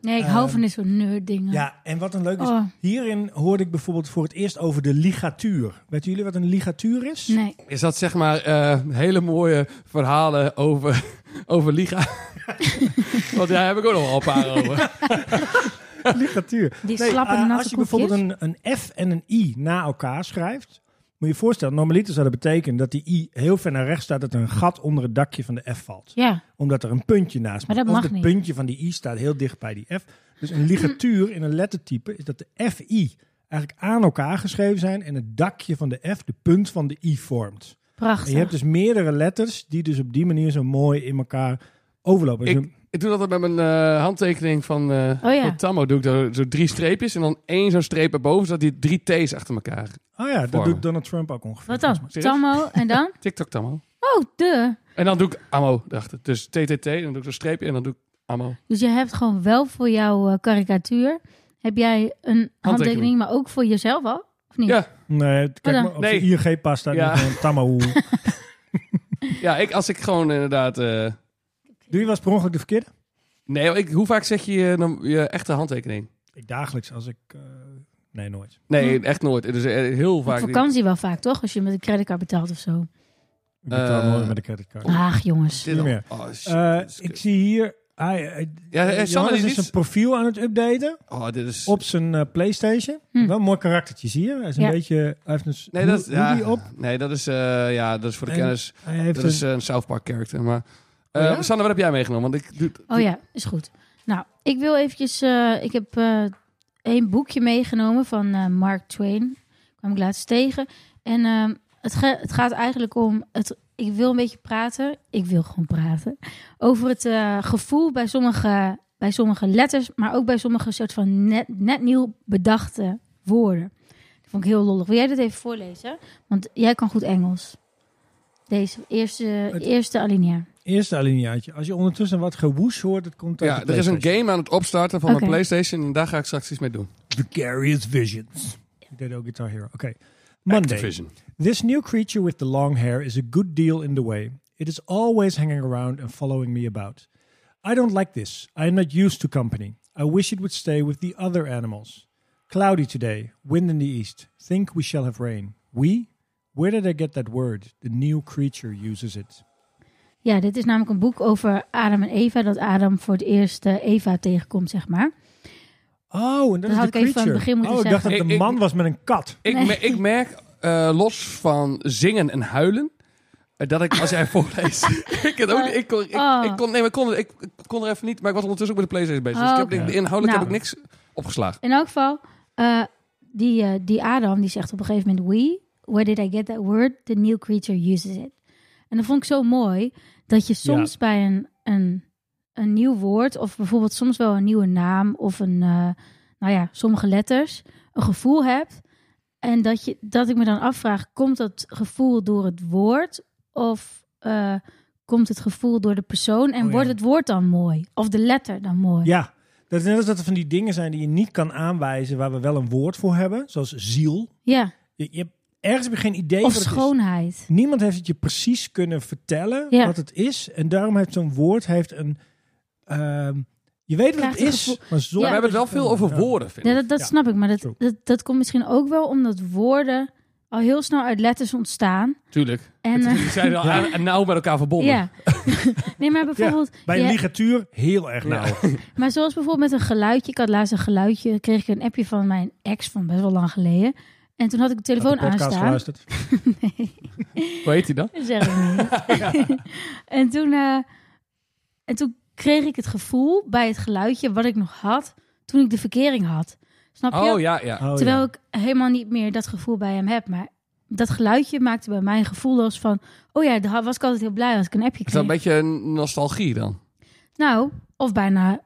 Speaker 2: Nee, ik hou
Speaker 4: Ehm,
Speaker 2: van dit soort nerddingen.
Speaker 4: Ja, en wat een leuk is.
Speaker 2: Oh,
Speaker 4: Hierin hoorde ik bijvoorbeeld voor het eerst over de ligatuur. Weten jullie wat een ligatuur is?
Speaker 2: nee.
Speaker 1: Is dat zeg maar eh, hele mooie verhalen over, [laughs] over Liga? [laughs] Want daar heb ik ook nog wel een paar over.
Speaker 4: Ligatuur.
Speaker 2: Die
Speaker 4: Nee,
Speaker 2: slappe
Speaker 4: eh,
Speaker 2: natte
Speaker 4: als je
Speaker 2: koekjes.
Speaker 4: bijvoorbeeld een, een F en een I na elkaar schrijft, moet je je voorstellen, normaliter zou dat betekenen dat die I heel ver naar rechts staat, dat er een gat onder het dakje van de F valt.
Speaker 2: Ja,
Speaker 4: Omdat er een puntje naast
Speaker 2: Maar
Speaker 4: moet.
Speaker 2: dat
Speaker 4: Of
Speaker 2: mag
Speaker 4: het
Speaker 2: niet.
Speaker 4: puntje van die I staat heel dicht bij die F. Dus een ligatuur in een lettertype is dat de FI eigenlijk aan elkaar geschreven zijn en het dakje van de F de punt van de I vormt. En
Speaker 2: prachtig.
Speaker 4: je hebt dus meerdere letters die dus op die manier zo mooi in elkaar overlopen. Dus
Speaker 1: Ik, ik doe dat met mijn eh, handtekening van, eh
Speaker 2: Oh ja.
Speaker 1: van Tammo. Doe ik daar zo drie streepjes en dan één zo'n streep erboven, zodat die drie T's achter elkaar.
Speaker 4: oh ja, dat
Speaker 1: vormen.
Speaker 4: doet Donald Trump ook ongeveer.
Speaker 2: Wat
Speaker 4: volgens
Speaker 2: dan? Tammo en dan?
Speaker 1: TikTok Tammo.
Speaker 2: Oh, de.
Speaker 1: En dan doe ik Ammo erachter. Dus TTT, en dan doe ik zo'n streepje en dan doe ik Ammo.
Speaker 2: Dus je hebt gewoon wel voor jouw eh, karikatuur, heb jij een handtekening, maar ook voor jezelf al? Of niet?
Speaker 1: Ja.
Speaker 4: Nee, kijk
Speaker 2: Oh, dan?
Speaker 4: maar op
Speaker 1: Nee.
Speaker 4: de ING past daar
Speaker 1: Ja.
Speaker 4: niet gewoon
Speaker 1: [laughs]
Speaker 4: Tamahoe.
Speaker 1: Ja, ik, als ik gewoon inderdaad... eh,
Speaker 4: Doe je wel eens per ongeluk de verkeerde?
Speaker 1: nee, ik, hoe vaak zeg je je, nam- je echte handtekening?
Speaker 4: Ik dagelijks als ik... eh, nee, nooit.
Speaker 1: Nee,
Speaker 2: Hm.
Speaker 1: echt nooit. Dus eh, heel
Speaker 2: Op
Speaker 1: vaak...
Speaker 2: vakantie wel vaak, toch? Als je met een creditcard betaalt of zo.
Speaker 4: Ik betaal
Speaker 1: Eh,
Speaker 4: nooit met de creditcard.
Speaker 2: Ach, jongens.
Speaker 1: Dit
Speaker 4: Niet
Speaker 1: al.
Speaker 4: meer.
Speaker 1: Oh, shit,
Speaker 4: Eh,
Speaker 1: dit is
Speaker 4: ik
Speaker 1: kut.
Speaker 4: zie hier... Hij, hij-
Speaker 1: Ja, eh,
Speaker 4: Johannes
Speaker 1: Sander is
Speaker 4: is
Speaker 1: iets-
Speaker 4: zijn profiel aan het updaten
Speaker 1: Oh, dit is...
Speaker 4: op zijn eh, Playstation.
Speaker 2: Hm.
Speaker 4: Wel een mooi karaktertje, zie je. Hij is een
Speaker 2: Ja.
Speaker 4: beetje... Hij heeft een s-
Speaker 1: Nee, dat, is-
Speaker 4: hoed-
Speaker 1: ja,
Speaker 4: hoodie op.
Speaker 1: nee, dat is, eh, ja, dat is voor de
Speaker 4: En-
Speaker 1: kennis.
Speaker 4: Hij heeft
Speaker 1: Dat
Speaker 4: een,
Speaker 1: is eh, een South Park character. Maar, eh
Speaker 4: Oh ja?
Speaker 1: Sanne, wat heb jij meegenomen? Want ik doe,
Speaker 2: Oh ja, is goed. Nou, ik wil eventjes... eh, ik heb eh een boekje meegenomen van eh, Mark Twain. Kwam ik laatst tegen. En ehm, het, ge- het gaat eigenlijk om... Het, ik wil een beetje praten. Ik wil gewoon praten. Over het eh, gevoel bij sommige, bij sommige letters... maar ook bij sommige soort van net, net nieuw bedachte woorden. Dat vond ik heel lollig. Wil jij dit even voorlezen? Want jij kan goed Engels. Deze eerste,
Speaker 4: Het-
Speaker 2: eerste alinea.
Speaker 4: eerste alineaatje. Als je ondertussen wat gewoes hoort, het komt uit
Speaker 1: eh, ja,
Speaker 4: de
Speaker 1: er is een
Speaker 4: PlayStation.
Speaker 1: game aan het opstarten van mijn
Speaker 2: Oké.
Speaker 1: PlayStation. En daar ga ik straks iets mee doen.
Speaker 4: Vicarious Visions. Ik deed ook Guitar Hero. Oké. Monday.
Speaker 1: Activision.
Speaker 4: This new creature with the long hair is a good deal in the way. It is always hanging around and following me about. I don't like this. I am not used to company. I wish it would stay with the other animals. Cloudy today, wind in the east. Think we shall have rain. We? Where did I get that word? The new creature uses it.
Speaker 2: Ja, dit is namelijk een boek over Adam en Eva. Dat Adam voor het eerst eh, Eva tegenkomt, zeg maar.
Speaker 4: Oh, en dat
Speaker 2: Dat
Speaker 4: is
Speaker 2: had
Speaker 4: de
Speaker 2: ik even aan
Speaker 4: creature.
Speaker 2: het begin moeten
Speaker 4: oh, ik dacht dat
Speaker 1: zeggen.
Speaker 4: het
Speaker 1: Ik-
Speaker 4: een
Speaker 1: ik-
Speaker 4: man was met een kat.
Speaker 1: Ik, me- ik merk, eh, los van zingen en huilen... eh, Dat ik, als [laughs] jij voorleest... ik, het ook, niet- ik, kon, ik,
Speaker 2: Oh.
Speaker 1: ik kon, nee, maar ik, kon, ik, ik kon er even niet... Maar ik was ondertussen ook met de PlayStation bezig. Dus
Speaker 2: Oh,
Speaker 1: ik heb,
Speaker 4: oké.
Speaker 1: de- inhoudelijk
Speaker 2: Nou.
Speaker 1: heb ik niks opgeslagen.
Speaker 2: In elk geval, eh, die, eh, die Adam die zegt op een gegeven moment... We, where did I get that word? The new creature uses it. En dat vond ik zo mooi. Dat je soms bij een, een, een nieuw woord... of bijvoorbeeld soms wel een nieuwe naam... of een, eh, nou ja, sommige letters... een gevoel hebt. En dat, je, dat ik me dan afvraag... komt dat gevoel door het woord... of eh, komt het gevoel door de persoon en
Speaker 4: Oh, ja.
Speaker 2: wordt het woord dan mooi? Of de letter dan mooi?
Speaker 4: Ja, dat is net als dat er van die dingen zijn die je niet kan aanwijzen waar we wel een woord voor hebben, zoals ziel.
Speaker 2: Ja.
Speaker 4: Je, je hebt, ergens heb je geen idee
Speaker 2: Of
Speaker 4: wat het is.
Speaker 2: schoonheid.
Speaker 4: Niemand heeft het je precies kunnen vertellen
Speaker 2: Ja.
Speaker 4: wat het is. En daarom heeft zo'n woord heeft een. ehm, je weet wat
Speaker 2: Krijgt
Speaker 4: het
Speaker 2: een
Speaker 4: is, maar zonder.
Speaker 1: Maar we hebben het wel
Speaker 4: dat je
Speaker 1: veel over
Speaker 4: ja.
Speaker 1: woorden, vind
Speaker 2: dus- Ja,
Speaker 1: ik.
Speaker 2: dat dat
Speaker 4: Ja.
Speaker 2: snap ik, maar dat,
Speaker 4: True.
Speaker 2: dat, dat komt misschien ook wel omdat woorden al heel snel uit letters ontstaan.
Speaker 1: Tuurlijk.
Speaker 2: En, eh,
Speaker 1: Die zijn al aan- nauw met elkaar verbonden.
Speaker 2: [laughs] ja.
Speaker 4: [laughs]
Speaker 2: nee, maar bijvoorbeeld...
Speaker 4: Bij een
Speaker 2: ja,
Speaker 4: ligatuur heel erg nauw.
Speaker 2: Maar zoals bijvoorbeeld met een geluidje. Ik had laatst een geluidje. Kreeg ik een appje van mijn ex van best wel lang geleden. En toen had ik de
Speaker 4: Had de
Speaker 2: telefoon
Speaker 4: podcast Oh,
Speaker 2: aanstaan.
Speaker 4: geluisterd.
Speaker 1: Hoe heet die dan?
Speaker 2: [laughs] Dat zeg ik niet. [laughs] en, toen, eh, en toen kreeg ik het gevoel bij het geluidje wat ik nog had toen ik de verkering had. Snap je?
Speaker 1: Oh ja, ja.
Speaker 4: Oh,
Speaker 2: Terwijl
Speaker 4: ja.
Speaker 2: ik helemaal niet meer dat gevoel bij hem heb. Maar dat geluidje maakte bij mij een gevoel los van... Oh ja, daar was ik altijd heel blij als ik een appje
Speaker 1: Is
Speaker 2: kreeg.
Speaker 1: dat een beetje een nostalgie dan?
Speaker 2: Nou, of bijna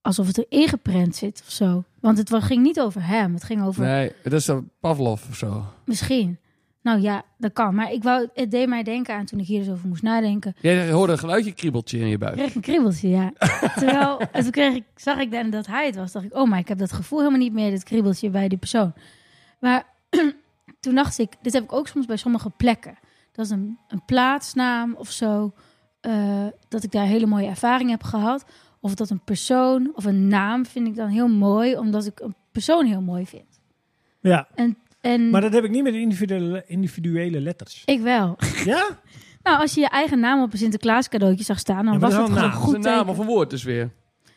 Speaker 2: alsof het erin geprent zit of zo. Want het wa- ging niet over hem. Het ging over
Speaker 1: Nee, dat is dan Pavlov of zo.
Speaker 2: misschien. Nou ja, dat kan. Maar ik wou, het deed mij denken aan toen ik hier dus over moest nadenken.
Speaker 1: Jij hoorde een geluidje kriebeltje in je
Speaker 2: Ik
Speaker 1: buik.
Speaker 2: kreeg een kriebeltje, ja. Terwijl, en toen kreeg ik, zag ik dan dat hij het was. dacht ik, oh, maar ik heb dat gevoel helemaal niet meer, dit kriebeltje bij die persoon. Maar [clears throat] toen dacht ik, dit heb ik ook soms bij sommige plekken. Dat is een, een plaatsnaam of zo. eh, dat ik daar hele mooie ervaring heb gehad. Of dat een persoon of een naam vind ik dan heel mooi, omdat ik een persoon heel mooi vind.
Speaker 4: ja,
Speaker 2: En
Speaker 4: maar dat heb ik niet met individuele, individuele letters.
Speaker 2: ik wel. [laughs]
Speaker 4: Ja?
Speaker 2: Nou, als je je eigen naam op een Sinterklaas cadeautje zag staan, dan
Speaker 4: Ja, maar
Speaker 2: was
Speaker 4: dat
Speaker 2: het
Speaker 4: is wel
Speaker 2: gewoon
Speaker 4: een
Speaker 2: een
Speaker 1: Dat is
Speaker 2: goed
Speaker 1: een naam
Speaker 2: teken.
Speaker 1: of een woord dus weer.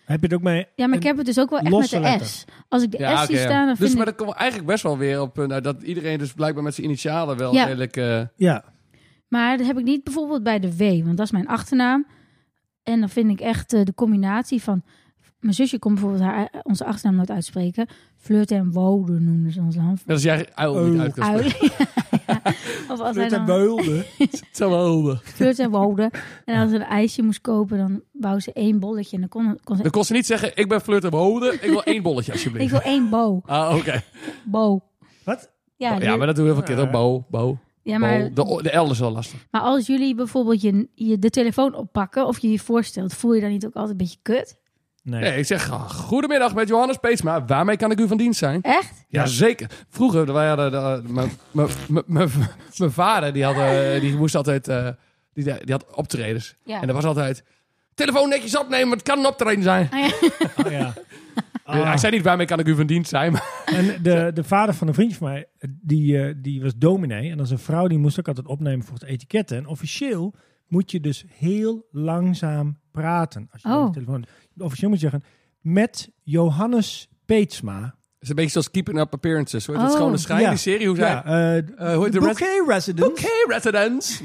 Speaker 4: Heb je het ook mee?
Speaker 2: Ja, maar ik
Speaker 4: En-
Speaker 2: heb het dus ook wel echt met
Speaker 4: losse
Speaker 2: de
Speaker 4: letter.
Speaker 2: S. Als ik de S zie
Speaker 1: oké,
Speaker 2: staan, dan
Speaker 1: Dus
Speaker 2: vind
Speaker 1: maar
Speaker 2: ik...
Speaker 1: dat komt eigenlijk best wel weer op eh, nou, dat iedereen dus blijkbaar met zijn initialen wel
Speaker 2: Ja.
Speaker 1: redelijk... eh,
Speaker 4: Ja.
Speaker 2: Maar dat heb ik niet bijvoorbeeld bij de W, want dat is mijn achternaam. En dan vind ik echt eh, de combinatie van... Mijn zusje kon bijvoorbeeld haar, eh, onze achternaam nooit uitspreken. Flirt en Wouden noemden ze ons land.
Speaker 1: dat is jij uil niet
Speaker 4: Uil.
Speaker 1: uit kan [laughs]
Speaker 2: Ui.
Speaker 1: spreken.
Speaker 2: [laughs] Ja. Of als hij
Speaker 4: Met een
Speaker 2: dan
Speaker 4: beulde.
Speaker 1: Het is allemaal uil.
Speaker 2: flirt en Wouden. En als ze een ijsje moest kopen, dan wou ze één bolletje. En dan kon, kon
Speaker 1: Dan
Speaker 2: ze...
Speaker 1: kon ze niet zeggen, ik ben Flirt en Bode, ik wil één bolletje
Speaker 2: Ik
Speaker 1: alsjeblieft.
Speaker 2: wil één bo.
Speaker 1: Ah, oké.
Speaker 2: Bo.
Speaker 4: Wat?
Speaker 2: Ja,
Speaker 1: ja, maar dat doen we heel veel
Speaker 4: Ja.
Speaker 1: keer. Bo, bo,
Speaker 2: ja,
Speaker 1: bo.
Speaker 2: maar,
Speaker 1: De, o- de L is wel lastig.
Speaker 2: maar als jullie bijvoorbeeld je, je de telefoon oppakken of je je voorstelt, voel je dan niet ook altijd een beetje kut?
Speaker 4: Nee.
Speaker 1: Nee, ik zeg, ah, goedemiddag met Johannes Peetsma. Waarmee kan ik u van dienst zijn?
Speaker 2: Echt?
Speaker 1: Ja, zeker. Vroeger, wij hadden, eh, mijn- mijn- mijn- mijn- mijn vader, die, had, eh, die moest altijd, eh, die, die had optredens.
Speaker 2: Ja.
Speaker 1: En dat was altijd, telefoon netjes opnemen, het kan een optreden zijn.
Speaker 2: Ah, ja.
Speaker 4: Oh, ja.
Speaker 1: Eh, Hij
Speaker 4: Ah.
Speaker 1: zei niet, waarmee kan ik u van dienst zijn? Maar
Speaker 4: En de, de vader van een vriendje van mij, die, eh, die was dominee. En dat is een vrouw die moest ook altijd opnemen voor het etiketten. En officieel moet je dus heel langzaam praten. Als je
Speaker 2: Oh.
Speaker 4: met de telefoon, officieel moet je zeggen, met Johannes Peetsma.
Speaker 1: Het is een beetje zoals Keeping Up Appearances. Hoor. je Dat
Speaker 2: Oh.
Speaker 1: is gewoon een schijn,
Speaker 4: Ja.
Speaker 1: die serie. Hoe zei
Speaker 4: Ja, eh
Speaker 1: eh, hoe heet de res-
Speaker 4: Bouquet Residence.
Speaker 1: Bouquet Residence.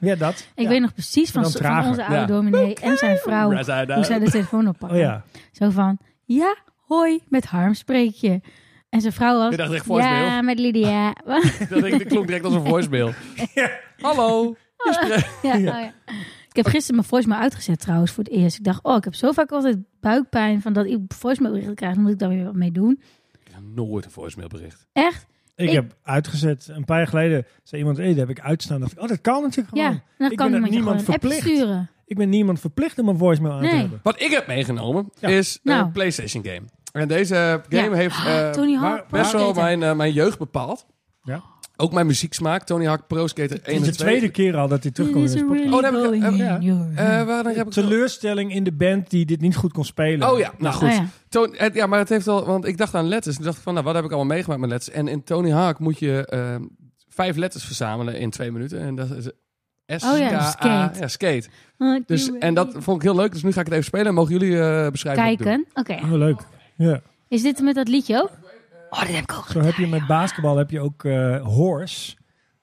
Speaker 4: Ja, dat.
Speaker 2: Ik weet nog precies van,
Speaker 4: dan
Speaker 2: van
Speaker 4: trager.
Speaker 2: onze oude
Speaker 1: Ja.
Speaker 2: dominee en zijn vrouw
Speaker 1: Residence.
Speaker 2: hoe zij de telefoon oppakken.
Speaker 4: Oh ja.
Speaker 2: Zo van, ja, hoi, met Harm spreek je. En zijn vrouw was,
Speaker 1: Je dacht echt voicemail.
Speaker 2: ja, met Lydia. [laughs] Wat?
Speaker 1: [laughs] Dat, denk ik, dat klonk direct als een [laughs] voicemail. Hallo. je spreekt-
Speaker 2: ja, oh ja. Ik heb gisteren mijn voicemail uitgezet trouwens voor het eerst. Ik dacht, oh, ik heb zo vaak altijd buikpijn van dat ik voicemailberichten krijg. Dan moet ik daar weer wat mee doen.
Speaker 1: Ik heb nooit een voicemailbericht.
Speaker 2: Echt?
Speaker 4: Ik,
Speaker 2: Ik-
Speaker 4: heb uitgezet. Een paar jaar geleden zei iemand, hey, dat heb ik uitstaan. Dacht ik, oh, dat kan natuurlijk
Speaker 2: ja,
Speaker 4: gewoon.
Speaker 2: en dan
Speaker 4: Ik
Speaker 2: kan
Speaker 4: ben
Speaker 2: iemand je gewoon
Speaker 4: niemand
Speaker 2: een appje
Speaker 4: verplicht.
Speaker 2: sturen.
Speaker 4: Ik ben niemand verplicht om een voicemail aan te
Speaker 2: Nee.
Speaker 4: hebben.
Speaker 1: Wat ik heb meegenomen
Speaker 4: Ja.
Speaker 1: is
Speaker 2: Nou.
Speaker 1: een PlayStation game. En deze game
Speaker 2: Ja. Ah,
Speaker 1: heeft eh,
Speaker 2: Tony Hawk,
Speaker 1: waar- best
Speaker 2: Pro
Speaker 1: wel
Speaker 2: Skater.
Speaker 1: mijn, eh, mijn jeugd bepaald.
Speaker 4: Ja.
Speaker 1: Ook mijn muzieksmaak. Tony Hawk, Pro Skater 1
Speaker 4: Het is
Speaker 1: en
Speaker 4: de
Speaker 1: 2.
Speaker 4: tweede keer al dat hij
Speaker 2: It
Speaker 4: terugkomt in
Speaker 2: is
Speaker 4: deze
Speaker 2: a
Speaker 4: podcast.
Speaker 2: really
Speaker 1: Oh, daar heb ik-
Speaker 2: going
Speaker 1: eh,
Speaker 4: ja.
Speaker 2: in your-
Speaker 1: Eh, waar heb ik...
Speaker 4: teleurstelling in de band die dit niet goed kon spelen.
Speaker 1: Oh ja, nou goed.
Speaker 2: Oh ja.
Speaker 1: Toon- het- ja, maar het heeft al, want ik dacht aan letters. Ik dacht van, nou, wat heb ik allemaal meegemaakt met letters? En in Tony Hawk moet je ehm, vijf letters verzamelen in twee minuten. En dat is S,
Speaker 2: Oh ja,
Speaker 1: K, A,
Speaker 2: skate.
Speaker 1: Ja, skate.
Speaker 2: Want
Speaker 1: Dus,
Speaker 2: you
Speaker 1: en dat
Speaker 2: were-
Speaker 1: vond ik heel leuk. Dus nu ga ik het even spelen. En mogen jullie eh, beschrijven wat ik doe.
Speaker 2: Kijken. Oké.
Speaker 4: Oh, leuk. Ja.
Speaker 2: Is dit met dat liedje ook? Oh, dat heb ik ook
Speaker 4: Zo heb je met basketbal heb je ook eh, horse.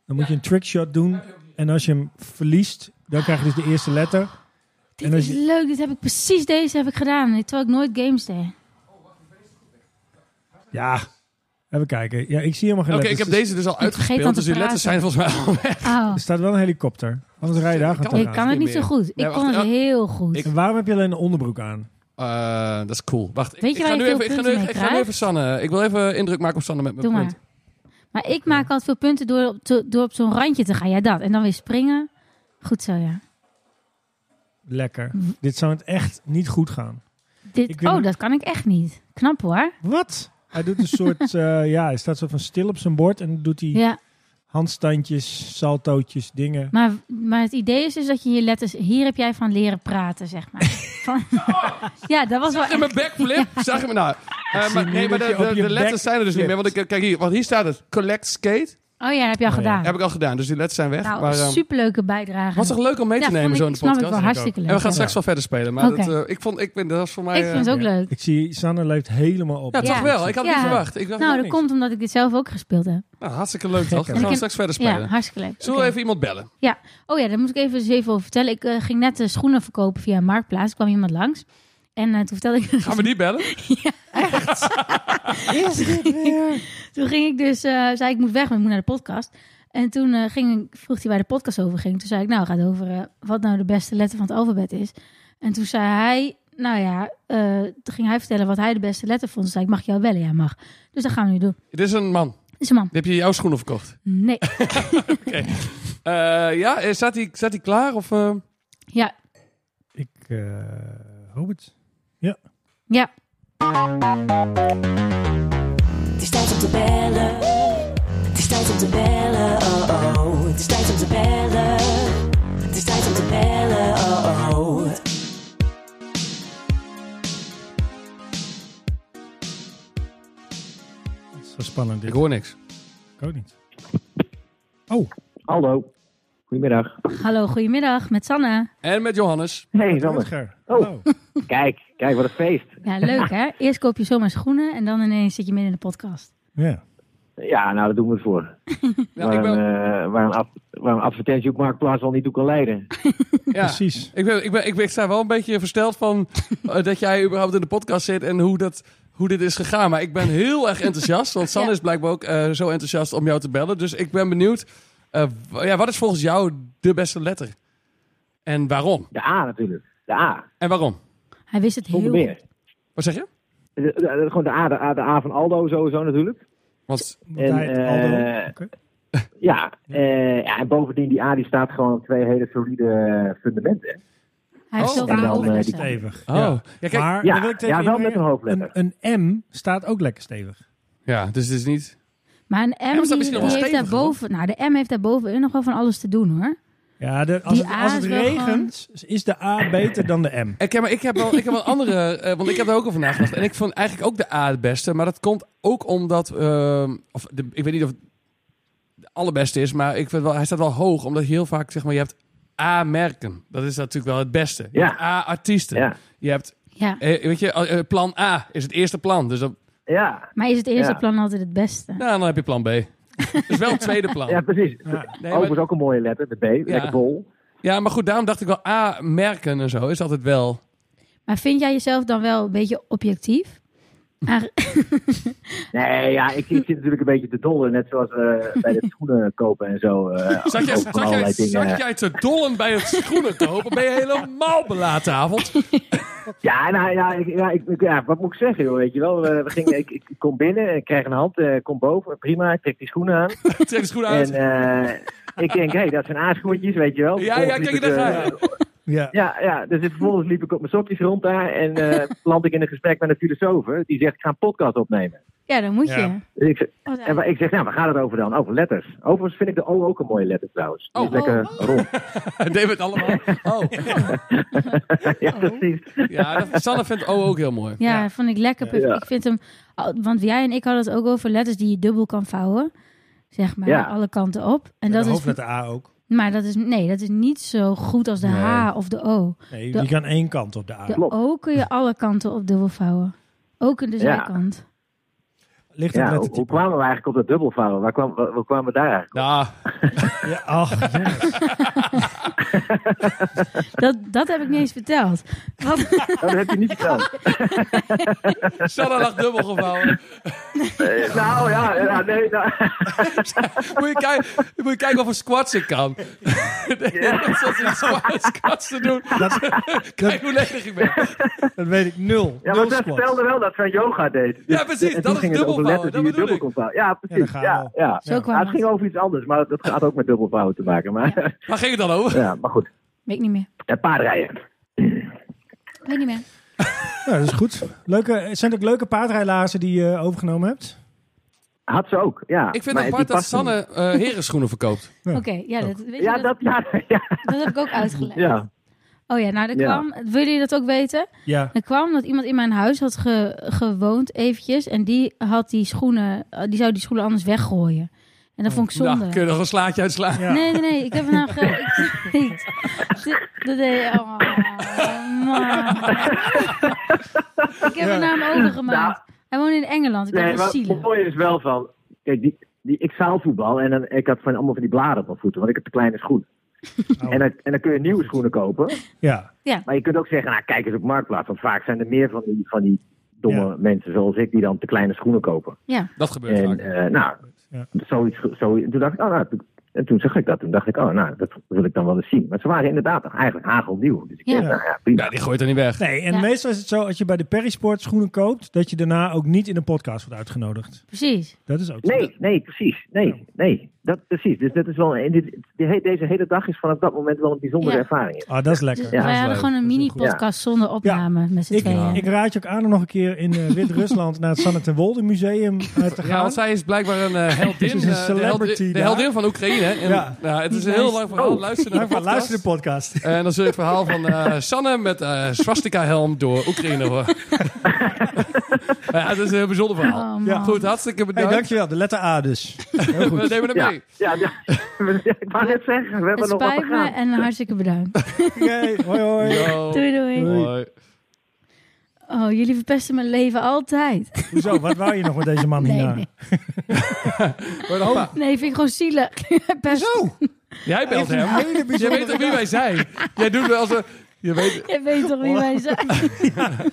Speaker 4: Dan moet je een trickshot doen. En als je hem verliest, dan krijg je dus de eerste letter.
Speaker 2: Dit
Speaker 4: En als
Speaker 2: is
Speaker 4: je-
Speaker 2: leuk, dit heb ik precies deze heb ik gedaan, terwijl ik nooit games deed.
Speaker 4: Ja, even kijken. Ja, ik zie helemaal geen
Speaker 1: Oké, ik
Speaker 4: letters.
Speaker 1: heb deze dus al
Speaker 2: vergeet dan
Speaker 1: uitgespeeld.
Speaker 2: te
Speaker 1: Dus die letters zijn volgens mij al weg.
Speaker 2: Oh,
Speaker 4: Er staat wel een helikopter. Anders rij je daar
Speaker 1: Ik
Speaker 4: gewoon
Speaker 1: kan-
Speaker 2: ik
Speaker 4: tegenaan.
Speaker 2: kan het niet zo goed. Ik
Speaker 1: Nee, wacht,
Speaker 2: kon het
Speaker 1: ja.
Speaker 2: heel goed.
Speaker 1: Ik-
Speaker 4: En waarom heb je alleen een onderbroek aan?
Speaker 1: Eh, dat is cool. Wacht, ik-
Speaker 2: Weet je
Speaker 1: ik,
Speaker 2: waar
Speaker 1: ga
Speaker 2: je
Speaker 1: nu
Speaker 2: veel
Speaker 1: even, ik ga nu
Speaker 2: punten
Speaker 1: even,
Speaker 2: mee
Speaker 1: ik ga nu
Speaker 2: krijgt?
Speaker 1: even Sanne. Ik wil even indruk maken op Sanne met mijn
Speaker 2: Doe maar.
Speaker 1: punt.
Speaker 2: Maar ik maak altijd veel punten door op, te- door op zo'n randje te gaan. Ja, dat. En dan weer springen. Goed zo, ja.
Speaker 4: lekker.
Speaker 2: Mhm.
Speaker 4: Dit zou het echt niet goed gaan. Ik
Speaker 2: Dit,
Speaker 4: weet
Speaker 2: oh,
Speaker 4: niet-
Speaker 2: dat kan ik echt niet. Knap hoor.
Speaker 4: Wat? Hij doet een soort, [laughs] eh, ja, hij staat zo van stil op zijn bord en doet hij
Speaker 2: Ja,
Speaker 4: handstandjes, saltootjes, dingen.
Speaker 2: maar, maar het idee is dus dat je je letters... Hier heb jij van leren praten, zeg
Speaker 1: [laughs]
Speaker 2: maar. Van, ja, dat was wel
Speaker 1: Zag je mijn
Speaker 2: echt...
Speaker 1: backflip? Zag je me nou? Eh,
Speaker 4: zie
Speaker 1: maar,
Speaker 4: nu
Speaker 1: nee, maar
Speaker 4: dat
Speaker 1: de,
Speaker 4: je op
Speaker 1: de-
Speaker 4: je
Speaker 1: de letters
Speaker 4: back
Speaker 1: zijn er dus niet meer. Want ik, kijk hier, want hier staat het. Collect skate.
Speaker 2: Oh ja, dat heb je al
Speaker 4: Oh ja.
Speaker 2: gedaan.
Speaker 1: Heb ik al gedaan, dus die letters zijn weg.
Speaker 2: Nou,
Speaker 1: maar, ehm,
Speaker 2: superleuke bijdrage.
Speaker 1: was toch leuk om mee te
Speaker 2: Ja,
Speaker 1: nemen
Speaker 2: vond
Speaker 1: zo in
Speaker 2: ik,
Speaker 1: de
Speaker 2: snap
Speaker 1: podcast?
Speaker 2: ik wel. Hartstikke leuk.
Speaker 1: En we gaan
Speaker 2: ja.
Speaker 1: straks wel verder spelen. Maar
Speaker 2: Oké.
Speaker 1: dat, eh, ik, vond, ik, ben- dat was voor mij...
Speaker 2: Ik
Speaker 1: eh,
Speaker 2: vind het ook leuk.
Speaker 4: Ik zie, Sanne leeft helemaal op.
Speaker 1: Ja, toch
Speaker 2: Ja.
Speaker 1: wel. Ik had het
Speaker 2: Ja.
Speaker 1: niet verwacht. Ik dacht,
Speaker 2: Nou,
Speaker 1: nou,
Speaker 2: dat komt omdat ik dit zelf ook gespeeld heb.
Speaker 1: nou, hartstikke leuk toch?
Speaker 4: Gekker.
Speaker 1: Dan gaan we
Speaker 2: Ik-
Speaker 1: straks verder
Speaker 2: Ja,
Speaker 1: spelen.
Speaker 2: hartstikke leuk.
Speaker 1: Zullen we
Speaker 2: Oké.
Speaker 1: even iemand bellen?
Speaker 2: Oh ja, daar moet ik even, eens even over vertellen. Ik eh, ging net eh, schoenen verkopen via een marktplaats. Er kwam iemand langs. En eh, toen vertelde ik...
Speaker 1: Gaan we die bellen?
Speaker 2: [laughs] toen ging ik dus... eh, zei ik, moet weg, maar ik moet naar de podcast. En toen eh, ging, ik- vroeg hij waar de podcast over ging. Toen zei ik, nou, het gaat over eh, wat nou de beste letter van het alfabet is. En toen zei hij... Nou ja, eh, toen ging hij vertellen wat hij de beste letter vond. Toen zei ik, mag ik jou bellen? Ja, mag. Dus dat gaan we nu doen.
Speaker 1: Dit is een man. Die
Speaker 2: Is een man.
Speaker 1: heb je jouw schoenen verkocht. [laughs]
Speaker 2: Nee.
Speaker 1: Eh, ja, eh, staat hij staat die klaar? Of, eh?
Speaker 2: Ja,
Speaker 4: Ik, eh hoop het.
Speaker 2: ja.
Speaker 3: Het is tijd om te bellen. Het is tijd om te bellen. Oh oh. Het is tijd om te bellen. Het is tijd om te bellen. Oh oh.
Speaker 4: Het is wel spannend. Dit.
Speaker 1: Ik
Speaker 4: Ik
Speaker 1: hoor niks.
Speaker 4: ook niet. Oh,
Speaker 6: Hallo. Goedemiddag.
Speaker 2: Hallo, goedemiddag met Sanne.
Speaker 1: En met Johannes.
Speaker 6: Hey, Sander.
Speaker 4: Rutger.
Speaker 6: Oh.
Speaker 4: Hallo.
Speaker 6: Kijk, kijk, wat een feest.
Speaker 2: Ja, leuk hè? Eerst koop je zomaar schoenen en dan ineens zit je midden in de podcast.
Speaker 4: Ja.
Speaker 6: Ja, nou, daar doen we het voor.
Speaker 1: Ja,
Speaker 6: waar,
Speaker 1: ik
Speaker 6: een,
Speaker 1: ben,
Speaker 6: eh, waar, een ad- waar een advertentie op Marktplaats al niet toe kan leiden.
Speaker 1: ja.
Speaker 4: precies.
Speaker 1: Ik, ben, ik, ben, ik, ben, ik sta wel een beetje versteld van eh, dat jij überhaupt in de podcast zit en hoe, dat, hoe dit is gegaan. Maar ik ben heel erg enthousiast, want Sanne
Speaker 2: Ja.
Speaker 1: is blijkbaar ook eh, zo enthousiast om jou te bellen. Dus ik ben benieuwd, eh, w- ja, wat is volgens jou de beste letter? En waarom?
Speaker 6: De A natuurlijk. De A,
Speaker 1: En waarom?
Speaker 2: Hij wist het
Speaker 6: zonder
Speaker 2: heel goed.
Speaker 6: meer.
Speaker 1: Wat zeg je?
Speaker 6: De- de- de- gewoon de A, de A, de A van Aldo sowieso natuurlijk.
Speaker 1: Want
Speaker 6: En,
Speaker 4: Matthijs, Aldo.
Speaker 6: eh,
Speaker 4: Oké.
Speaker 6: Ja, eh, ja, en bovendien, die A die staat gewoon op twee hele solide eh, fundamenten.
Speaker 2: Hij heeft
Speaker 1: Oh.
Speaker 2: zoveel
Speaker 6: En dan, eh,
Speaker 2: hoofdletters.
Speaker 6: die-
Speaker 4: Stevig.
Speaker 1: Oh.
Speaker 4: Ja.
Speaker 1: Ja, kijk.
Speaker 4: maar
Speaker 6: Ja,
Speaker 4: daar wil ik tegen
Speaker 6: ja, wel met
Speaker 4: inbrengen,
Speaker 6: een hoofdletter.
Speaker 4: Een, een M staat ook lekker stevig.
Speaker 1: ja, dus het is niet.
Speaker 2: Maar een M,
Speaker 1: staat misschien
Speaker 2: die,
Speaker 1: nog
Speaker 2: die
Speaker 1: wel
Speaker 2: heeft
Speaker 1: steviger,
Speaker 2: daarboven, nou, de M heeft daarboven nog wel van alles te doen hoor.
Speaker 4: Ja, de, als,
Speaker 2: Die
Speaker 4: het,
Speaker 2: A
Speaker 4: als het
Speaker 2: is wel
Speaker 4: regent, is de A beter dan de M.
Speaker 1: Ik heb, maar ik heb wel, ik heb wel andere, eh, want ik heb daar ook over nagedacht. En ik vond eigenlijk ook de A het beste, maar dat komt ook omdat, ehm, of de, ik weet niet of het de allerbeste is, maar ik vind wel, hij staat wel hoog, omdat je heel vaak zeg maar, je hebt A-merken. Dat is natuurlijk wel het beste. Je
Speaker 6: Ja.
Speaker 1: hebt A-artiesten.
Speaker 6: Ja,
Speaker 1: Je hebt,
Speaker 2: Ja.
Speaker 1: eh, weet je, eh, eh, plan A is het eerste plan, dus dan,
Speaker 6: ja,
Speaker 2: Maar is het eerste
Speaker 6: Ja.
Speaker 2: plan altijd het beste?
Speaker 1: nou, dan heb je plan B. Dus wel het tweede plan.
Speaker 6: [laughs] ja precies.
Speaker 1: Nee, maar-
Speaker 6: Overigens ook een mooie letter, de B. Lekker bol.
Speaker 1: ja, maar goed, daarom dacht ik wel A-merken en zo is altijd wel.
Speaker 2: Maar vind jij jezelf dan wel een beetje objectief? Maar-
Speaker 6: Nee, ja, ik, ik zit natuurlijk een beetje te dollen, net zoals eh, bij de schoenen kopen en zo. eh
Speaker 1: Zat jij,
Speaker 6: ook van
Speaker 1: zat, jij,
Speaker 6: allerlei dingen.
Speaker 1: zat jij te dollen bij het schoenen kopen? Ben je helemaal belaten avond?
Speaker 6: Ja, nou, ja, ik, ja, ik, ik- ja, wat moet ik zeggen, joh, weet je wel. We, we gingen, ik, ik kom binnen, ik krijg een hand, eh, kom boven, prima, ik trek die schoenen aan.
Speaker 1: [laughs] Trek de schoenen uit.
Speaker 6: En eh, ik denk, hé, hey, dat zijn aanschoentjes, weet je wel.
Speaker 1: Ja, ja,
Speaker 6: Vervolgens
Speaker 1: kijk,
Speaker 6: liep
Speaker 1: daar
Speaker 6: ik,
Speaker 1: ga je.
Speaker 6: eh,
Speaker 4: Ja.
Speaker 6: Ja, ja, dus vervolgens liep ik op mijn sokjes rond daar en eh, land ik in een gesprek met een filosoof. hè, Die zegt, ik ga een podcast opnemen.
Speaker 2: ja, dan moet je.
Speaker 4: Ja.
Speaker 6: Dus ik, zeg-
Speaker 2: Wat
Speaker 6: en
Speaker 2: eigenlijk-
Speaker 6: wa- ik zeg, nou, waar gaat het over dan? Over letters. Overigens vind ik de O ook een mooie letter trouwens. Die is
Speaker 1: Oh.
Speaker 6: lekker rond. [laughs]
Speaker 4: eh,
Speaker 1: [laughs] David allemaal. Oh.
Speaker 6: ja, precies.
Speaker 1: Ja, dat, Sanne vindt O ook heel mooi.
Speaker 2: Ja, vond ik lekker.
Speaker 6: Ja.
Speaker 2: Ik vind hem, want jij en ik hadden het ook over letters die je dubbel kan vouwen. Zeg maar,
Speaker 6: Ja.
Speaker 2: alle kanten op. En
Speaker 4: de
Speaker 2: dat is
Speaker 4: hoofdletter A ook.
Speaker 2: Maar dat is, nee, dat is niet zo goed als de
Speaker 1: Nee.
Speaker 2: H of de O.
Speaker 4: Nee,
Speaker 2: De-
Speaker 4: die kan één kant op de A.
Speaker 2: De
Speaker 6: Klopt.
Speaker 2: O kun je alle kanten op dubbel vouwen. Ook in de
Speaker 6: Ja.
Speaker 2: zijkant.
Speaker 4: Ligt het net
Speaker 6: Ja, hoe,
Speaker 4: het
Speaker 6: hoe
Speaker 4: type.
Speaker 6: kwamen we eigenlijk op dat dubbelvouwen? Waar kwam, waar, waar kwamen we daar eigenlijk
Speaker 1: Nou,
Speaker 4: Ja, oh, ach, jongens.
Speaker 2: Dat, dat heb ik niet eens verteld. Wat, [laughs]
Speaker 6: op? Oh, dat heb je niet verteld.
Speaker 1: Sanne lag dubbel gevouwen. [laughs]
Speaker 6: Eh, nou ja, ja, nee, nou,
Speaker 1: Moet je, kijk, moet je kijken of een squats ik kan. [laughs] Ja. Zat ze squats, squats te doen.
Speaker 4: [laughs] Dat,
Speaker 1: Kijk hoe ledig ik ben.
Speaker 4: dat weet ik nul.
Speaker 6: ja,
Speaker 4: nul
Speaker 6: want zij
Speaker 4: squat.
Speaker 6: vertelde wel dat zij yoga deed. Dus-
Speaker 1: Ja, precies,
Speaker 6: En
Speaker 1: dat
Speaker 6: toen
Speaker 1: is
Speaker 6: ging het over
Speaker 1: dubbelvouwen,
Speaker 6: letters
Speaker 1: dat
Speaker 6: die je
Speaker 1: bedoel
Speaker 6: dubbel
Speaker 1: ik.
Speaker 6: kon vouwen. Ja,
Speaker 4: Ja,
Speaker 6: precies.
Speaker 4: daar
Speaker 6: Ja,
Speaker 4: gaan
Speaker 6: ja,
Speaker 4: we
Speaker 2: Zo
Speaker 6: Ja,
Speaker 2: kwam
Speaker 6: het ging
Speaker 2: het.
Speaker 6: over iets anders, maar dat had ook met dubbelvouwen te maken. Maar,
Speaker 1: Waar ging het dan over?
Speaker 6: [laughs] ja, maar goed,
Speaker 2: Weet ik niet meer.
Speaker 6: en paardrijden.
Speaker 2: Ik weet niet meer.
Speaker 4: Ja, Nou, dat is goed. Leuke, zijn het ook leuke paardrijlaarzen die je eh, overgenomen hebt?
Speaker 6: Had ze ook, ja.
Speaker 1: Ik vind
Speaker 6: Maar
Speaker 1: het
Speaker 6: die
Speaker 1: apart dat
Speaker 6: paste niet.
Speaker 1: Sanne eh herenschoenen verkoopt.
Speaker 4: Ja.
Speaker 2: Oké, ja, dat, weet je,
Speaker 6: Hm. Ja,
Speaker 2: dat,
Speaker 6: dat, ja, [laughs] ja,
Speaker 2: dat heb ik ook uitgelegd.
Speaker 6: ja.
Speaker 2: Oh ja, nou, er
Speaker 6: Ja.
Speaker 2: kwam... Willen jullie dat ook weten?
Speaker 4: Ja.
Speaker 2: Er kwam dat iemand in mijn huis had ge- gewoond eventjes. En die had die schoenen... eh, Die zou die schoenen anders weggooien. En dat vond ik zonde.
Speaker 1: Nou, kun je er een slaatje uitslaan.
Speaker 4: Ja.
Speaker 2: Nee, nee, nee. Ik heb er
Speaker 4: [laughs]
Speaker 2: nou ge... Ik niet. Dit- Dat deed... Oh, man. Ik heb er naar hem overgemaakt. Hij woonde in Engeland. Ik
Speaker 6: Nee,
Speaker 2: dacht,
Speaker 6: maar
Speaker 2: dat is
Speaker 6: het
Speaker 2: zielig.
Speaker 6: mooie is wel van... Kijk, die, die, ik zou voetbal en dan, ik had van, allemaal van die bladen op mijn voeten, want ik heb te kleine schoenen.
Speaker 4: Oh.
Speaker 6: En, dan, en dan kun je nieuwe schoenen kopen.
Speaker 4: Ja.
Speaker 6: Maar je kunt ook zeggen, nou kijk eens op Marktplaats. Want vaak zijn er meer van die, van die domme
Speaker 4: Ja.
Speaker 6: mensen zoals ik die dan te kleine schoenen kopen.
Speaker 1: Dat gebeurt
Speaker 6: en
Speaker 1: vaak.
Speaker 6: eh, nou,
Speaker 4: Ja.
Speaker 6: zoiets, zoiets, toen dacht ik, oh, nou, toen- en toen zag ik dat. Toen dacht ik, oh nou, dat wil ik dan wel eens zien. Maar ze waren inderdaad eigenlijk hagelnieuw. Dus ik
Speaker 2: Ja.
Speaker 6: dacht, nou ja, prima.
Speaker 1: Ja, die gooit er niet weg.
Speaker 4: Nee, en
Speaker 2: Ja.
Speaker 4: meestal is het zo, als je bij de Perisport schoenen koopt, dat je daarna ook niet in een podcast wordt uitgenodigd.
Speaker 2: Precies.
Speaker 4: Dat is ook zo.
Speaker 6: Nee, nee, precies. Nee, nee. Dat, precies. Dus dat is wel, en dit, die he- deze hele dag is vanaf dat moment wel een bijzondere
Speaker 2: Ja.
Speaker 6: ervaring.
Speaker 4: Ah, dat is
Speaker 2: Dus
Speaker 4: lekker.
Speaker 2: wij
Speaker 1: dat
Speaker 2: hadden
Speaker 1: is
Speaker 2: gewoon een
Speaker 4: Dat is een
Speaker 2: mini-podcast zonder opname met z'n
Speaker 4: Ik,
Speaker 2: tweeën.
Speaker 4: ik raad je ook aan om nog een keer in eh, Wit-Rusland naar het Sanne ten Wolde Museum eh, te
Speaker 1: Ja,
Speaker 4: gaan.
Speaker 1: want zij is blijkbaar een eh,
Speaker 4: [laughs]
Speaker 1: heldin.
Speaker 4: Ze is een
Speaker 1: eh, de heldin-
Speaker 4: celebrity
Speaker 1: De,
Speaker 4: daar.
Speaker 1: heldin van Oekraïne. hè. En,
Speaker 4: Ja.
Speaker 1: nou, het is een heel lang verhaal.
Speaker 6: Oh.
Speaker 1: Luister naar
Speaker 4: Maar
Speaker 1: de
Speaker 4: van,
Speaker 1: podcast.
Speaker 4: luister de podcast.
Speaker 1: En dan zul je het verhaal van eh, Sanne met eh swastika-helm door Oekraïne horen. [laughs] ja, het is een heel bijzonder verhaal.
Speaker 2: Oh, man.
Speaker 4: Ja,
Speaker 1: Goed, hartstikke
Speaker 4: Hey,
Speaker 1: bedankt.
Speaker 4: dankjewel. De letter A dus.
Speaker 1: [laughs]
Speaker 4: Heel
Speaker 1: we
Speaker 4: goed.
Speaker 1: nemen hem
Speaker 6: Ja,
Speaker 1: mee.
Speaker 6: ja, [laughs] ja, ik wou net zeggen, we
Speaker 2: Het
Speaker 6: hebben nog wat te
Speaker 2: spijt me
Speaker 6: gaan.
Speaker 2: en hartstikke
Speaker 4: Oh.
Speaker 2: bedankt.
Speaker 4: Yay. Hoi hoi.
Speaker 1: Yo.
Speaker 2: Doei, doei.
Speaker 1: Hoi.
Speaker 2: Oh, jullie verpesten mijn leven altijd.
Speaker 4: Hoezo, wat wou je nog met deze man
Speaker 2: Nee,
Speaker 4: hierna?
Speaker 2: nee.
Speaker 1: Hoi,
Speaker 4: Oh.
Speaker 1: dan pa.
Speaker 2: Nee, vind ik gewoon [laughs] zielig. Pest.
Speaker 4: Zo,
Speaker 1: Jij belt
Speaker 4: even een
Speaker 1: hem.
Speaker 4: hele
Speaker 1: Je weet
Speaker 4: bijzondere
Speaker 1: toch wie wij zijn? Jij doet wel als een... Je weet...
Speaker 2: Je weet toch wie wij zijn.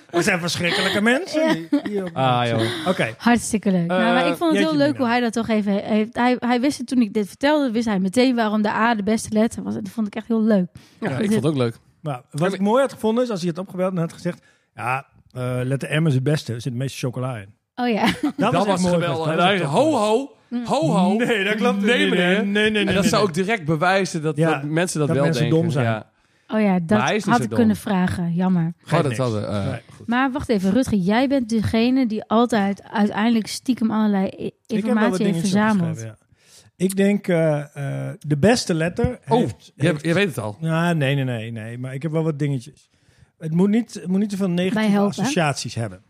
Speaker 4: We zijn verschrikkelijke mensen. Die- die-
Speaker 1: Ah, joh.
Speaker 4: Oké.
Speaker 2: Hartstikke leuk. nou, maar ik vond het
Speaker 4: jeetje,
Speaker 2: heel leuk
Speaker 4: Eh, Mina.
Speaker 2: hoe hij dat toch even heeft. Hij, hij wist het toen ik dit vertelde, wist hij meteen waarom de A de beste letter was. Dat vond ik echt heel leuk.
Speaker 1: Ja, ik vond het ook leuk.
Speaker 4: Nou, wat ik mooi had gevonden is als hij het opgebeld en had gezegd... Ja, eh, letter M is het beste. Er zit het meeste chocola in.
Speaker 2: Oh ja. [laughs]
Speaker 4: Dat,
Speaker 1: [laughs] Dat was
Speaker 4: echt mooi.
Speaker 1: geweldig.
Speaker 4: Dat
Speaker 1: En
Speaker 4: was
Speaker 1: hij,
Speaker 4: echt
Speaker 1: ho,
Speaker 4: top. Mm.
Speaker 1: ho. Ho, ho.
Speaker 4: Nee, dat klopt
Speaker 1: Nee,
Speaker 4: niet.
Speaker 1: meneer.
Speaker 4: Nee, nee, nee.
Speaker 1: En dat zou ook direct bewijzen dat,
Speaker 4: Ja,
Speaker 1: dat mensen dat,
Speaker 4: dat
Speaker 1: wel
Speaker 4: mensen
Speaker 1: denken.
Speaker 4: dom zijn.
Speaker 1: Ja.
Speaker 2: Oh ja, dat
Speaker 1: Maar hij is
Speaker 4: dus
Speaker 1: niet
Speaker 2: had
Speaker 1: zo
Speaker 2: ik
Speaker 1: dom.
Speaker 2: kunnen vragen. Jammer.
Speaker 1: Oh,
Speaker 4: Geeft
Speaker 1: dat
Speaker 4: niks.
Speaker 1: hadden, eh,
Speaker 4: Nee.
Speaker 2: Maar wacht even, Rutger. Jij bent degene die altijd uiteindelijk stiekem allerlei i-
Speaker 4: Ik heb wel wat
Speaker 2: informatie heeft
Speaker 4: dingetjes
Speaker 2: verzameld.
Speaker 4: opgeschreven, ja. Ik denk eh, eh, de beste letter
Speaker 1: Oh,
Speaker 4: heeft...
Speaker 1: je, je weet het al.
Speaker 4: Nou, nee, nee, nee, nee. Maar ik heb wel wat dingetjes. Het moet niet, het moet niet te veel negatieve
Speaker 2: Mij helpen, hè?
Speaker 4: associaties hebben.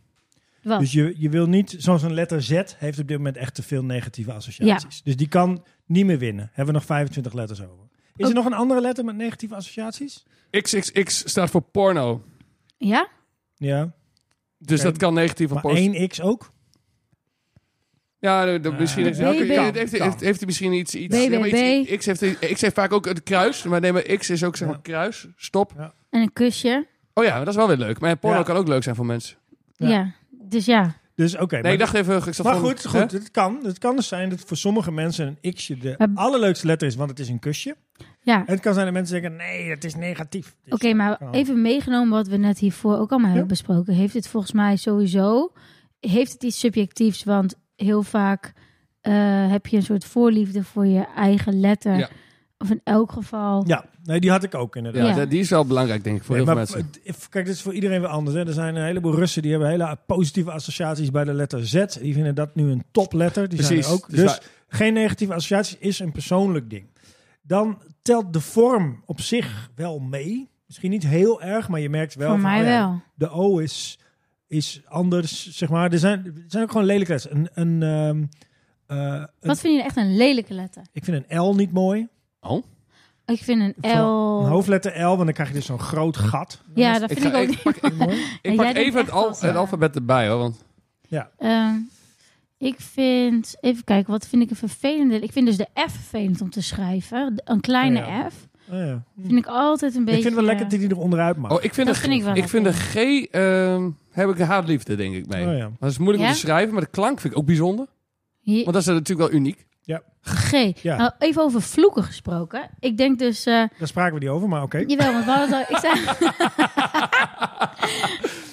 Speaker 2: Wat?
Speaker 4: Dus je, je wil niet, zoals een letter Z heeft op dit moment echt te veel negatieve associaties. Dus die kan niet meer winnen. Hebben we nog 25 letters over. Is er nog een andere letter met negatieve associaties?
Speaker 1: XXX staat voor porno.
Speaker 2: Ja?
Speaker 4: Ja.
Speaker 1: Dus
Speaker 4: Oké.
Speaker 1: dat kan negatief of
Speaker 4: Maar
Speaker 1: positief.
Speaker 4: 1x ook?
Speaker 1: Ja, de- de-
Speaker 4: Ah,
Speaker 1: misschien heeft,
Speaker 2: BB.
Speaker 1: heeft, heeft, heeft,
Speaker 4: Kan.
Speaker 1: heeft hij misschien iets... iets
Speaker 2: BBB.
Speaker 1: ja, maar iets- X, heeft, X heeft vaak ook het kruis. Maar nee, maar X is ook zeg maar
Speaker 4: Ja.
Speaker 1: kruis. Stop.
Speaker 2: En een kusje?
Speaker 1: Oh ja, maar dat is wel weer leuk. Maar porno
Speaker 4: Ja.
Speaker 1: kan ook leuk zijn voor mensen.
Speaker 4: Ja.
Speaker 2: Ja. Dus ja.
Speaker 4: Dus oké.
Speaker 1: Nee,
Speaker 4: maar-
Speaker 1: ik dacht even... Ik zat
Speaker 4: maar
Speaker 1: gewoon-
Speaker 4: goed,
Speaker 1: hè?
Speaker 4: goed het, kan, het kan dus zijn dat voor sommige mensen een x'je de
Speaker 2: Maar-
Speaker 4: allerleukste letter is, want het is een kusje.
Speaker 2: Ja.
Speaker 4: En het kan zijn dat mensen zeggen, nee, het is negatief. Dus-
Speaker 2: Oké, maar
Speaker 4: kan.
Speaker 2: even meegenomen wat we net hiervoor ook allemaal hebben
Speaker 4: Ja.
Speaker 2: besproken. Heeft het volgens mij sowieso heeft het iets subjectiefs? Want heel vaak eh, heb je een soort voorliefde voor je eigen letter.
Speaker 1: Ja.
Speaker 2: Of in elk geval.
Speaker 4: Ja, nee, die had ik ook inderdaad.
Speaker 1: Ja,
Speaker 2: Ja.
Speaker 1: de- Die is wel belangrijk, denk ik, voor
Speaker 4: Nee,
Speaker 1: heel
Speaker 4: maar
Speaker 1: veel mensen.
Speaker 4: het- kijk, dit is voor iedereen weer anders. Hè. Er zijn een heleboel Russen die hebben hele positieve associaties bij de letter Z. Die vinden dat nu een topletter. Die zijn
Speaker 1: Precies.
Speaker 4: er ook.
Speaker 1: Dus
Speaker 4: Dus,
Speaker 1: wij-
Speaker 4: geen negatieve associaties is een persoonlijk ding. Dan telt de vorm op zich wel mee. Misschien niet heel erg, maar je merkt wel.
Speaker 2: voor
Speaker 4: van,
Speaker 2: mij
Speaker 4: oh ja,
Speaker 2: wel.
Speaker 4: De O is, is anders, zeg maar. Er zijn, er zijn ook gewoon lelijke letters. Een, een, ehm, eh, een-
Speaker 2: Wat vind je echt een lelijke letter?
Speaker 4: ik vind een L niet mooi.
Speaker 1: Oh?
Speaker 2: Ik vind
Speaker 4: Voor
Speaker 2: een L.
Speaker 4: Een hoofdletter L, want dan krijg je dus zo'n groot
Speaker 2: [laughs]
Speaker 4: gat.
Speaker 2: Ja, dat
Speaker 1: Ik
Speaker 2: vind
Speaker 1: ga
Speaker 2: ik ook
Speaker 1: even-
Speaker 2: niet.
Speaker 1: pak-
Speaker 4: Niet mooi.
Speaker 1: Ik
Speaker 2: En
Speaker 1: pak
Speaker 2: jij denkt
Speaker 1: even het,
Speaker 2: echt
Speaker 1: al-
Speaker 2: dat, eh,
Speaker 1: het alfabet erbij, hoor. Want
Speaker 2: Ehm, ik vind, even kijken, wat vind ik een vervelende? Ik vind dus de F vervelend om te schrijven. De- Een kleine
Speaker 4: Oh ja.
Speaker 2: F.
Speaker 4: Oh, ja.
Speaker 2: Vind ik altijd een beetje...
Speaker 4: Ik vind het wel lekker dat hij er onderuit mag.
Speaker 1: Oh, ik vind,
Speaker 2: Dat
Speaker 1: de,
Speaker 2: vind ik wel lekker.
Speaker 1: vind de G, ehm, heb ik een haatliefde, denk ik, mee.
Speaker 4: Oh ja.
Speaker 1: Dat is moeilijk om
Speaker 2: Ja?
Speaker 1: te schrijven, maar de klank vind ik ook bijzonder.
Speaker 2: eh, Hier-
Speaker 1: Want dat is natuurlijk wel uniek.
Speaker 2: G.
Speaker 4: Ja.
Speaker 2: Nou, even over vloeken gesproken. Ik denk dus... eh,
Speaker 4: Daar spraken we niet over, maar oké.
Speaker 2: Jawel, want we hadden het al... Ik zei...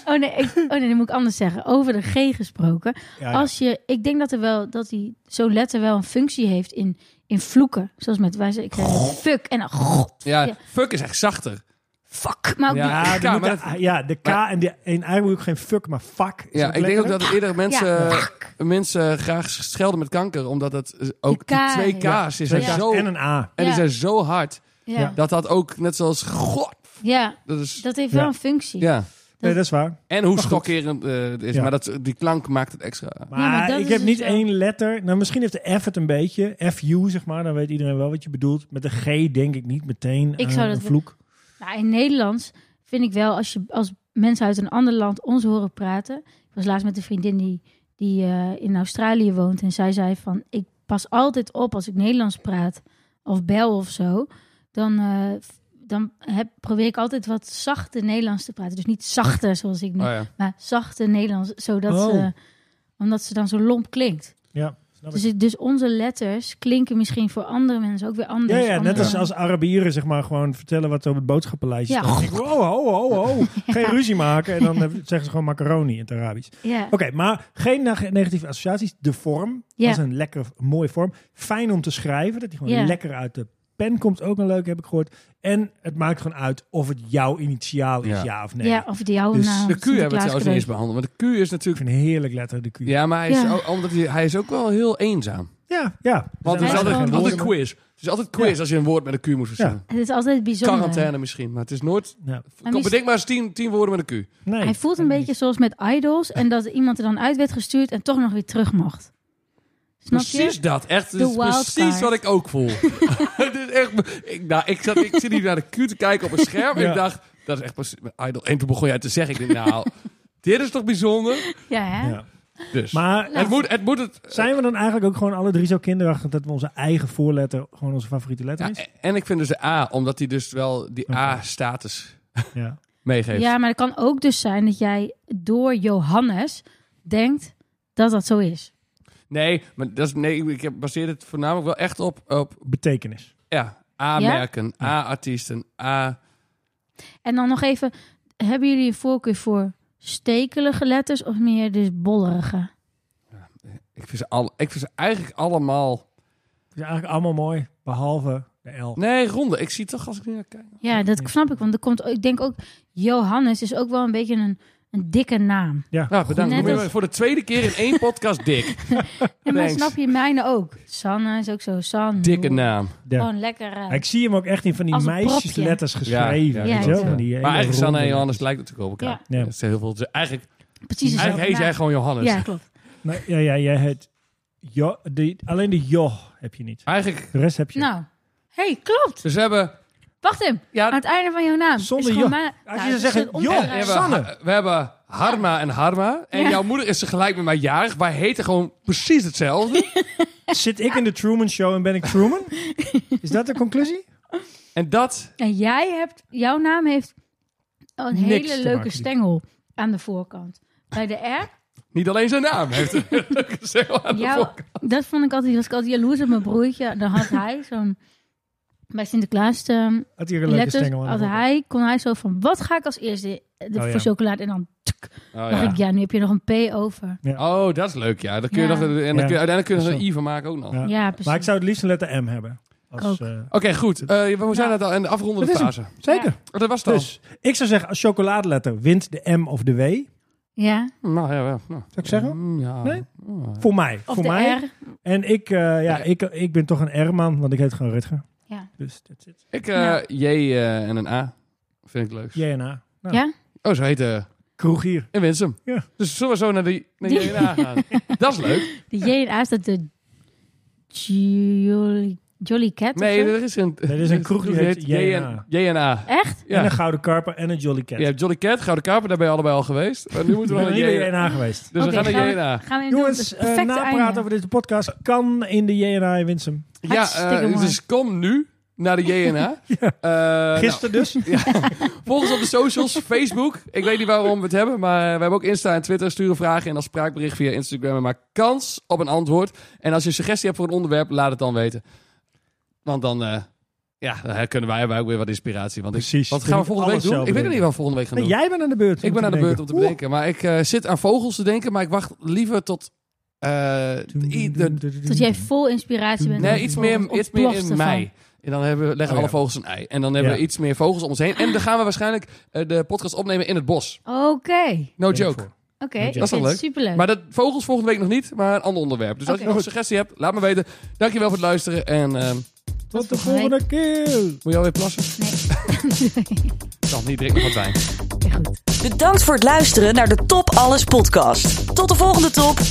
Speaker 2: oh, nee, ik, oh nee, dat moet ik anders zeggen. Over de G gesproken.
Speaker 4: Ja, ja.
Speaker 2: Als je, ik denk dat er wel dat die zo'n letter wel een functie heeft in, in vloeken. Zoals met wij zeggen, ik zeg fuck en dan god.
Speaker 1: Ja,
Speaker 2: Ja.
Speaker 1: fuck is echt zachter.
Speaker 2: Fuck. Maar ook die-
Speaker 1: Ja,
Speaker 4: Ja,
Speaker 1: de
Speaker 4: die
Speaker 1: K,
Speaker 4: moet
Speaker 1: maar
Speaker 4: de-
Speaker 1: dat-
Speaker 4: ja, de K en de en eigenlijk ook geen fuck, maar fuck. Is
Speaker 1: Ja, ik denk ook
Speaker 4: lekkerder?
Speaker 1: dat eerder mensen, eh,
Speaker 2: Fuck.
Speaker 1: mensen graag schelden met kanker. Omdat het eh, ook
Speaker 2: Die
Speaker 1: die
Speaker 2: K,
Speaker 1: twee
Speaker 4: Ja,
Speaker 1: K's die
Speaker 4: twee
Speaker 1: zijn
Speaker 4: K's
Speaker 1: zo...
Speaker 4: en
Speaker 1: En,
Speaker 4: een A.
Speaker 1: die
Speaker 2: Ja.
Speaker 1: zijn zo hard.
Speaker 2: Ja.
Speaker 4: Ja.
Speaker 2: Ja.
Speaker 1: Dat had ook net zoals... God, dat is...
Speaker 2: dat heeft wel
Speaker 4: Ja.
Speaker 2: een functie.
Speaker 1: ja.
Speaker 4: Nee, dat is waar.
Speaker 1: En hoe schokkerend eh, het is.
Speaker 4: Ja.
Speaker 1: Maar dat, die klank maakt het extra.
Speaker 4: Maar,
Speaker 2: Ja, maar dat
Speaker 4: ik
Speaker 2: is
Speaker 4: heb
Speaker 2: dus
Speaker 4: niet
Speaker 2: wel-
Speaker 4: één letter. Nou, misschien heeft de F het een beetje. FU, zeg maar. Dan weet iedereen wel wat je bedoelt. Met de G denk ik niet meteen
Speaker 2: Ik
Speaker 4: aan
Speaker 2: zou
Speaker 4: een
Speaker 2: dat-
Speaker 4: vloek.
Speaker 2: Nou, in Nederlands vind ik wel, als, je, als mensen uit een ander land ons horen praten. Ik was laatst met een vriendin die, die eh, in Australië woont. En zij zei van, ik pas altijd op als ik Nederlands praat of bel of zo. Dan, eh, f- dan heb, probeer ik altijd wat zachte Nederlands te praten. Dus niet zachter zoals ik nu,
Speaker 1: Oh ja.
Speaker 2: maar zachte Nederlands. Zodat
Speaker 4: Oh.
Speaker 2: ze, omdat ze dan zo lomp klinkt.
Speaker 4: Ja, snap ik.
Speaker 2: Dus, het- dus onze letters klinken misschien voor andere mensen ook weer
Speaker 4: Ja,
Speaker 2: anders.
Speaker 4: ja, net
Speaker 2: Andere-
Speaker 4: als, als Arabieren, zeg maar, gewoon vertellen wat er op het boodschappenlijstje
Speaker 2: Ja.
Speaker 4: staat. Dan denk ik, oh, Wow, ho, ho,
Speaker 2: [laughs]
Speaker 4: ho. Geen ruzie maken. En dan [laughs] eh, zeggen ze gewoon macaroni in het Arabisch.
Speaker 2: Ja.
Speaker 4: Oké, maar geen neg- negatieve associaties. De vorm.
Speaker 2: Ja.
Speaker 4: Dat is een lekker, mooie vorm. Fijn om te schrijven. Dat die gewoon
Speaker 2: Ja.
Speaker 4: lekker uit de pen komt. Ook een leuk, heb ik gehoord. En het maakt gewoon uit of het jouw initiaal is,
Speaker 1: Ja.
Speaker 4: ja, of nee.
Speaker 2: Ja, of die oude
Speaker 4: Dus
Speaker 1: De
Speaker 2: naam.
Speaker 1: Q hebben we
Speaker 2: Sinterklaas
Speaker 1: trouwens niet eens
Speaker 2: cadeautje.
Speaker 1: behandeld. Want de Q is
Speaker 4: Ik
Speaker 1: natuurlijk...
Speaker 4: vind een heerlijk letter, de Q.
Speaker 1: Ja, maar hij is,
Speaker 2: Ja.
Speaker 1: Ook, omdat hij, hij is ook wel heel eenzaam.
Speaker 4: ja. ja. Dus
Speaker 1: Want het is
Speaker 2: Hij is
Speaker 1: altijd,
Speaker 2: gewoon-
Speaker 1: altijd
Speaker 4: quick.
Speaker 1: quiz. Het is altijd quiz als je een woord met een Q moet verzinnen.
Speaker 2: Het is altijd bijzonder.
Speaker 1: Quarantaine misschien, maar het is nooit...
Speaker 4: Ja.
Speaker 2: Maar
Speaker 1: Kom,
Speaker 2: mis-
Speaker 1: bedenk maar eens tien, tien woorden met een Q.
Speaker 4: Nee,
Speaker 2: Hij voelt een
Speaker 4: dat
Speaker 2: beetje
Speaker 4: niet.
Speaker 2: zoals met idols en dat iemand er dan uit werd gestuurd en toch nog weer terug mocht. Snap
Speaker 1: Precies
Speaker 2: je?
Speaker 1: dat. Echt, het
Speaker 2: De
Speaker 1: is precies
Speaker 2: wildcard.
Speaker 1: wat ik ook
Speaker 2: [laughs]
Speaker 1: voel. [laughs] het is echt, ik, nou, ik, zat, ik zit hier naar de Q te kijken op een scherm. En
Speaker 4: Ja.
Speaker 1: ik dacht, dat is echt precies... Idol. En toen begon jij te zeggen, ik dacht,
Speaker 2: [laughs]
Speaker 1: nou, dit is toch bijzonder?
Speaker 2: Ja, hè? Nou.
Speaker 4: Ja.
Speaker 1: Dus.
Speaker 4: Maar
Speaker 1: het moet het... Moet het
Speaker 4: zijn we dan eigenlijk ook gewoon alle drie zo kinderachtig dat we onze eigen voorletter gewoon onze favoriete letter
Speaker 1: ja,
Speaker 4: is?
Speaker 1: en ik vind dus de A, omdat hij dus wel die A-status
Speaker 4: Ja.
Speaker 1: meegeeft.
Speaker 2: Ja, maar het kan ook dus zijn dat jij door Johannes denkt dat dat zo is.
Speaker 1: Nee, maar dat is, nee, ik- ik baseer het voornamelijk wel echt op, op
Speaker 4: Betekenis.
Speaker 1: ja, A-merken, A-artiesten, A...
Speaker 2: En dan nog even, hebben jullie een voorkeur voor stekelige letters of meer dus bollerige?
Speaker 1: Ik vind ze, al, ik vind ze eigenlijk allemaal...
Speaker 4: Het is eigenlijk allemaal mooi, behalve de L.
Speaker 1: Nee, ronde. Ik zie toch als ik nu naar kijk.
Speaker 2: Ja, dat snap ik, want er komt, ook- ik denk ook, Johannes is ook wel een beetje een, een dikke naam.
Speaker 1: Nou, bedankt.
Speaker 2: Net
Speaker 1: Moet je
Speaker 2: als-
Speaker 1: maar Voor de tweede keer in één podcast dik.
Speaker 2: Ja, maar
Speaker 1: Thanks.
Speaker 2: snap je mijne ook? Sanne is ook zo. San.
Speaker 1: Dikke naam.
Speaker 4: Ja.
Speaker 2: Gewoon lekker. eh,
Speaker 4: ik zie hem ook echt in van die
Speaker 2: Als een propje.
Speaker 4: meisjesletters geschreven.
Speaker 1: Ja, ja,
Speaker 4: weet je wel?
Speaker 2: ja.
Speaker 4: Van die hele
Speaker 1: maar eigenlijk Sanne en
Speaker 4: ronde-
Speaker 1: Johannes lijkt natuurlijk op elkaar.
Speaker 4: Ja.
Speaker 1: Ja. Dat is heel veel, ze- eigenlijk
Speaker 2: precies dezelfde
Speaker 1: eigenlijk heet jij
Speaker 2: naam.
Speaker 1: gewoon Johannes.
Speaker 2: Ja, klopt.
Speaker 4: Nou, ja, ja, jij heet... Jo, die- alleen de Jo heb je niet.
Speaker 1: Eigenlijk,
Speaker 4: De rest heb je.
Speaker 2: Nou. hey, klopt.
Speaker 1: dus we hebben...
Speaker 2: Wacht hem.
Speaker 1: Ja,
Speaker 2: Aan het einde van jouw naam.
Speaker 4: Zonder
Speaker 2: Is gewoon
Speaker 4: joh.
Speaker 2: mijn-
Speaker 4: Als
Speaker 2: Ja,
Speaker 4: je
Speaker 2: het
Speaker 4: zegt
Speaker 2: is
Speaker 4: een
Speaker 2: een
Speaker 4: joh.
Speaker 1: we,
Speaker 2: omdraai.
Speaker 1: hebben
Speaker 4: Sanne.
Speaker 1: we hebben Harma en Harma. En
Speaker 2: Oh, Ja.
Speaker 1: jouw moeder is tegelijk met mij jarig. Wij heten gewoon precies hetzelfde.
Speaker 4: Zit ik in de Truman Show en ben ik Truman?
Speaker 2: [laughs]
Speaker 4: Is dat de conclusie?
Speaker 1: en dat...
Speaker 2: En jij hebt, jouw naam heeft een
Speaker 4: Niks te
Speaker 2: hele leuke
Speaker 4: maken.
Speaker 2: stengel aan de voorkant. Bij de R.
Speaker 1: Niet alleen zijn naam heeft [laughs] gezegd.
Speaker 2: Jouw, dat vond ik altijd, was ik altijd jaloers op mijn broertje. Dan had hij
Speaker 4: [laughs]
Speaker 2: zo'n, bij Sinterklaas ehm,
Speaker 4: Had hier een leuke
Speaker 2: letters,
Speaker 4: stengel aan
Speaker 2: had
Speaker 4: de voorkant.
Speaker 2: hij, kon hij zo van, wat ga ik als eerste eh, de-
Speaker 4: Oh, ja.
Speaker 2: voor chocolade? En dan tuk,
Speaker 1: Oh,
Speaker 2: dacht
Speaker 1: ja.
Speaker 2: ik, ja, nu heb je nog een P over.
Speaker 1: oh, dat is leuk, ja. Dan kun je
Speaker 2: Ja.
Speaker 1: nog, en dan kun je, uiteindelijk kun je nog
Speaker 4: Zo.
Speaker 1: een I van maken ook nog.
Speaker 4: Ja.
Speaker 2: Ja, precies.
Speaker 4: Maar ik zou het liefst een letter M hebben. Als,
Speaker 2: Ook.
Speaker 4: eh,
Speaker 1: Oké, goed. Eh, we zijn
Speaker 2: Nou.
Speaker 1: het al in de afrondende
Speaker 4: Dat is hem.
Speaker 1: fase.
Speaker 4: zeker.
Speaker 1: Oh, dat was het al.
Speaker 4: Dus ik zou zeggen, als chocoladeletter wint de M of de W. Zou
Speaker 2: Ja,
Speaker 1: Nou ja, ja. Nou.
Speaker 4: ik zeggen?
Speaker 1: Mm, ja.
Speaker 4: Nee?
Speaker 1: Oh, ja.
Speaker 4: Voor mij.
Speaker 2: of
Speaker 4: voor
Speaker 2: de
Speaker 4: mij.
Speaker 2: R.
Speaker 4: En ik, eh, ja, ik, ik ben toch een R-man, want ik heet gewoon Rutger.
Speaker 2: Ja.
Speaker 4: Dus that's it.
Speaker 1: Ik, eh,
Speaker 2: Nou.
Speaker 1: J eh, en een A. Vind ik leuk.
Speaker 4: JNA. Nou,
Speaker 2: Ja?
Speaker 1: Oh, zo heet eh
Speaker 4: Kroeg hier.
Speaker 1: in Winsum.
Speaker 4: Ja.
Speaker 1: Dus zullen we zo naar, die, naar J
Speaker 2: Die-
Speaker 1: en A
Speaker 2: [laughs]
Speaker 1: gaan? dat is leuk.
Speaker 2: De J en A staat de Jolly, Jolly Cat. of
Speaker 1: Nee,
Speaker 2: zo?
Speaker 1: er is een...
Speaker 4: er is een kroeg
Speaker 1: [laughs]
Speaker 4: die heet J en A.
Speaker 1: J en A.
Speaker 2: Echt?
Speaker 1: Ja.
Speaker 4: En een gouden karper en een jolly cat.
Speaker 1: Je hebt Jolly Cat, Gouden Kaper, daar ben je allebei al geweest. Maar nu moeten
Speaker 4: [laughs] Ik ben
Speaker 1: we naar
Speaker 4: nog
Speaker 1: de
Speaker 4: niet bij
Speaker 1: J en A.
Speaker 4: JNA geweest.
Speaker 1: Dus we
Speaker 2: Oké,
Speaker 1: gaan naar J
Speaker 2: we-
Speaker 1: en A.
Speaker 2: Gaan we even
Speaker 4: Jongens,
Speaker 2: doen.
Speaker 4: eh,
Speaker 2: Dat is het perfecte
Speaker 4: napraten
Speaker 2: einde.
Speaker 4: over deze podcast kan in de JNA in Winsum.
Speaker 1: Ja,
Speaker 2: Hartstikke
Speaker 1: eh,
Speaker 2: mooi.
Speaker 1: dus kom nu naar de J
Speaker 4: [laughs]
Speaker 1: en A. Eh, nou,
Speaker 4: Gisteren
Speaker 1: [laughs]
Speaker 4: dus.
Speaker 1: Volg ons op de socials, [laughs] Facebook. Ik weet niet waarom we het hebben, maar we hebben ook Insta en Twitter. Sturen vragen en als spraakbericht via Instagram. en Maak kans op een antwoord. En als je een suggestie hebt voor een onderwerp, laat het dan weten. Want dan, eh, ja, dan kunnen wij, wij ook weer wat inspiratie. Want ik-
Speaker 4: Precies.
Speaker 1: Wat gaan we volgende week
Speaker 4: Alles
Speaker 1: doen?
Speaker 4: zelf
Speaker 1: Ik weet nog niet
Speaker 4: bedenken.
Speaker 1: wat we volgende week gaan
Speaker 4: Nee,
Speaker 1: doen.
Speaker 4: jij bent aan de beurt.
Speaker 1: ik ben aan de beurt om te
Speaker 4: Oeh.
Speaker 1: bedenken. Maar ik eh, zit aan vogels te denken, maar ik wacht liever tot... eh, i- de-
Speaker 2: Tot jij vol inspiratie bent.
Speaker 1: nee,
Speaker 2: over
Speaker 1: iets
Speaker 2: het
Speaker 1: meer,
Speaker 2: volgende
Speaker 1: iets meer
Speaker 2: ontplofte
Speaker 1: in mei.
Speaker 2: van.
Speaker 1: En dan hebben we, leggen
Speaker 4: Oh,
Speaker 1: alle
Speaker 4: ja.
Speaker 1: vogels een ei. En dan hebben
Speaker 4: Ja.
Speaker 1: we iets meer vogels om ons heen. En dan gaan we waarschijnlijk eh, de podcast opnemen in het bos.
Speaker 2: Oké, oké.
Speaker 1: No
Speaker 4: Ben ik
Speaker 1: joke.
Speaker 4: voor. Dat
Speaker 2: ik
Speaker 4: is
Speaker 1: wel
Speaker 2: vind het
Speaker 1: leuk.
Speaker 2: Superleuk.
Speaker 1: Maar dat vogels volgende week nog niet, maar een ander onderwerp. Dus als je
Speaker 2: Oké.
Speaker 1: nog een suggestie hebt, laat me weten. Dankjewel voor het luisteren. En ehm,
Speaker 4: Tot de
Speaker 2: Tot volgende
Speaker 4: volgende keer.
Speaker 1: moet je alweer plassen? [laughs] Dan niet drinken wat wijn.
Speaker 2: Oké, goed.
Speaker 3: Bedankt voor het luisteren naar de Top Alles podcast. Tot de volgende top.